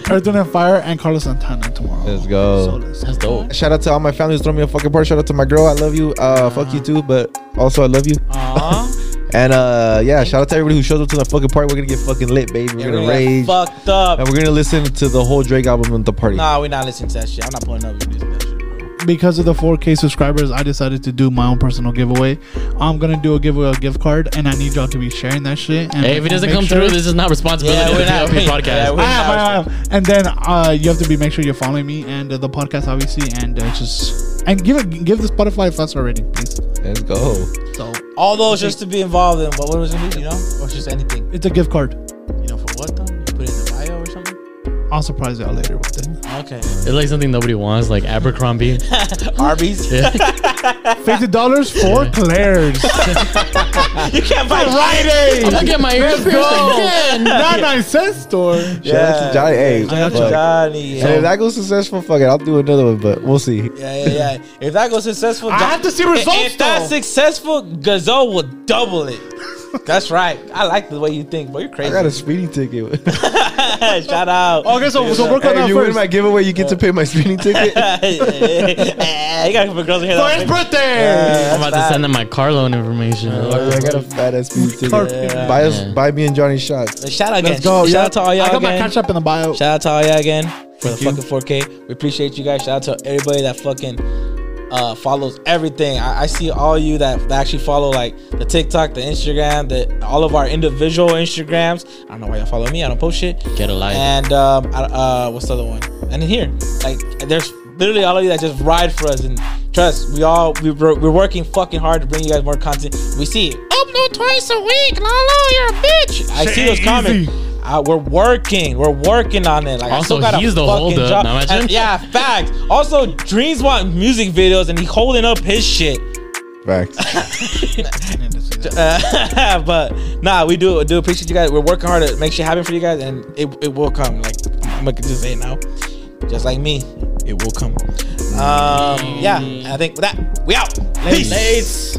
Speaker 2: Earth, Wind, and Fire and Carlos Santana tomorrow.
Speaker 5: Let's go.
Speaker 2: So let's-
Speaker 6: That's dope.
Speaker 5: Shout out to all my family who's throwing me a fucking party. Shout out to my girl. I love you. Uh, fuck you too, but also I love you.
Speaker 3: Aww.
Speaker 5: And uh, yeah, shout out to everybody who shows up to the fucking party. We're gonna get fucking lit, baby. We're gonna rage.
Speaker 3: Fucked up.
Speaker 5: And we're gonna listen to the whole Drake album at the party.
Speaker 3: Nah, we're not listening to that shit. I'm not pulling up with this that shit.
Speaker 2: because of the 4K subscribers, I decided to do my own personal giveaway. I'm gonna do a giveaway of gift card, and I need y'all to be sharing that shit. And
Speaker 6: Hey, if it doesn't
Speaker 2: make
Speaker 6: come
Speaker 2: sure-
Speaker 6: through, this is not responsibility
Speaker 3: Yeah,
Speaker 6: of
Speaker 3: we're
Speaker 6: the
Speaker 3: not
Speaker 6: PLP
Speaker 3: paying. Yeah,
Speaker 6: podcast.
Speaker 3: we're-
Speaker 2: I have, I have. And then uh, you have to be make sure you're following me and uh, the podcast, obviously, and uh, just and give it give the Spotify a five star rating, please.
Speaker 5: Let's go.
Speaker 2: So
Speaker 3: All those just to be involved in what what was it, you know? Or just anything.
Speaker 2: it's a gift card.
Speaker 3: You know, for what though? You put it in the bio or something?
Speaker 2: I'll surprise y'all later with it.
Speaker 3: Okay.
Speaker 6: It's like something nobody wants, like Abercrombie.
Speaker 3: Arby's?
Speaker 6: Yeah.
Speaker 2: Fifty dollars for Claire's.
Speaker 3: you can't buy Rite
Speaker 6: I'll get my ears pierced again.
Speaker 2: Not nine cent store.
Speaker 5: Shout out to Johnny. Hey,
Speaker 3: Shout out to
Speaker 5: fuck.
Speaker 3: Johnny.
Speaker 5: And
Speaker 3: Yeah.
Speaker 5: if that goes successful, fuck it. I'll do another one, but we'll see.
Speaker 3: Yeah, yeah, yeah. If that goes successful,
Speaker 2: I
Speaker 3: Jo-
Speaker 2: have to see
Speaker 3: If-
Speaker 2: results,
Speaker 3: If that's
Speaker 2: though.
Speaker 3: successful, Gazelle will double it. That's right. I like the way you think, but you're
Speaker 5: I
Speaker 3: crazy.
Speaker 5: got a speeding ticket.
Speaker 3: Shout out.
Speaker 2: Okay, so so work on
Speaker 5: hey,
Speaker 2: that
Speaker 5: you win
Speaker 2: first.
Speaker 5: my giveaway, you get to pay my speeding ticket.
Speaker 3: you got a couple girls in here.
Speaker 2: For
Speaker 3: that
Speaker 2: his
Speaker 3: think-
Speaker 2: birthday.
Speaker 6: I'm about to send them my car loan information.
Speaker 5: Oh, I got a fat ass speeding ticket.
Speaker 3: Yeah.
Speaker 5: Buy us,
Speaker 6: Yeah.
Speaker 5: buy me and Johnny shots.
Speaker 3: Shout out again.
Speaker 2: Let's go.
Speaker 3: Shout
Speaker 2: yeah.
Speaker 3: out
Speaker 6: Oh,
Speaker 3: to all y'all
Speaker 2: I got my
Speaker 3: again.
Speaker 2: catch up in the bio.
Speaker 3: Shout out to all y'all again for the
Speaker 2: you.
Speaker 3: fucking 4K. We appreciate you guys. Shout out to everybody that fucking uh, follows everything. I, I see all you that, that actually follow like the TikTok, the Instagram, the all of our individual Instagrams. I don't know why y'all follow me. I don't post shit.
Speaker 6: Get a life.
Speaker 3: And um, I- uh, what's the other one? And in here, like there's literally all of you that just ride for us. And trust, we all we we're, we're working fucking hard to bring you guys more content. We see it. Upload twice a week, Lalo. You're a bitch. I see those comments. Uh, we're working. We're working on it. Like I
Speaker 6: Also,
Speaker 3: still got a
Speaker 6: he's the
Speaker 3: fucking
Speaker 6: holdup,
Speaker 3: job.
Speaker 6: now imagine.
Speaker 3: Uh, yeah, facts. Also, Dreams want music videos, and he holding up his shit.
Speaker 5: Facts.
Speaker 3: Uh, but nah, we do do appreciate you guys. We're working hard to make shit happen for you guys, and it, it will come. Like I'm gonna just say it now, just like me, it will come. Um, yeah, I think with that we out. Peace.